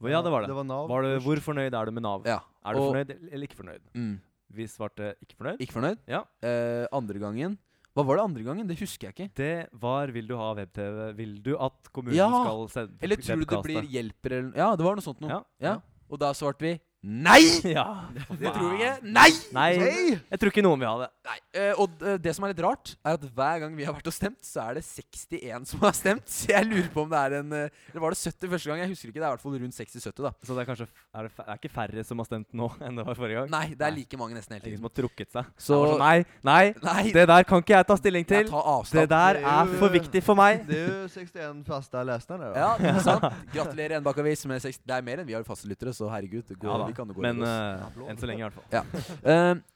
G: Ja, det var det.
D: Det var Nav.
G: Var det hvor fornøyd er du med Nav?
B: Ja.
G: Er du
B: og-
G: fornøyd eller ikke fornøyd?
B: Mm,
G: Vi svarte ikke fornøyd.
B: ikke fornøyd?
G: Ja.
B: Eh, andre gangen Hva var det andre gangen? Det husker jeg ikke.
G: Det var 'Vil du ha web-TV'? Vil du at kommunen
B: Ja,
G: skal sende
B: Eller tror du det blir hjelper eller Ja, det var noe sånt noe.
G: Ja.
B: Ja. Og da svarte vi nei!
G: ja.
B: Det tror vi ikke. Nei!
G: Nei,
D: Nei!
G: jeg tror ikke noen vil ha det.
B: Nei, eh, og d- det som er litt rart, er at hver gang vi har vært og stemt, så er det 61 som har stemt. Så jeg lurer på om det er en eh, Eller var det 70 første gang? Jeg husker ikke. Det er i hvert fall rundt 60-70, da.
G: Så det er kanskje f- er det, f- er ikke færre som har stemt nå enn det var forrige gang?
B: Nei, det er like mange nesten hele
G: Ingen
B: tiden.
G: som har trukket seg? Jeg
B: Så-
G: var sånn, nei, nei,
B: Nei,
G: det der kan ikke jeg ta stilling
B: jeg
G: til!
B: tar
G: Det
B: avstand.
G: der
D: Det er
G: er
D: jo-
G: for viktig for meg!
D: Det er jo 61 faste lesere der, da.
B: Ja, ikke sant? Gratulerer, Enebakk Avis. med seks- Det er mer enn vi har fastlyttere, så herregud. Det går,
G: Ja,
B: vi
G: da.
B: kan jo gå
G: Men
B: over
G: eh,
B: oss.
G: enn så lenge, i hvert fall.
B: Eh,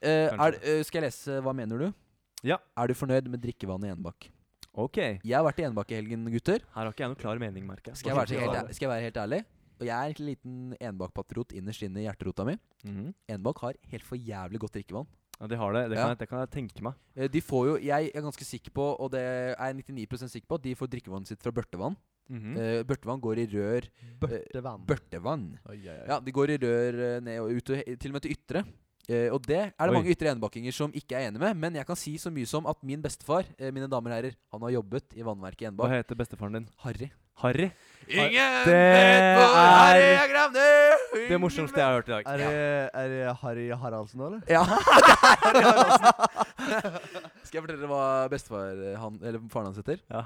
B: eh,
G: Kanskje.
B: er, eh, skal jeg lese Hva mener du?
G: Ja.
B: Er du fornøyd med drikkevannet i Enebakk?
G: OK. Her
B: Jeg har vært i Enebakk i helgen, gutter.
G: har ikke jeg noen klar mening, merker jeg.
B: Skal jeg være helt, ærlig- skal jeg være helt ærlig? Og jeg er egentlig en liten Enebakk-patriot innerst inne i hjerterota mi.
G: Mhm.
B: Enebakk har helt for jævlig godt drikkevann.
G: Ja, de har det. Det kan,
B: Ja.
G: jeg, det kan jeg tenke meg.
B: Eh, De får jo, jeg er ganske sikker på, og det er jeg 99 sikker på, at de får drikkevannet sitt fra børtevann.
G: Mm. Mhm.
B: Eh, børtevann går i rør eh,
D: Børtevann.
B: Børtevann.
D: Oi, oi, oi.
B: Ja, de går i rør eh, ned og ut, og he- til og med til ytre. Eh, og det er det
G: Oi.
B: mange ytre enebakkinger som ikke er enig med, men jeg kan si så mye som at min bestefar, eh, mine damer og herrer, han har jobbet i vannverket i
G: Hva
B: Enebakk.
G: heter bestefaren din?
B: Harry.
G: Harry?
B: Ingen
G: Det vet hvor er- Harry er
B: gravd
G: Det morsomste jeg har hørt i dag.
D: Er det, er det Harry Haraldsen nå, eller?
B: Ja, det er Harry Haraldsen. Skal jeg fortelle dere hva bestefar eh, han, eller faren hans heter?
G: Ja.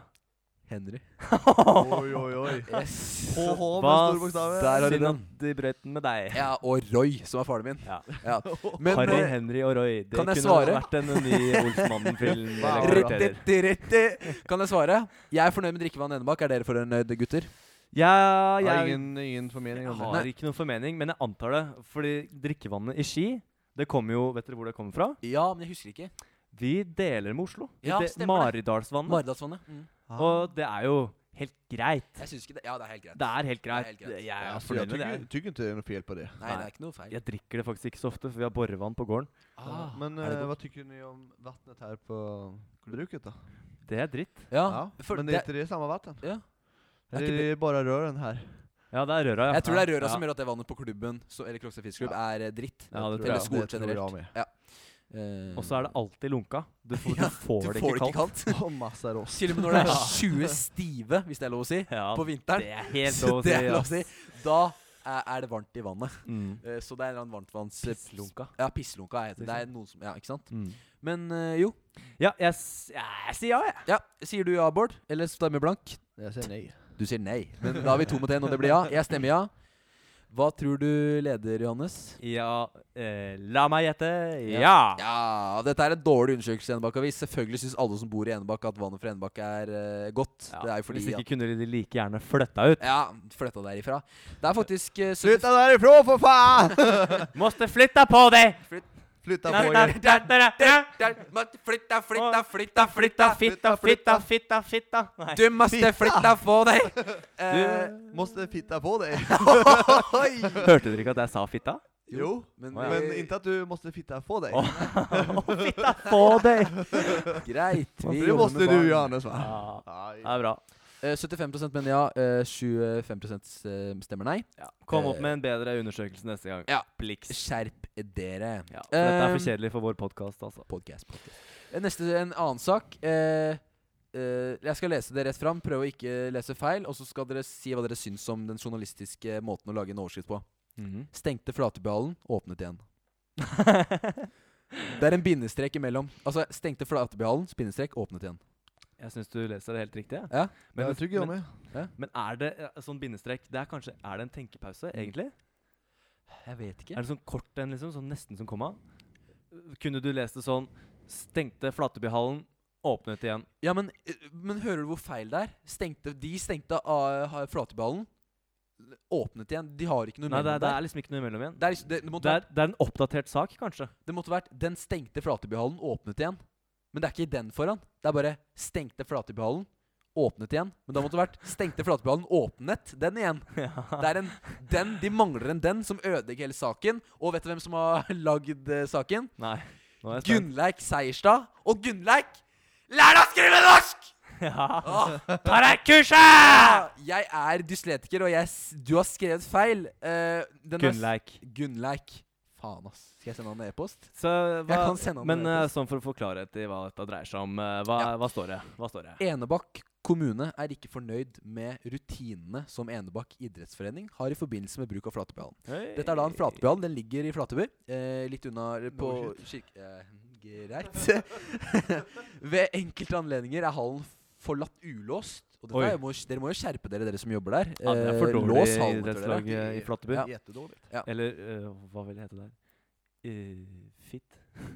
B: Henry.
D: Oi, oi, oi.
B: Yes.
D: HH med
G: Hva
D: stor bokstav.
B: Der har du
G: Synd
B: den.
G: at de brøt den med deg.
B: Ja, og Roy, som er faren min.
G: Ja.
B: Ja. Men
G: Harry,
B: eh,
G: Henry og Roy. Det
B: kan jeg
G: kunne
B: svare?
G: vært en ny Olsmannen-film.
D: Wow.
G: eller karakterer.
B: retti, retti. Kan jeg svare? Jeg er fornøyd med drikkevann i Enebakk. Er dere fornøyd, gutter?
G: Ja, jeg,
D: Har ingen, ingen formening
G: jeg
D: om det.
G: har ikke noen formening, men jeg antar det. Fordi drikkevannet i Ski, det kommer jo Vet dere hvor det kommer fra?
B: Ja, men jeg husker ikke.
G: Vi deler med Oslo. Vi
B: Ja,
G: de-
B: stemmer
G: Maridalsvannet.
B: Maridalsvannet. Mm.
G: Og det er jo helt greit.
B: Jeg syns ikke det. Ja, det er helt greit.
G: Det er helt greit.
B: helt greit.
G: Jeg
D: Ja,
G: er
D: så jeg
G: fornøyd med det.
D: tykker- tykker ikke det er noe fel på det.
B: Nei, det er ikke noe feil.
G: Jeg drikker det faktisk ikke så ofte, for vi har borevann på gården.
B: Ah.
D: Men
B: er det
D: eh,
B: godt?
D: hva tykker ni om vattnet her på bruket, da?
G: Det er dritt.
B: Ja, for
D: Men det
B: Ah, det,
D: er ikke det samme vatten?
B: Ja. Er
D: Eller
B: ikke
D: det er bare røren her?
G: Ja, det er røra, ja.
B: jeg tror det er røra
G: ja.
B: som gjør at det vannet på klubben så, eller Krokstad Fiskeklubb er eh, dritt.
G: Ja, det tror
B: Eller
G: jeg.
B: skolen
D: Det tror
B: generelt.
D: jeg med.
B: Eh,
G: Og så er det alltid lunka. Du får,
B: Ja,
G: du får
B: Du
G: det
B: får
G: ikke kaldt.
D: Og masse ros.
B: Til og med når det er 20 stive, hvis det er lov å si,
G: Ja,
B: på vinteren.
G: det er helt
B: Så
G: lov å si.
B: det er
G: ja.
B: lov å si. Da er, er det varmt i vannet.
G: Mm.
B: Eh, Så det er en eller annen varmtvanns...
G: Pisslunka.
B: Ja, pisslunka heter det. Det er noen som Ja, ikke sant?
G: Mm.
B: Men eh, jo.
G: Ja, jeg, s- jeg sier ja, jeg.
B: Ja, sier du ja, Bård? Eller stemmer blank?
D: Jeg sier nei.
B: Du sier nei. Men da er vi to mot én, og det blir ja. Jeg stemmer ja. Hva tror du leder, Johannes?
G: Ja, eh, la meg gjette.
B: Ja.
G: Ja.
B: Ja, dette er en dårlig undersøkelse, Enebakk Avis. Selvfølgelig syns alle som bor i Enebakk, at vannet fra Enebakk er eh, godt.
G: Ja,
B: Det er jo fordi
G: Hvis
B: at
G: ikke kunne de like gjerne flytta ut.
B: Ja, flytta derifra. Det er faktisk eh, 70
D: Flytt deg derifra, for faen!
G: Måste flytta på deg!
D: Flytt deg på igjen.
G: Flytta,
B: Der, måtte Flytta, flytta, flytta, flytta!
G: fitta, flytta, fitta, fitta. Nei.
B: Du måtte flytta på deg! Eh,
G: Du,
D: Måste fitta på deg.
G: hørte dere ikke at jeg sa fitta?
D: Jo,
B: men, eh,
G: Å, ja.
D: men ikke at du måtte fitta på deg.
G: Å, fitta på deg!
B: Greit. Vi,
D: Det måste
G: med barn.
D: du, Johannes, va?
G: Ja,
D: Aj.
G: Ah, det er bra.
B: eh, 75 mener ja, eh, 25 eh, stemmer nei.
G: Kom opp med en bedre undersøkelse neste gang.
B: Ja.
G: Blix.
B: Skjerp dere.
G: Ja, for dette er for
B: Eh,
G: kjedelig for vår podkast, altså.
B: Podcast, podcast. Eh, Neste, en annen sak. Eh, eh, jeg skal lese det rett fram. Prøv å ikke lese feil. Og så skal dere si hva dere syns om den journalistiske måten å lage en overskrift på. Stengte Flatebyhallen, åpnet igjen. Det er en bindestrek imellom. Altså, stengte Flatebyhallen, bindestrek, åpnet igjen.
G: Jeg syns du leser det helt riktig. jeg.
B: Ja.
D: Men,
G: Men,
D: jeg tror ikke
G: men,
D: Jonny.
G: men er det eh, sånn bindestrek Det er kanskje Er det en tenkepause, egentlig?
B: Jeg vet ikke.
G: Er det sånn kort en, liksom? Sånn nesten som komma? Kunne du lest det sånn Stengte Flattebyhallen, åpnet igjen.
B: Ja, men, eh, men hører du hvor feil det er? Stengte, de stengte av ha- flateballen, åpnet igjen. De har ikke noe
G: Nei, det
B: mellom
G: er, det er liksom ikke noe imellom igjen.
B: der. Det, er, liksom- det, det, måtte
G: Det er, det er en oppdatert sak, kanskje.
B: vært, det måtte vært 'Den stengte Flatebyhallen åpnet igjen'. Men det er ikke den foran. Det er bare 'Stengte Flatebyhallen åpnet igjen'. Men da måtte det vært 'Stengte Flatebyhallen åpnet den igjen'. Det er en den, De mangler en den som ødelegger hele saken. Og vet du hvem som har lagd eh, saken?
G: Nei. Nå er jeg spent.
B: Gunnleik Seierstad. Og Gunnleik, lær deg å skrive norsk!
G: Ja.
B: Åh,
G: Ta deg kurset!
B: jeg er dysletiker, og jeg, s- du har skrevet feil. Eh, den er s-
G: Gunnleik.
B: Gunnleik. Faen, ass. Skal jeg sende han en e-post?
G: Så, hva,
B: kan sende han
G: men
B: en
G: eh,
B: e-post.
G: sånn for å få klarhet i hva dette dreier seg om, eh, hva,
B: Ja.
G: hva står det? Hva står det?
B: Enebakk kommune er ikke fornøyd med rutinene som Enebakk idrettsforening har i forbindelse med bruk av flateballen. Dette er da en flateball. Den ligger i Flateby, eh, litt unna eh, på kirke... Eh, greit. Ved enkelte anledninger er hallen forlatt ulåst. Og dette
G: Oi.
B: er, jo- må, dere må jo skjerpe dere, dere som jobber der.
G: Ja, det er
B: Eh,
G: for dårlig
B: Lås hallen etter dere.
G: idrettslag eh, i Flatteby.
B: Ja.
D: Gjettedårlig.
G: Eller eh, hva vil det hete der? Uh, fit?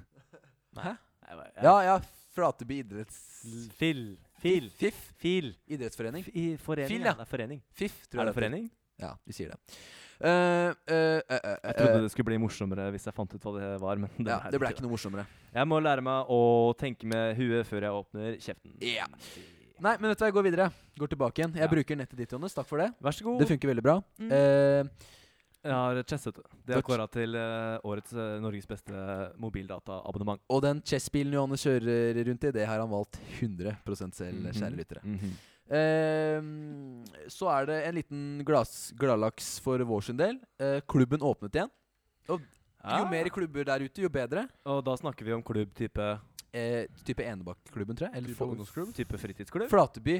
B: Hæ?
G: Nei, hva-
B: Ja, ja. Flateby idretts...
G: L- Fil. Fil.
B: Fiff.
G: Fil.
B: Idrettsforening.
G: F- I forening.
B: Fil, ja.
G: ja. Det er forening.
B: Fiff, tror jeg.
G: Er det
B: heter.
G: forening?
B: Ja, vi sier det. Eh, eh, eh, eh,
G: Jeg trodde
B: eh,
G: det skulle bli morsommere hvis jeg fant ut hva det var, men det,
B: ja,
G: er
B: det ble
G: ikke
B: ikke noe morsommere.
G: det. Jeg må lære meg å tenke med huet før jeg åpner kjeften.
B: Ja. Nei, men vet du hva, jeg går videre. Går tilbake igjen. Jeg
G: Ja.
B: bruker nettet ditt, Johannes. Takk for det.
G: Vær så god.
B: Det funker veldig bra.
G: Mm.
B: Eh,
G: Jeg har Chess, vet du. Det er
B: Takk.
G: kåra til eh, årets eh, Norges beste mobildataabonnement.
B: og den chessbilen Johannes kjører rundt i, det har han valgt 100 selv, kjære lyttere.
G: Mhm.
B: Eh, så er det en liten glass, gladlaks for vår sin del. Eh, klubben åpnet igjen. Jo
G: Ja.
D: Ah.
B: mer klubber der ute, jo bedre.
G: Og da snakker vi om klubb type,
B: Eh, type Enebakk-klubben, tror jeg. Eller
D: Type
B: Fo-
D: ungdomsklubb?
G: type fritidsklubb.
B: Flateby.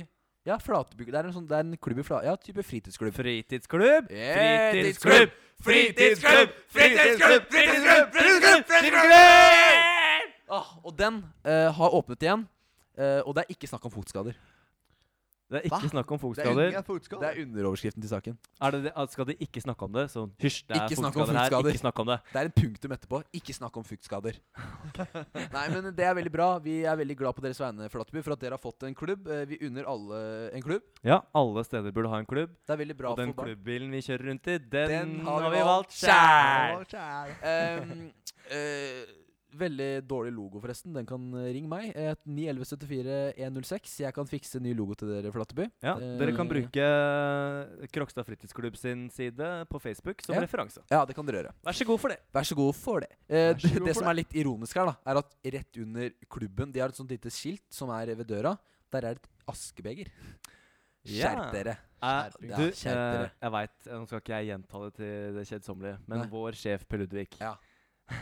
B: Ja, Flateby. Det er en, sånn, det er en klubb i Fla... Ja, type fritidsklubb.
G: Fritidsklubb!
B: Yeah,
G: Fritidsklubb! Fritidsklubb!
B: Fritidsklubb!
G: Fritidsklubb! Fritidsklubb! Fritidsklubb!
B: Ah, og den eh, har åpnet igjen. Eh, og det er ikke snakk om fotskader.
G: Det er ikke
B: Hva?
G: snakk om
D: Ingen
G: fotskader.
D: er fotskadd.
B: Det er underoverskriften til saken.
G: Er det det, at skal de ikke snakke om det? Sånn, hysj, det er
B: Ikke snakk om
G: fotskader her.
B: fotskader.
G: Ikke snakk om det.
B: Det er et punktum etterpå. Ikke snakk om fuktskader. Nei, men det er veldig bra. Vi er veldig glad på deres vegne, Flateby, for at dere har fått en klubb. Eh, Vi unner alle en klubb.
G: Ja, alle steder burde ha en klubb.
B: Det er veldig bra
G: og den
B: for barn.
G: klubbbilen vi kjører rundt i, den,
B: Den har
G: har,
B: vi
G: vi valgt
B: valgt selv.
G: sjæl!
D: Kjære.
B: Ehm, eh, veldig dårlig logo, forresten. Den kan eh, ringe meg. Eh, 91174-106. Jeg kan fikse ny logo til dere, Flateby.
G: Ja,
B: Eh,
G: dere kan bruke Krokstad fritidsklubb sin side på Facebook som
B: Ja.
G: referanse.
B: Ja, det kan dere gjøre.
G: Vær så god for det.
B: Vær så god for det. Eh,
D: Vær så
B: det
D: god
B: det
D: for
B: som er litt ironisk her, da, er at rett under klubben De har et sånt lite skilt som er ved døra. Der er det et askebeger. Skjerp
G: Ja.
B: dere.
G: Eh,
B: Skjerp dere.
G: du,
B: Ja, skjerp
G: eh,
B: dere.
G: jeg veit Nå skal ikke jeg gjenta det til det kjedsommelige, men
B: Nei.
G: vår sjef Per Ludvig
B: Ja.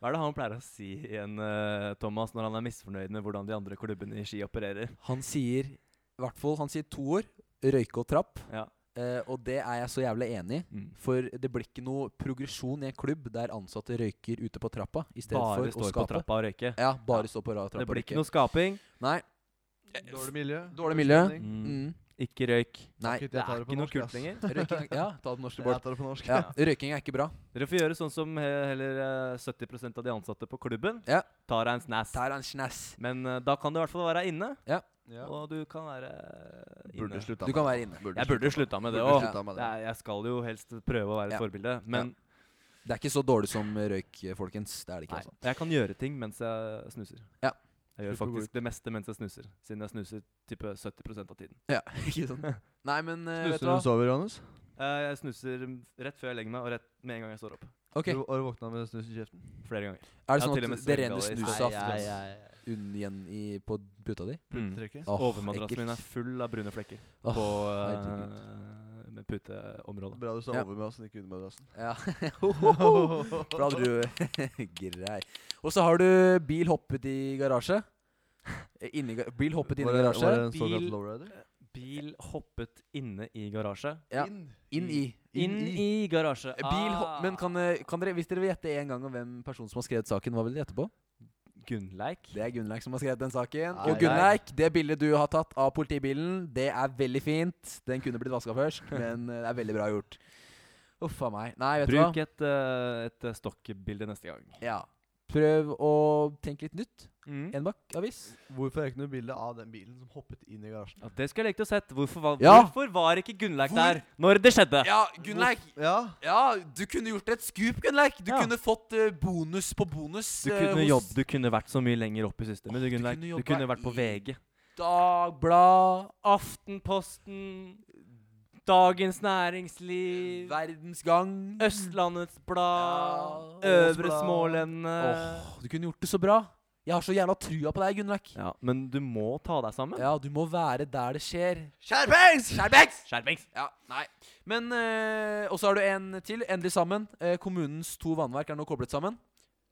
G: Hva er det han pleier å si igjen, eh, Thomas, når han er misfornøyd med hvordan de andre klubbene i Ski opererer?
B: Han sier i hvert fall han sier to ord. Røyke og trapp.
G: Ja. Mm.
B: Eh, og det er jeg så jævlig enig i. For det blir ikke noe progresjon i en klubb der ansatte røyker ute på trappa i stedet
G: Bare
B: for å
G: står på
B: skape.
G: trappa og røyker.
B: Ja, bare
G: Ja.
B: stå på ra- trappa.
G: Det blir
B: og røyke.
G: ikke noe skaping.
B: Nei.
D: Dårlig miljø.
B: Dårlig miljø.
D: stemning.
B: Mm.
G: Ikke røyk.
B: Nei.
D: Kutt, jeg
G: Det
D: tar
G: er
D: på
G: ikke noe
D: norsk,
G: kult
D: ass.
G: lenger.
B: Røyking er, ja, ta det norske
D: Jeg
B: bort.
D: tar det på norsk.
B: Ja, røyking er ikke bra.
G: Dere får gjøre sånn som he- heller eh, 70 av de ansatte på klubben
B: Ja.
G: tar deg en snass.
B: Der er en snass.
G: Men eh, da kan du i hvert fall være inne,
D: Ja.
G: og du kan være eh, inne.
D: Burde slutta
B: Du kan være inne.
G: Jeg burde slutta med det
D: Burde
G: òg.
D: slutta med det.
G: Jeg skal jo helst prøve å være et
B: Ja.
G: forbilde, men
B: Det er ikke så dårlig som røyk, folkens. Det er det ikke,
G: nei,
B: altså.
G: jeg kan gjøre ting mens jeg snuser.
B: Ja.
G: Jeg gjør
B: Slutt å gå
G: faktisk det meste mens jeg snuser, siden jeg snuser type 70 av tiden.
B: Ja, ikke sant? Nei, men eh, vet
D: Snuser
B: du
D: når du
B: hva?
D: sover, Johannes?
G: Eh, Jeg snuser rett før jeg legger meg, og rett med en gang jeg står opp.
B: Ok,
D: Du, har du våkna med snus i kjeften?
G: Flere ganger.
B: Er
G: Ja,
B: det sånn
G: til og med
B: at det renner
G: sølvgaller i
B: snussaft
G: stedet.
B: ass, unn igjen i, på puta di?
G: Mm.
B: Åh,
D: Trekket?
B: ekkelt.
G: Overmadrassen min er full av brune flekker
B: Åh,
G: på
B: herregud.
G: eh, med puteområdet.
D: Bra du sa
B: Ja.
D: over med oss, ikke under madrassen.
B: Ja. For da hadde du Grei. Og så har du bil hoppet i garasje. Eh, Inni, ga- bil hoppet inn i
D: Var det-
B: garasje.
D: Var det en såkalt
G: Bil-
D: lowrider?
G: Bil hoppet inne i garasje.
B: Ja.
D: Inn.
B: Inn i.
G: Inn i garasje.
B: Eh, Bil
G: Ah.
B: hopp, men kan, eh, kan dere, hvis dere vil gjette en gang om hvem personen som har skrevet saken, hva vil dere gjette på?
G: Gunnleik.
B: Det er Gunnleik som har skrevet den saken.
D: Nei,
B: Og
D: nei.
B: Gunnleik, det bildet du har tatt av politibilen, det er veldig fint. Den kunne blitt vaska først, men eh, det er veldig bra gjort. Uff a meg. Nei, vet du hva.
G: Bruk et, eh, et eh, stokkbilde neste gang.
B: Ja. Prøv å tenke litt nytt. Enbakk-avis.
D: Hvorfor er det ikke noe bilde av den bilen som hoppet inn i garasjen?
C: Ja, det skulle jeg likt å sett. Hvorfor var,
B: Ja.
C: hvorfor var ikke Gunnleik
B: Hvor-
C: der når det skjedde?
B: Ja, Gunnleik.
D: Ja,
B: Ja, du kunne gjort et scoop, Gunnleik. Du
C: Ja.
B: kunne fått eh, bonus på bonus.
G: Du
B: eh,
G: kunne,
B: hos
G: jobb, du kunne vært så mye lenger opp i systemet. du,
B: du
G: Gunnleik.
B: kunne
G: Du,
B: jobba
G: kunne vært på
B: i-
G: VG.
B: Dagblad,
C: Aftenposten, Dagens Næringsliv,
B: Verdens Gang.
C: Østlandets Blad,
B: Ja,
C: Øvre
B: Blad.
C: Smålendene
B: Åh, du kunne gjort det så bra. Jeg har så jævla trua på deg, Gunnleik.
G: Ja, men du må ta deg sammen.
B: Ja, du må være der det skjer.
D: Skjerpings!
B: Skjerpings!
C: Skjerpings!
B: Ja, nei. Men eh, Og så har du en til. Endelig sammen. Eh, kommunens to vannverk er nå koblet sammen.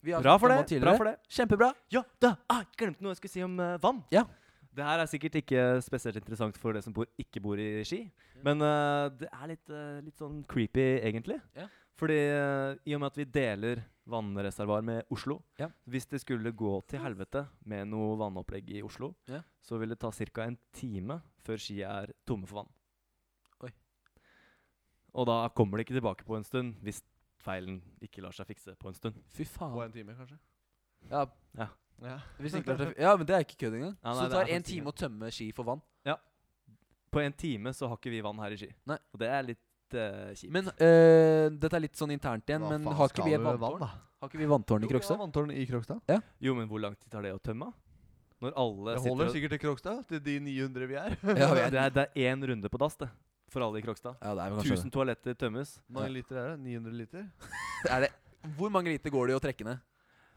B: Vi har
G: Bra for
B: snakket om
G: det. Bra for det.
B: Kjempebra.
C: Ja, da! Ah, jeg glemte noe jeg skulle si om eh, vann.
B: Ja.
G: Det her er sikkert ikke spesielt interessant for det som bor, ikke bor i Ski, men eh, det er litt, eh, litt sånn creepy, egentlig.
B: Ja.
G: Fordi eh, i og med at vi deler vannreservoar med Oslo
B: Ja.
G: Hvis det skulle gå til helvete med noe vannopplegg i Oslo,
B: Ja.
G: så vil det ta ca. en time før Ski er tomme for vann.
B: Oi.
G: Og da kommer det ikke tilbake på en stund, hvis feilen ikke lar seg fikse på en stund.
B: Fy
D: På
B: faen.
D: en time, kanskje.
B: Ja,
D: Ja.
B: hvis ikke klart Ja, men det er ikke kødd engang.
G: Ja,
B: så
G: nei,
B: det
G: det er
B: tar en
G: faktisk ikke
B: time å tømme ski for vann.
G: På en time så har ikke vi vann her i Ski.
B: Nei.
G: Og det er litt eh, kjipt.
B: Men eh, dette er litt sånn internt igjen,
D: Hva
B: men
D: faen
B: har ikke
D: skal
B: vi
D: du
B: et
D: med
B: vanntårn?
D: vann, da?
B: Har ikke vi vanntårn i
D: Jo, vi har
B: Krokstad?
D: Vanntårn i Krokstad.
G: Jo, men hvor lang tid tar det å tømme? Når alle
D: Det
G: sitter
D: holder
G: og
D: sikkert til Krokstad, til de 900 vi er.
B: Ja, vi
G: det,
B: er-
G: er, det er én runde på dass, det. For alle i Krokstad.
B: ja, det er vel kanskje
G: 1000 toaletter tømmes.
D: Hvor mange liter er det? 900 liter?
B: det. Er det. Hvor mange liter går det i å trekke ned?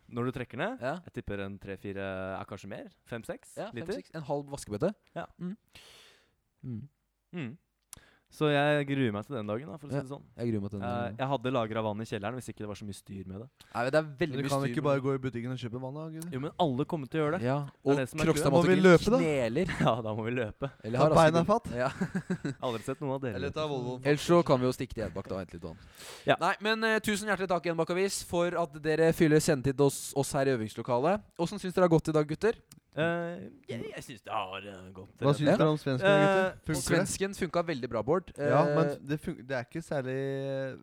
G: Når du trekker ned
B: Ja,
G: Jeg tipper en tre-fire, ja, kanskje mer. Fem-seks
B: ja
G: liter.
B: fem-seks? En halv vaskebøtte?
G: Ja.
B: Mm. Mm.
G: Mm. Så jeg gruer meg til den dagen, da, for å si
B: Ja.
G: det sånn.
B: Jeg gruer meg til den.
G: Eh, jeg hadde lagra vann i kjelleren hvis ikke det var så mye styr med det.
B: Nei, men det er
D: Men
B: veldig
D: du
B: mye
D: kan
B: styr
D: ikke
B: med-
D: bare gå i butikken og kjøpe vann, da? Gud.
G: Jo, men alle kommer til å gjøre det.
B: Ja,
G: er
B: og
G: det som er
B: Krokstad
D: clouet. Må
B: måtte
D: vi løpe, da?
B: kneler.
G: Ja, da må vi løpe.
B: Eller
D: Ta
B: har altså
D: beina
B: ikke-
D: fatt.
B: Ja.
G: Aldri sett noen av dere.
D: Eller
G: løpe.
D: ta Volvoen.
B: Ellers så kan vi jo stikke til Edbakk da og hente litt vann.
G: Ja.
B: Nei, men eh, Tusen hjertelig takk igjen, Bakkavis, for at dere fyller sendetid hos oss her i øvingslokalet. Åssen syns dere det har gått i dag, gutter?
G: Eh, jeg jeg syns det har eh, gått
D: Hva
G: eh,
D: syns dere om svenskene, gutter?
G: Eh,
D: Funker det?
B: Svensken funka veldig bra, Bård. Eh,
D: Ja, men det, fun det er ikke særlig eh,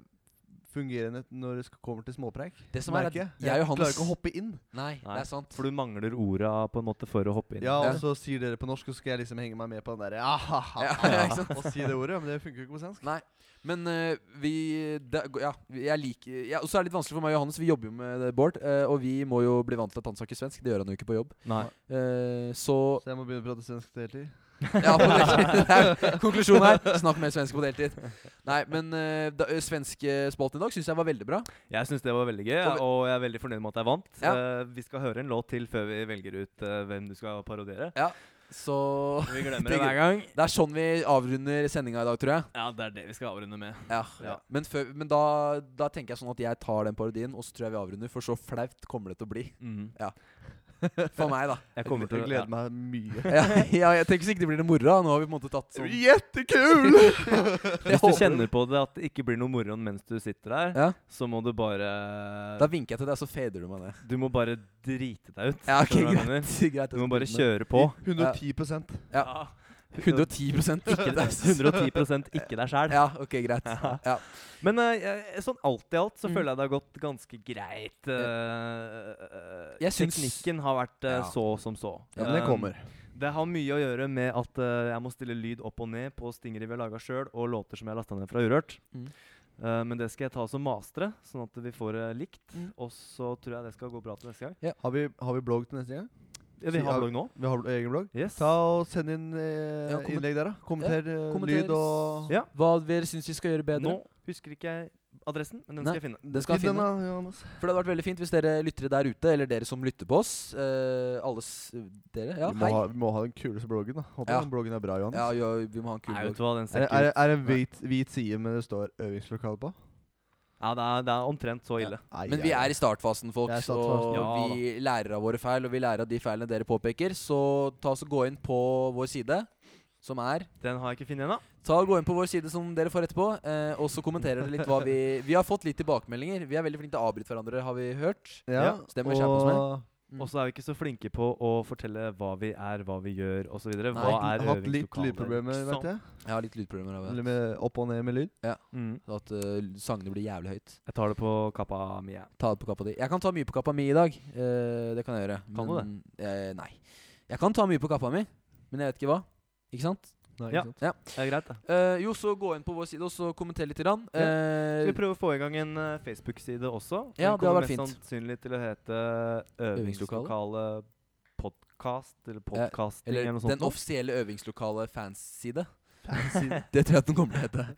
D: fungerende når det sk- kommer til småpreik.
B: Det som er at
D: Merker jeg.
B: jeg og Johannes-
D: klarer ikke å hoppe inn.
B: Nei,
G: Nei,
B: det er sant.
G: For du mangler orda på en måte for å hoppe inn.
D: Ja,
B: Ja.
D: og så sier dere på norsk, og så skal jeg liksom henge meg med på den derre ah,
B: Ja, ja, ikke sant?
D: Og si det ordet, men det funker jo ikke på svensk.
B: Nei. Men eh, vi det, Ja, vi- jeg liker ja, Og så er det litt vanskelig for meg og Johannes. Vi jobber jo med det, Bård, eh, og vi må jo bli vant til at han snakker svensk. Det gjør han jo ikke på jobb.
G: Nei.
B: Eh, så
D: Så jeg må begynne å prate svensk til heltid.
B: Ja, på deltid. Det er konklusjonen her. Snakk mer svensk på deltid. Nei, men eh, da, svenskespalten i dag syns jeg var veldig bra.
G: Jeg syns det var veldig gøy,
B: Og vi-
G: og jeg er veldig fornøyd med at jeg vant.
B: Ja.
G: Eh, vi skal høre en låt til før vi velger ut eh, hvem du skal parodiere.
B: Så
G: Vi glemmer
B: Det
G: det
B: er
G: hver gang.
B: Det er sånn vi avrunder sendinga i dag, tror jeg.
G: Ja, det er det vi skal avrunde med.
B: Ja.
G: Ja.
B: Men, før, men da, da tenker jeg sånn at jeg tar den parodien, og så tror jeg vi avrunder, for så flaut kommer det til å bli. For meg, da.
G: Mhm. Jeg kommer til å
D: Jeg gleder meg mye.
B: Ja, ja, jeg tenker sikkert det blir det moro. da. Nå har vi på en måte tatt sånn
D: Jettekul!
B: Jeg
G: Hvis du
B: håper-
G: kjenner på det at det ikke blir noe moro mens du sitter der,
B: Ja.
G: så må du bare
B: Da vinker jeg til deg, så fader du meg ned.
G: Du må bare drite deg ut.
B: Ja, ok,
G: skjønner du hva jeg
B: greit.
G: mener?
B: greit
G: Du må bare kjøre på.
D: 110
B: Ja. 110 ikke det.
G: 110 ikke deg sjæl.
B: Ja, ok, greit. Ja.
G: Men eh, jeg- sånn alt i alt så
B: Mm.
G: føler jeg det har gått ganske greit. eh,
B: Jeg syns-
G: Teknikken har vært eh,
B: Ja.
G: så som så.
B: Ja,
D: men det
G: Um,
D: kommer.
G: Det har mye å gjøre med at eh, jeg må stille lyd opp og ned på stingere vi har laga sjøl, og låter som jeg har lasta ned fra Urørt.
B: Mm.
G: Eh, men det skal jeg ta som mastere, sånn at vi får det likt.
B: Mm.
G: Og så tror jeg det skal gå bra til neste gang.
D: Har vi, har vi blogg til neste gang?
G: Ja, vi
D: Så
G: har blogg
D: jeg-
G: nå.
D: Vi har egen blogg?
G: Yes.
D: Ta og Send inn eh,
B: Ja, kommen-
D: innlegg der, da. Kommenter, eh,
B: kommenter.
D: lyd og
G: Ja.
B: Hva dere syns vi skal gjøre bedre?
G: Nå husker ikke jeg adressen, men den
B: Nei.
G: skal jeg finne.
B: Det skal
D: Gi
B: jeg
D: den
B: finne.
D: da, Johannes.
B: For det hadde vært veldig fint hvis dere lyttere der ute, eller dere som lytter på oss eh, Alle s- dere. Ja,
D: vi, må
B: hei.
D: ha, vi må ha den kuleste bloggen. da Håper
B: Ja.
D: den bloggen er bra, Johannes.
B: Ja, ja, vi må ha en kul
G: Nei, vet
B: dag.
G: du hva, den
D: Er,
G: ser
D: det- er,
G: ikke
D: det-
G: ut.
D: er det en hvit, hvit side med det står øvingslokale på?
G: Ja, det er, det er omtrent så ille.
D: Nei,
B: Men vi er i startfasen,
D: Det
B: folk,
D: er
B: så
D: startfasen.
G: Ja,
B: vi lærer av våre feil, og vi lærer av de feilene dere påpeker. Så ta oss og gå inn på vår side, som er
G: Den har jeg ikke funnet ennå.
B: Ta og Gå inn på vår side som dere får etterpå, eh, og så kommenterer dere litt hva vi Vi har fått litt tilbakemeldinger. Vi er veldig flinke til å avbryte hverandre, har vi hørt.
D: ja.
B: Så det må vi skjerpe oss med.
D: og
B: Mm.
G: Og så er vi ikke så flinke på å fortelle hva vi er, hva vi gjør osv.
B: Nei,
G: Hva er
D: Hatt litt
G: øvingslokalet?
D: lydproblemer,
C: Sant.
D: vet jeg.
B: Jeg har litt lydproblemer. av
D: Eller
B: det.
D: med opp og ned med lyd.
G: Mm.
B: At eh, sangene blir jævlig høyt.
G: Jeg tar det på kappa mi. jeg.
B: Ta det på kappa di. Jeg kan ta mye på kappa mi i dag. eh, det kan jeg gjøre.
G: Kan du det?
B: det? nei. Jeg kan ta mye på kappa mi, men jeg vet ikke hva. Ikke sant?
D: Nei,
G: Ja.
D: ikke sant?
G: Det er greit, det.
B: Eh, jo, så gå inn på vår side og så kommenter litt. Grann.
G: Ja.
B: Eh,
G: Skal vi prøve å få i gang en eh, Facebook-side også? Den
B: Ja, det
G: kommer
B: hadde vært fint.
G: Mest sannsynlig til å hete eh,
B: Øvingslokale.
G: Øvingslokale podcast, eller podcasting, eller,
B: eller
G: noe sånt.
B: den
G: noe.
B: offisielle øvingslokale fans-side.
D: Fancy.
B: Det tror jeg at den kommer til å hete.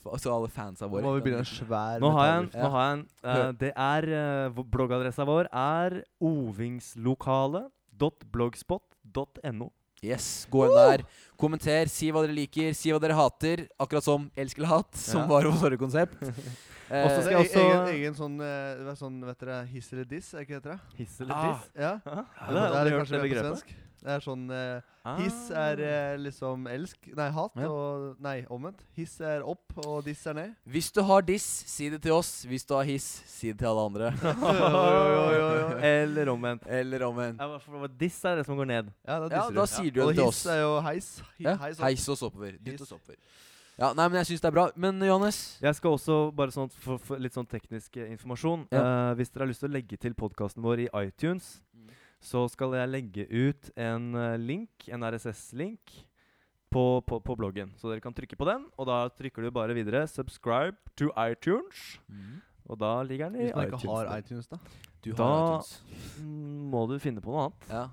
B: For- Altså alle fansa
D: Nå
B: våre.
D: må vi begynne en svær
G: Nå har jeg en. Nå
D: metallgruppe.
B: Ja.
G: har jeg en Eh, det er eh, vår- Bloggadressa vår er ovingslokale.blogspot.no.
B: Yes, Gå inn der, kommenter, si hva dere liker, si hva dere hater. Akkurat som Elsk eller hat, som
G: Ja.
B: var vårt forrige konsept. Eh,
G: Og så
D: Det
G: skal
D: er
G: jeg
D: egen,
G: også
D: egen sånn, eh, hva er sånn Vet dere hiss eller diss? Er det ikke det det heter?
G: Hiss eller
B: Ah.
G: tiss?
D: Ja.
G: Hæ?
D: Ja,
G: Det har jeg
D: det
G: aldri
D: er
G: hørt
D: kanskje
G: det
D: det på
G: begrepet.
D: svensk. Det er sånn eh,
G: Ah.
D: Hiss er eh, liksom elsk, nei, hat,
B: Ja.
D: og nei, omvendt. Hiss er opp, og diss er ned.
B: Hvis du har diss, si det til oss. Hvis du har hiss, si det til alle andre.
G: Eller omvendt.
B: Eller omvendt.
G: Ja, hva- for- hva- Diss er det som går ned.
D: Ja, da
B: Ja,
D: disser
B: da
D: du.
B: sier du
D: og
B: det til oss.
D: hiss er jo heis. Hi,
B: Ja,
D: heis opp.
B: Heis og såpover. Dytt og
D: Hiss.
B: såpover. Ja, nei, men jeg syns det er bra. Men Johannes
G: Jeg skal også, bare sånn for, for litt sånn teknisk eh, informasjon eh, Hvis dere har lyst til å legge til podkasten vår i iTunes,
B: Mm.
G: så skal jeg legge ut en eh, link, en RSS-link, på, på, på bloggen. Så dere kan trykke på den, og da trykker du bare videre 'subscribe to iTunes', og da ligger den i
D: Hvis man
G: iTunes.
D: ikke har iTunes, da.
B: Du har
G: Da-
B: iTunes.
G: Mm, Må du finne på noe annet.
B: Ja.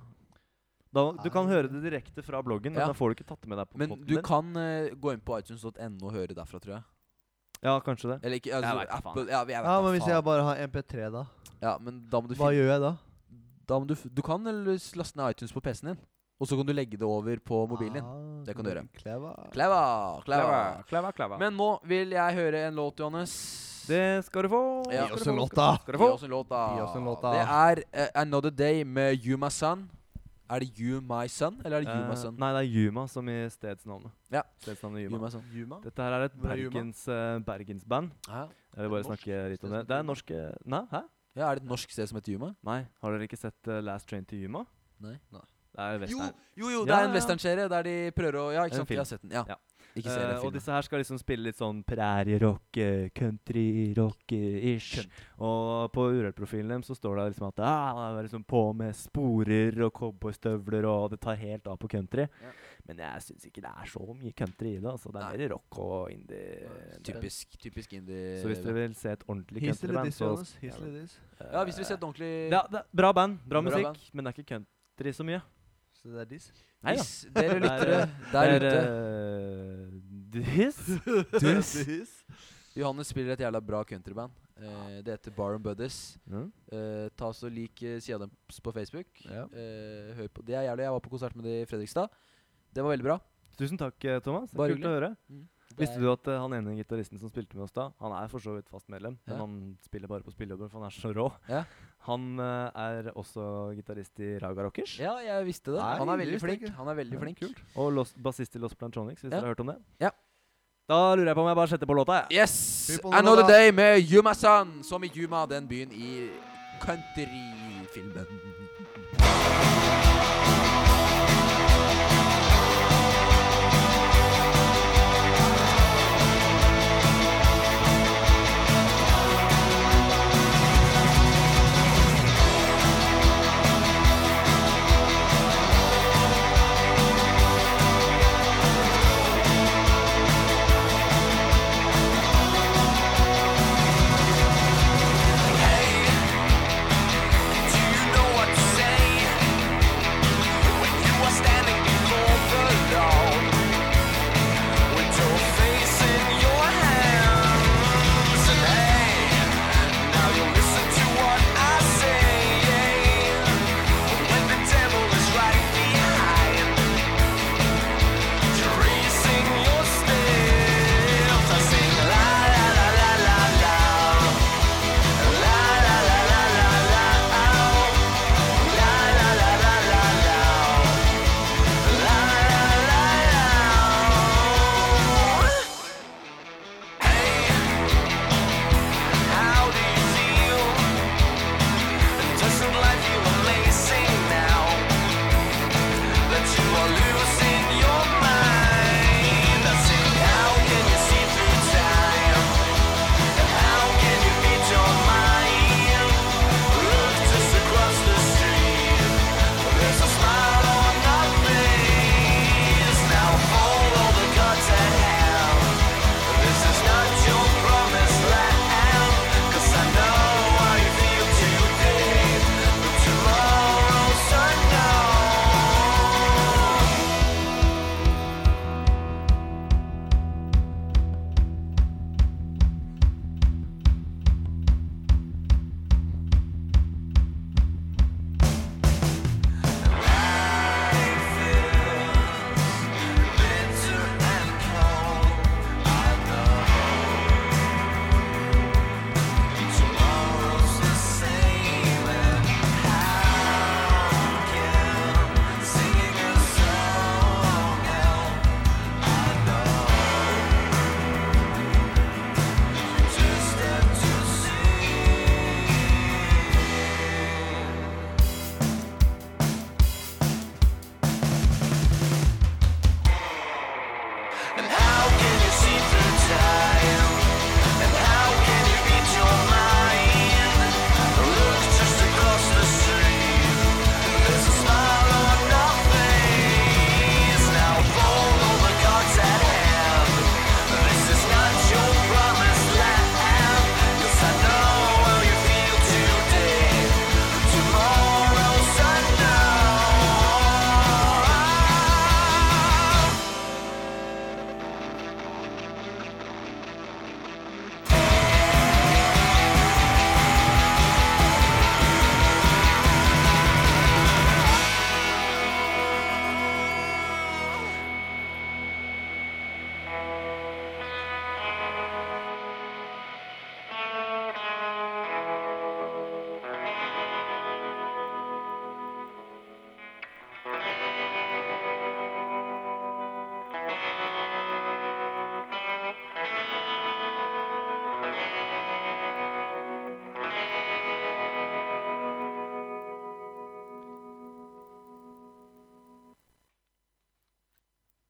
G: Da, du kan
D: Ah.
G: høre det direkte fra bloggen, men
B: Ja.
G: da får du ikke tatt det med deg på
B: Men
G: potten
B: du
G: din.
B: kan eh, gå inn på iTunes.no og høre derfra, tror jeg.
G: Ja, kanskje det.
B: Eller ikke altså,
G: vet da faen.
B: Apple ja, jeg vet
D: Ja,
B: da
D: Men hvis
B: faen.
D: jeg bare har MP3, da?
B: Ja, men da må du
D: Hva
B: finne
D: gjør jeg da?
B: da må du, f- du kan eller s- laste ned iTunes på PC-en din, og så kan du legge det over på mobilen din.
D: Ah,
B: Det kan du gjøre.
D: clever.
B: Clever, clever.
G: Kleva, kleva.
B: Men nå vil jeg høre en låt, Johannes.
G: det skal du få.
B: Ja.
D: Gi oss en låt, da!
G: Skal du
B: Gi
G: få.
B: oss en låt, da.
D: Gi oss en låt, da.
B: Det er eh, Another Day med You My Son. Er det You My Son, eller er det You
G: Eh,
B: My Son?
G: nei, det er Yuma som i stedsnavnet.
B: Ja.
G: Stedsnavnet
B: You
G: Yuma.
B: My Son.
D: Juma?
G: Dette her er et
D: Hvor er Yuma?
G: Bergens, eh, Bergensband.
B: Ja.
G: Jeg vil bare
D: Norsk
G: snakke litt om det.
D: stedsnavn.
G: Det er norske Nei, hæ?
B: ja, er det et norsk sted som heter Yuma?
G: Nei. Har dere ikke sett eh, Last Train to Yuma?
B: Nei.
G: Det er
B: Jo,
G: western.
B: jo, jo, det
G: Ja,
B: er en
G: ja.
B: westernserie der de prøver å Ja,
G: En
B: ikke sant?
G: film.
B: Jeg har sett den. Ja.
G: Ja.
B: Ikke
G: Eh,
B: serie,
G: og
B: film.
G: disse her skal liksom spille litt sånn prærierock, eh, countryrock eh, ish. Og på Urørt-profilen dem så står det liksom at ah, det er liksom på med sporer og cowboystøvler, og det tar helt av på country.
B: Ja.
G: Men jeg syns ikke det er så mye country i det. altså. Det
B: Nei.
G: er mer rock og indie.
B: Typisk, typisk indie.
G: Så hvis dere vil se et ordentlig
D: Hiss eller
G: countryband,
D: diss,
G: så
D: Johannes? Hiss eller diss?
B: Ja, hvis dere vil se et ordentlig
G: ja, det er Bra band, bra,
B: Bra
G: musikk,
B: band.
G: men det er ikke country så mye.
D: Så det er diss?
G: Nei da.
B: Hvis dere
G: Det er,
B: lyttere
G: eh,
B: der ute
G: ute. Hiss?
B: Diss. Johannes spiller et jævla bra countryband. Eh, det heter Bar and Buddies.
G: Mm.
B: Eh, ta så Lik eh, sida deres på Facebook.
D: Ja.
B: Eh, hør på. Det er jævlig. Jeg var på konsert med det i Fredrikstad. Det var veldig bra.
G: Tusen takk, eh, Thomas.
B: Bare Mm.
G: Kult å høre. Visste
B: Det
G: du at eh, han ene gitaristen som spilte med oss da, han er for så vidt fast medlem,
B: Ja.
G: men han spiller bare på spillejobben, for han er så rå.
B: Ja.
G: Han eh, er også gitarist i Raga Rockers,
B: er- Ja, jeg visste det.
D: Nei,
B: Han er
D: det
B: veldig
D: visste jeg
B: flink.
D: ikke.
B: Han er veldig
D: Ja,
B: flink.
D: kult.
G: og los, bassist i Los Plantronics, hvis
B: Ja.
G: dere har hørt om det.
B: Ja.
G: Da lurer jeg på om jeg bare setter på låta, jeg.
B: Yes!
D: Hør på den
B: Another
D: da.
B: Day med Yuma-san, som i Yuma, den byen i countryfilmen.
F: Do you know what's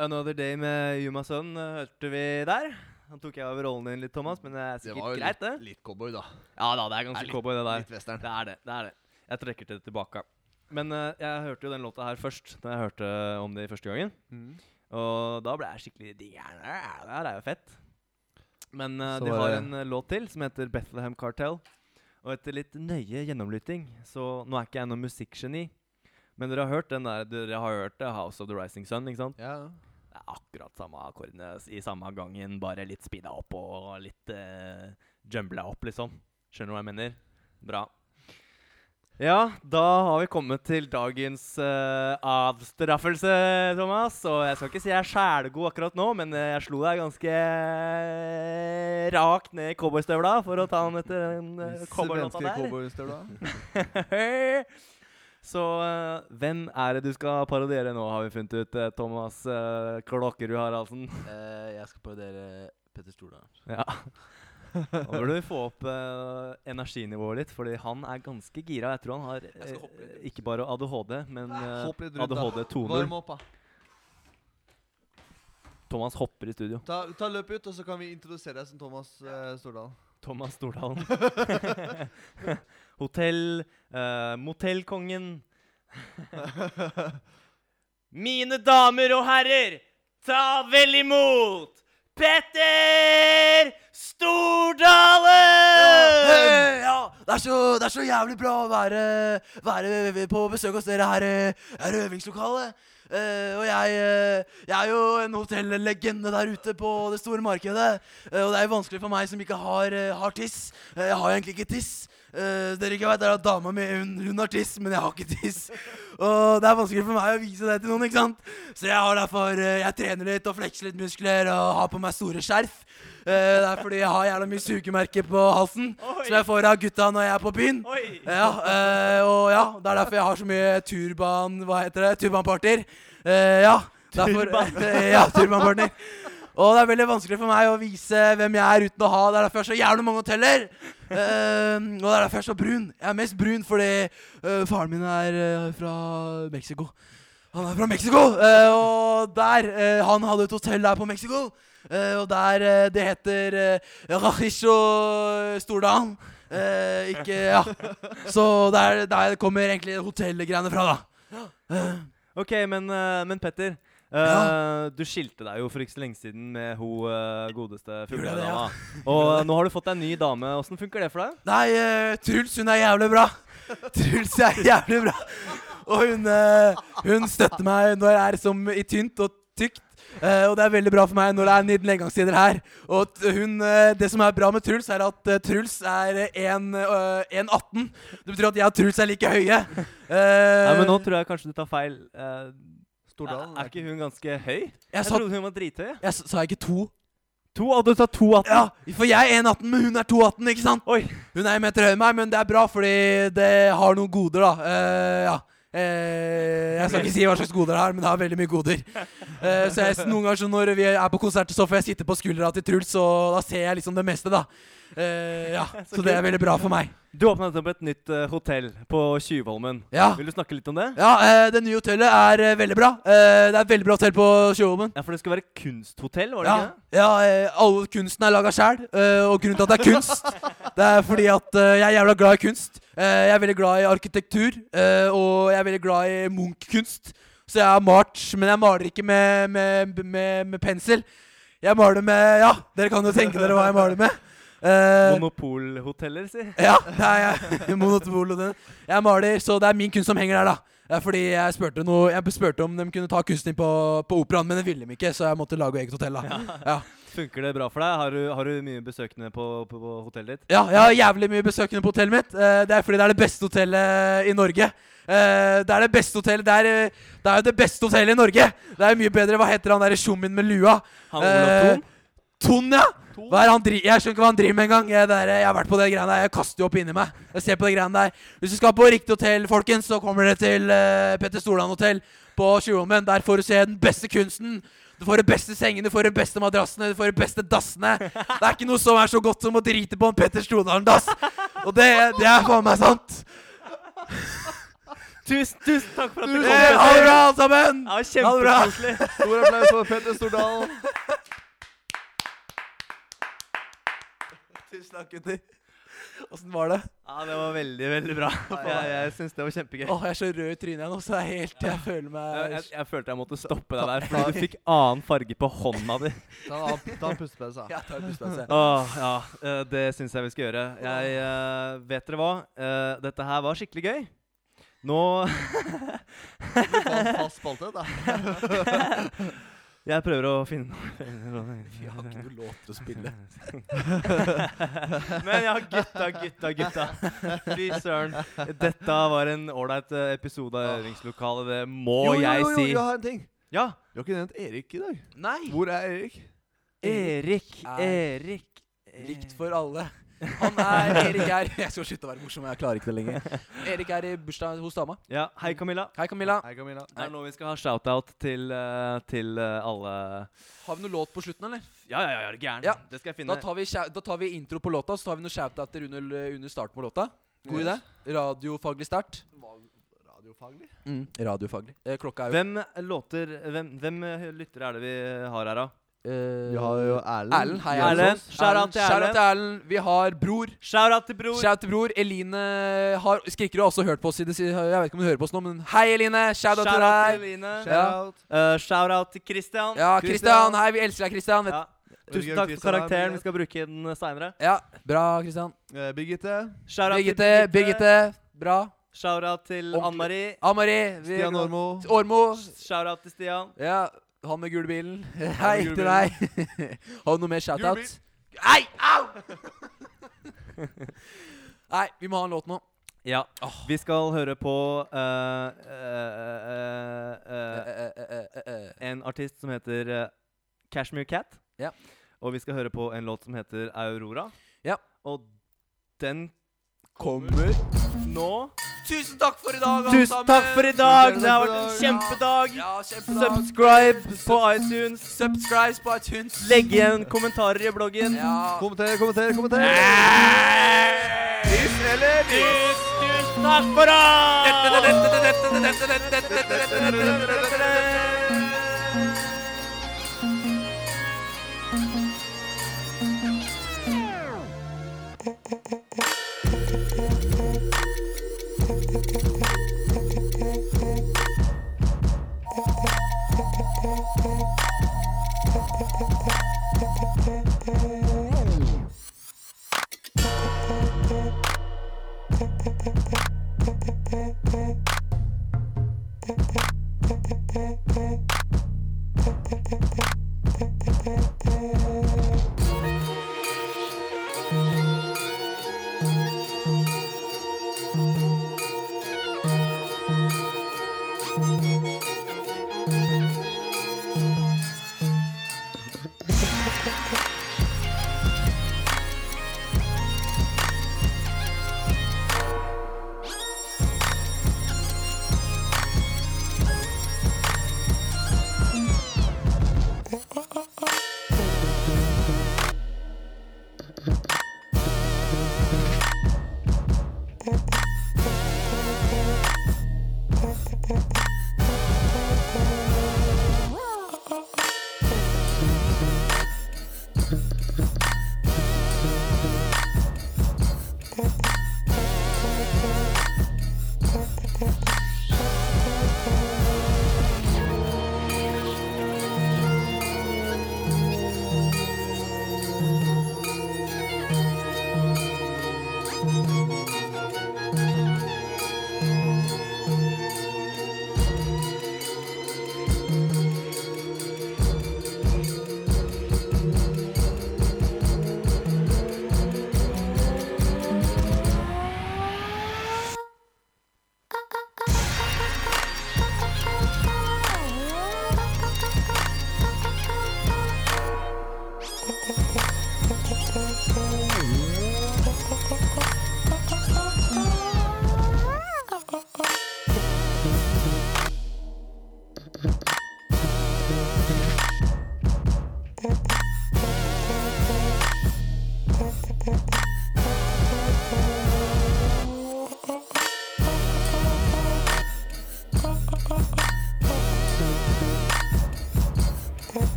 G: Another Day med Yuma Sun eh, hørte vi der. Han tok jeg over rollen din litt, Thomas, men det er
B: Det
G: sikkert
B: var jo
G: greit, det.
B: litt, litt cowboy, da.
G: Ja da, det er
B: Det er
G: ganske
B: litt-
G: cowboy, det der.
B: Litt western.
G: Det er det. det er det. Jeg trekker det tilbake. Men eh, jeg hørte jo den låta her først, da jeg hørte om det første gangen.
B: Mm.
G: Og da ble jeg skikkelig digger'n. Det her er jo fett. Men eh,
B: Så
G: de
B: var
G: har
B: det-
G: en eh, låt til som heter Bethlehem Cartel. Og etter litt nøye gjennomlytting, så nå er ikke jeg noe musikkgeni, men dere har hørt den der Dere har hørt det, House of the Rising Sun, ikke sant?
B: Ja.
G: Det er akkurat samme akkordene s- i samme gangen, bare litt speeda opp og litt uh, jumbla opp, liksom. Skjønner du hva jeg mener? Bra. Ja, da har vi kommet til dagens eh, avstraffelse, Thomas. Og jeg skal ikke si jeg er sjælgod akkurat nå, men eh, jeg slo deg ganske eh, rakt ned i cowboystøvla for å ta den etter den eh, cowboylåta
D: Svenske
G: der.
D: cowboystøvla.
G: Så eh, hvem er det du skal parodiere nå, har vi funnet ut, eh, Thomas uh, Klokkerud Haraldsen?
B: jeg skal parodiere Petter Stordalen.
G: Ja. Da bør du få opp eh, energinivået litt, fordi han er ganske gira. Jeg tror han har eh,
A: skal hoppe litt rundt.
G: ikke bare ADHD, men eh,
D: Hopp litt rundt, da.
G: ADHD 2.0.
D: Varm opp, da.
G: Thomas hopper i studio.
D: Ta, ta løp ut, og så kan vi introdusere deg som Thomas eh, Stordalen.
G: Thomas Stordalen. Hotell, eh, motellkongen. Mine damer og herrer, ta vel imot Petter Stordalen!
B: Ja, det er, så, det er så jævlig bra å være, være på besøk hos dere her i øvingslokalet. Eh, og jeg, eh, jeg er jo en hotellegende der ute på det store markedet. Eh, og det er jo vanskelig for meg som ikke har, eh, har tiss. Eh, jeg har jo egentlig ikke tiss. Eh, dere ikke vet, det er at dama mi hun, hun har tiss, men jeg har ikke tiss. Og det er vanskelig for meg å vise det til noen, ikke sant? Så jeg har derfor eh, Jeg trener litt og flekser litt muskler og har på meg store skjerf. Eh, det er fordi jeg har jævla mye sugemerker på halsen
C: Oi.
B: som jeg får av gutta når jeg er på byen.
C: Oi!
B: Ja, eh, og ja, det er derfor jeg har så mye turban... Hva heter det? Turbanpartner. Eh, ja, derfor,
C: Turban.
B: ja, turbanpartner. Og det er veldig vanskelig for meg å vise hvem jeg er uten å ha. Det er derfor jeg har så jævlig mange hoteller. Eh, og det er derfor jeg er så brun. Jeg er mest brun fordi eh, faren min er eh, fra Mexico. Han er fra Mexico, eh, og der eh, Han hadde et hotell der på Mexico. eh, og der eh, Det heter uh, Rajicho Stordalen. Eh, ikke Ja. Så det er der kommer egentlig hotellgreiene fra, da.
G: Ok, men, eh, men Petter, eh,
B: Ja.
G: du skilte deg jo for ikke så lenge siden med hun eh, godeste
B: Gjorde jeg det,
G: fugledama. Og eh, nå har du fått deg en ny dame. Åssen funker det for deg?
B: Nei, eh, Truls, hun er jævlig bra. Truls er jævlig bra. Og hun, eh, hun støtter meg når jeg er som i tynt og tykt. Eh, og det er veldig bra for meg når det er niden nedgangstider her. Og t hun, eh, det som er bra med Truls, er at eh, Truls er eh, en, eh, 1,18. Det betyr at jeg og Truls er like høye.
G: Nei,
B: Eh,
G: men Nå tror jeg kanskje du tar feil. Eh,
D: Stordalen.
G: er ikke hun ganske høy?
B: jeg
G: Jeg
B: sa,
G: trodde hun var drithøy.
B: jeg, s- sa jeg ikke to?
G: To, og du tar to at
B: Ja, for jeg er 1,18, men hun er 2,18, ikke sant?
G: Oi.
B: Hun er en meter høyere enn meg, men det er bra, fordi det har noen goder, da. Eh, ja. Eh, jeg skal ikke si hva slags goder det er, men det har veldig mye goder. Eh, så jeg, noen ganger så når vi er på konserter, så får jeg sitte på skuldra til Truls, og da ser jeg liksom det meste, da. Eh, ja, Så det er veldig bra for meg.
G: Du åpna nettopp et nytt eh, hotell på Tjuvholmen.
B: Ja,
G: Vil du snakke litt om det?
B: ja eh, det nye hotellet er eh, veldig bra. Eh, det er et veldig bra hotell på Sjøholmen.
G: Ja, for det skal være kunsthotell, var det
B: Ja,
G: ikke det?
B: ja eh, all kunsten er laga sjæl, eh, og grunnen til at det er kunst, det er fordi at eh, jeg er jævla glad i kunst. Eh, jeg er veldig glad i arkitektur, eh, og jeg er veldig glad i Munch-kunst. Så jeg har malt, men jeg maler ikke med, med, med, med pensel. Jeg maler med Ja, dere kan jo tenke dere hva jeg maler med. Eh,
G: Monopolhoteller, si.
B: ja, det er jeg. Monopol og den. Jeg maler, så det er min kunst som henger der, da. Det er fordi jeg spurte, noe, jeg spurte om de kunne ta kunsten din på, på operaen, men det ville de ikke, så jeg måtte lage eget hotell, da. Ja.
G: Funker det bra for deg? Har du, har du mye besøkende på, på, på hotellet ditt?
B: Ja, jeg har jævlig mye besøkende på hotellet mitt. Eh, det er fordi det er det beste hotellet i Norge. Eh, det er det beste hotellet Det er, eh, det er jo det beste hotellet i Norge! Det er jo mye bedre. Hva heter han derre tjommien med lua? Eh,
G: Han Olav Thon?
B: Ton, ja! Hva er han dri jeg skjønner ikke hva han driver med engang. Jeg, det er- jeg har vært på det greiene der. Jeg kaster jo opp inni meg. Jeg ser på det greiene der. Hvis du skal på riktig hotell, folkens, så kommer dere til eh, Petter Stordalen hotell på Tjuvholmen. Der får du se den beste kunsten. Du får de beste sengene, du får de beste madrassene, du får de beste dassene. Det er ikke noe som er så godt som å drite på en Petter Stordalen-dass. Og det, det er faen meg sant.
C: Tusen, tusen takk for at
B: Eh, Ha
C: dere
B: det
C: kom.
B: bra, alle sammen!
C: Ja,
B: Ha det bra.
C: kjempekoselig.
D: Stor applaus for Petter Stordalen.
B: Tusen takk, gutter. Åssen var det?
C: Ja, det var veldig, veldig bra.
G: Jeg, jeg syns det var kjempegøy.
B: Åh, jeg er så rød i trynet jeg nå, så det er helt Jeg føler
C: Jeg,
B: meg
C: jeg, jeg følte jeg måtte stoppe deg der, fordi du fikk annen farge på hånda di.
D: Ta en annen- ta en pustepause.
B: Jeg tar altså. en pustepause.
C: Åh,
G: Ja, eh, det syns jeg vi skal gjøre. Jeg eh, Vet dere hva? Eh, Dette her var skikkelig gøy. Nå
D: Du får en fast spalte, da.
G: Jeg prøver å finne
B: Vi har ikke noen låter å spille.
G: Men ja, gutta, gutta, gutta. Fy søren. Dette var en ålreit eh, episode av øvingslokalet, det må
D: jo, jo,
G: jeg
D: jo,
G: si.
D: jo, jeg har en ting.
G: Ja.
D: Vi har ikke nevnt Erik i dag.
B: Nei! Eh,
D: Hvor er Erik?
G: Erik, Erik
B: Likt for alle. Han er Erik er Jeg skal slutte å være morsom, jeg klarer ikke det lenger. Erik er i bursdag hos dama.
G: Ja, hei, Camilla.
B: Hei, Camilla.
D: Hei, Camilla.
G: Det er nå vi skal ha shout-out til, eh, til eh, alle
B: Har vi noe låt på slutten, eller?
G: Ja, ja, ja, er du gæren?
B: Ja.
G: Det skal jeg
B: Da
G: finne.
B: tar vi, sjau- da tar vi intro på låta, så tar vi noen shoutouter under, under starten på låta. God idé. Radiofaglig start.
D: Radiofaglig?
B: Mm. Radiofaglig. Eh, klokka er jo
G: Hvem låter Hvem, hvem eh, lyttere er det vi har her, da?
B: eh,
D: Vi har jo Erlend.
B: Erlend. Hei,
D: Gjelsås.
G: Erlend. Shout-out til
B: Shout-out
G: Erlend.
B: til Erlend. Vi har Bror.
G: Shout-out til bror.
B: Shout til bror. Eline har, Skrikerud har også hørt på oss. i det si- Jeg vet ikke om hun hører på oss nå, men hei, Eline! Shout-out til deg.
G: Eline.
D: Shout-out.
G: Eh, Shout-out til Christian.
B: Ja,
D: Christian.
B: Christian. Hei, vi elsker deg, Christian. Vet.
G: Ja. Tusen takk for karakteren. Vi skal bruke den eh, seinere.
B: Ja. Bra, Christian.
D: Eh, Birgitte.
B: Birgitte. Birgitte. Bra.
G: Shout-out til
B: Ordentlig.
G: Ann Marie.
B: Amari. vi-
D: Stian Ormo.
B: Ormo.
G: Shout-out til Stian.
B: Ja, han med gule bilen. Hei
D: gule
B: til deg. Har du noe mer
D: Gul
B: shout-out? Nei, au! Nei, vi må ha en låt nå.
G: Ja.
B: Åh.
G: Vi skal høre på eh, eh, eh, eh,
B: Eh, eh, eh, eh, eh.
G: en artist som heter eh, Cashmere Cat.
B: Ja.
G: Og vi skal høre på en låt som heter Aurora.
B: Ja.
G: Og den
B: Kommer.
G: nå
B: Tusen takk for i dag, alle
G: Tusen takk for i dag! Det har vært en
D: Tusen takk
G: kjempedag.
B: Ja, kjempedag.
G: Subscribe på iTunes.
B: Subscribes på iTunes.
G: Legg igjen kommentarer i bloggen.
B: Ja.
D: Kommenter, kommenter, kommenter.
G: Tusen eller tusen, tusen takk for oss!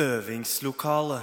A: Øvingslokale.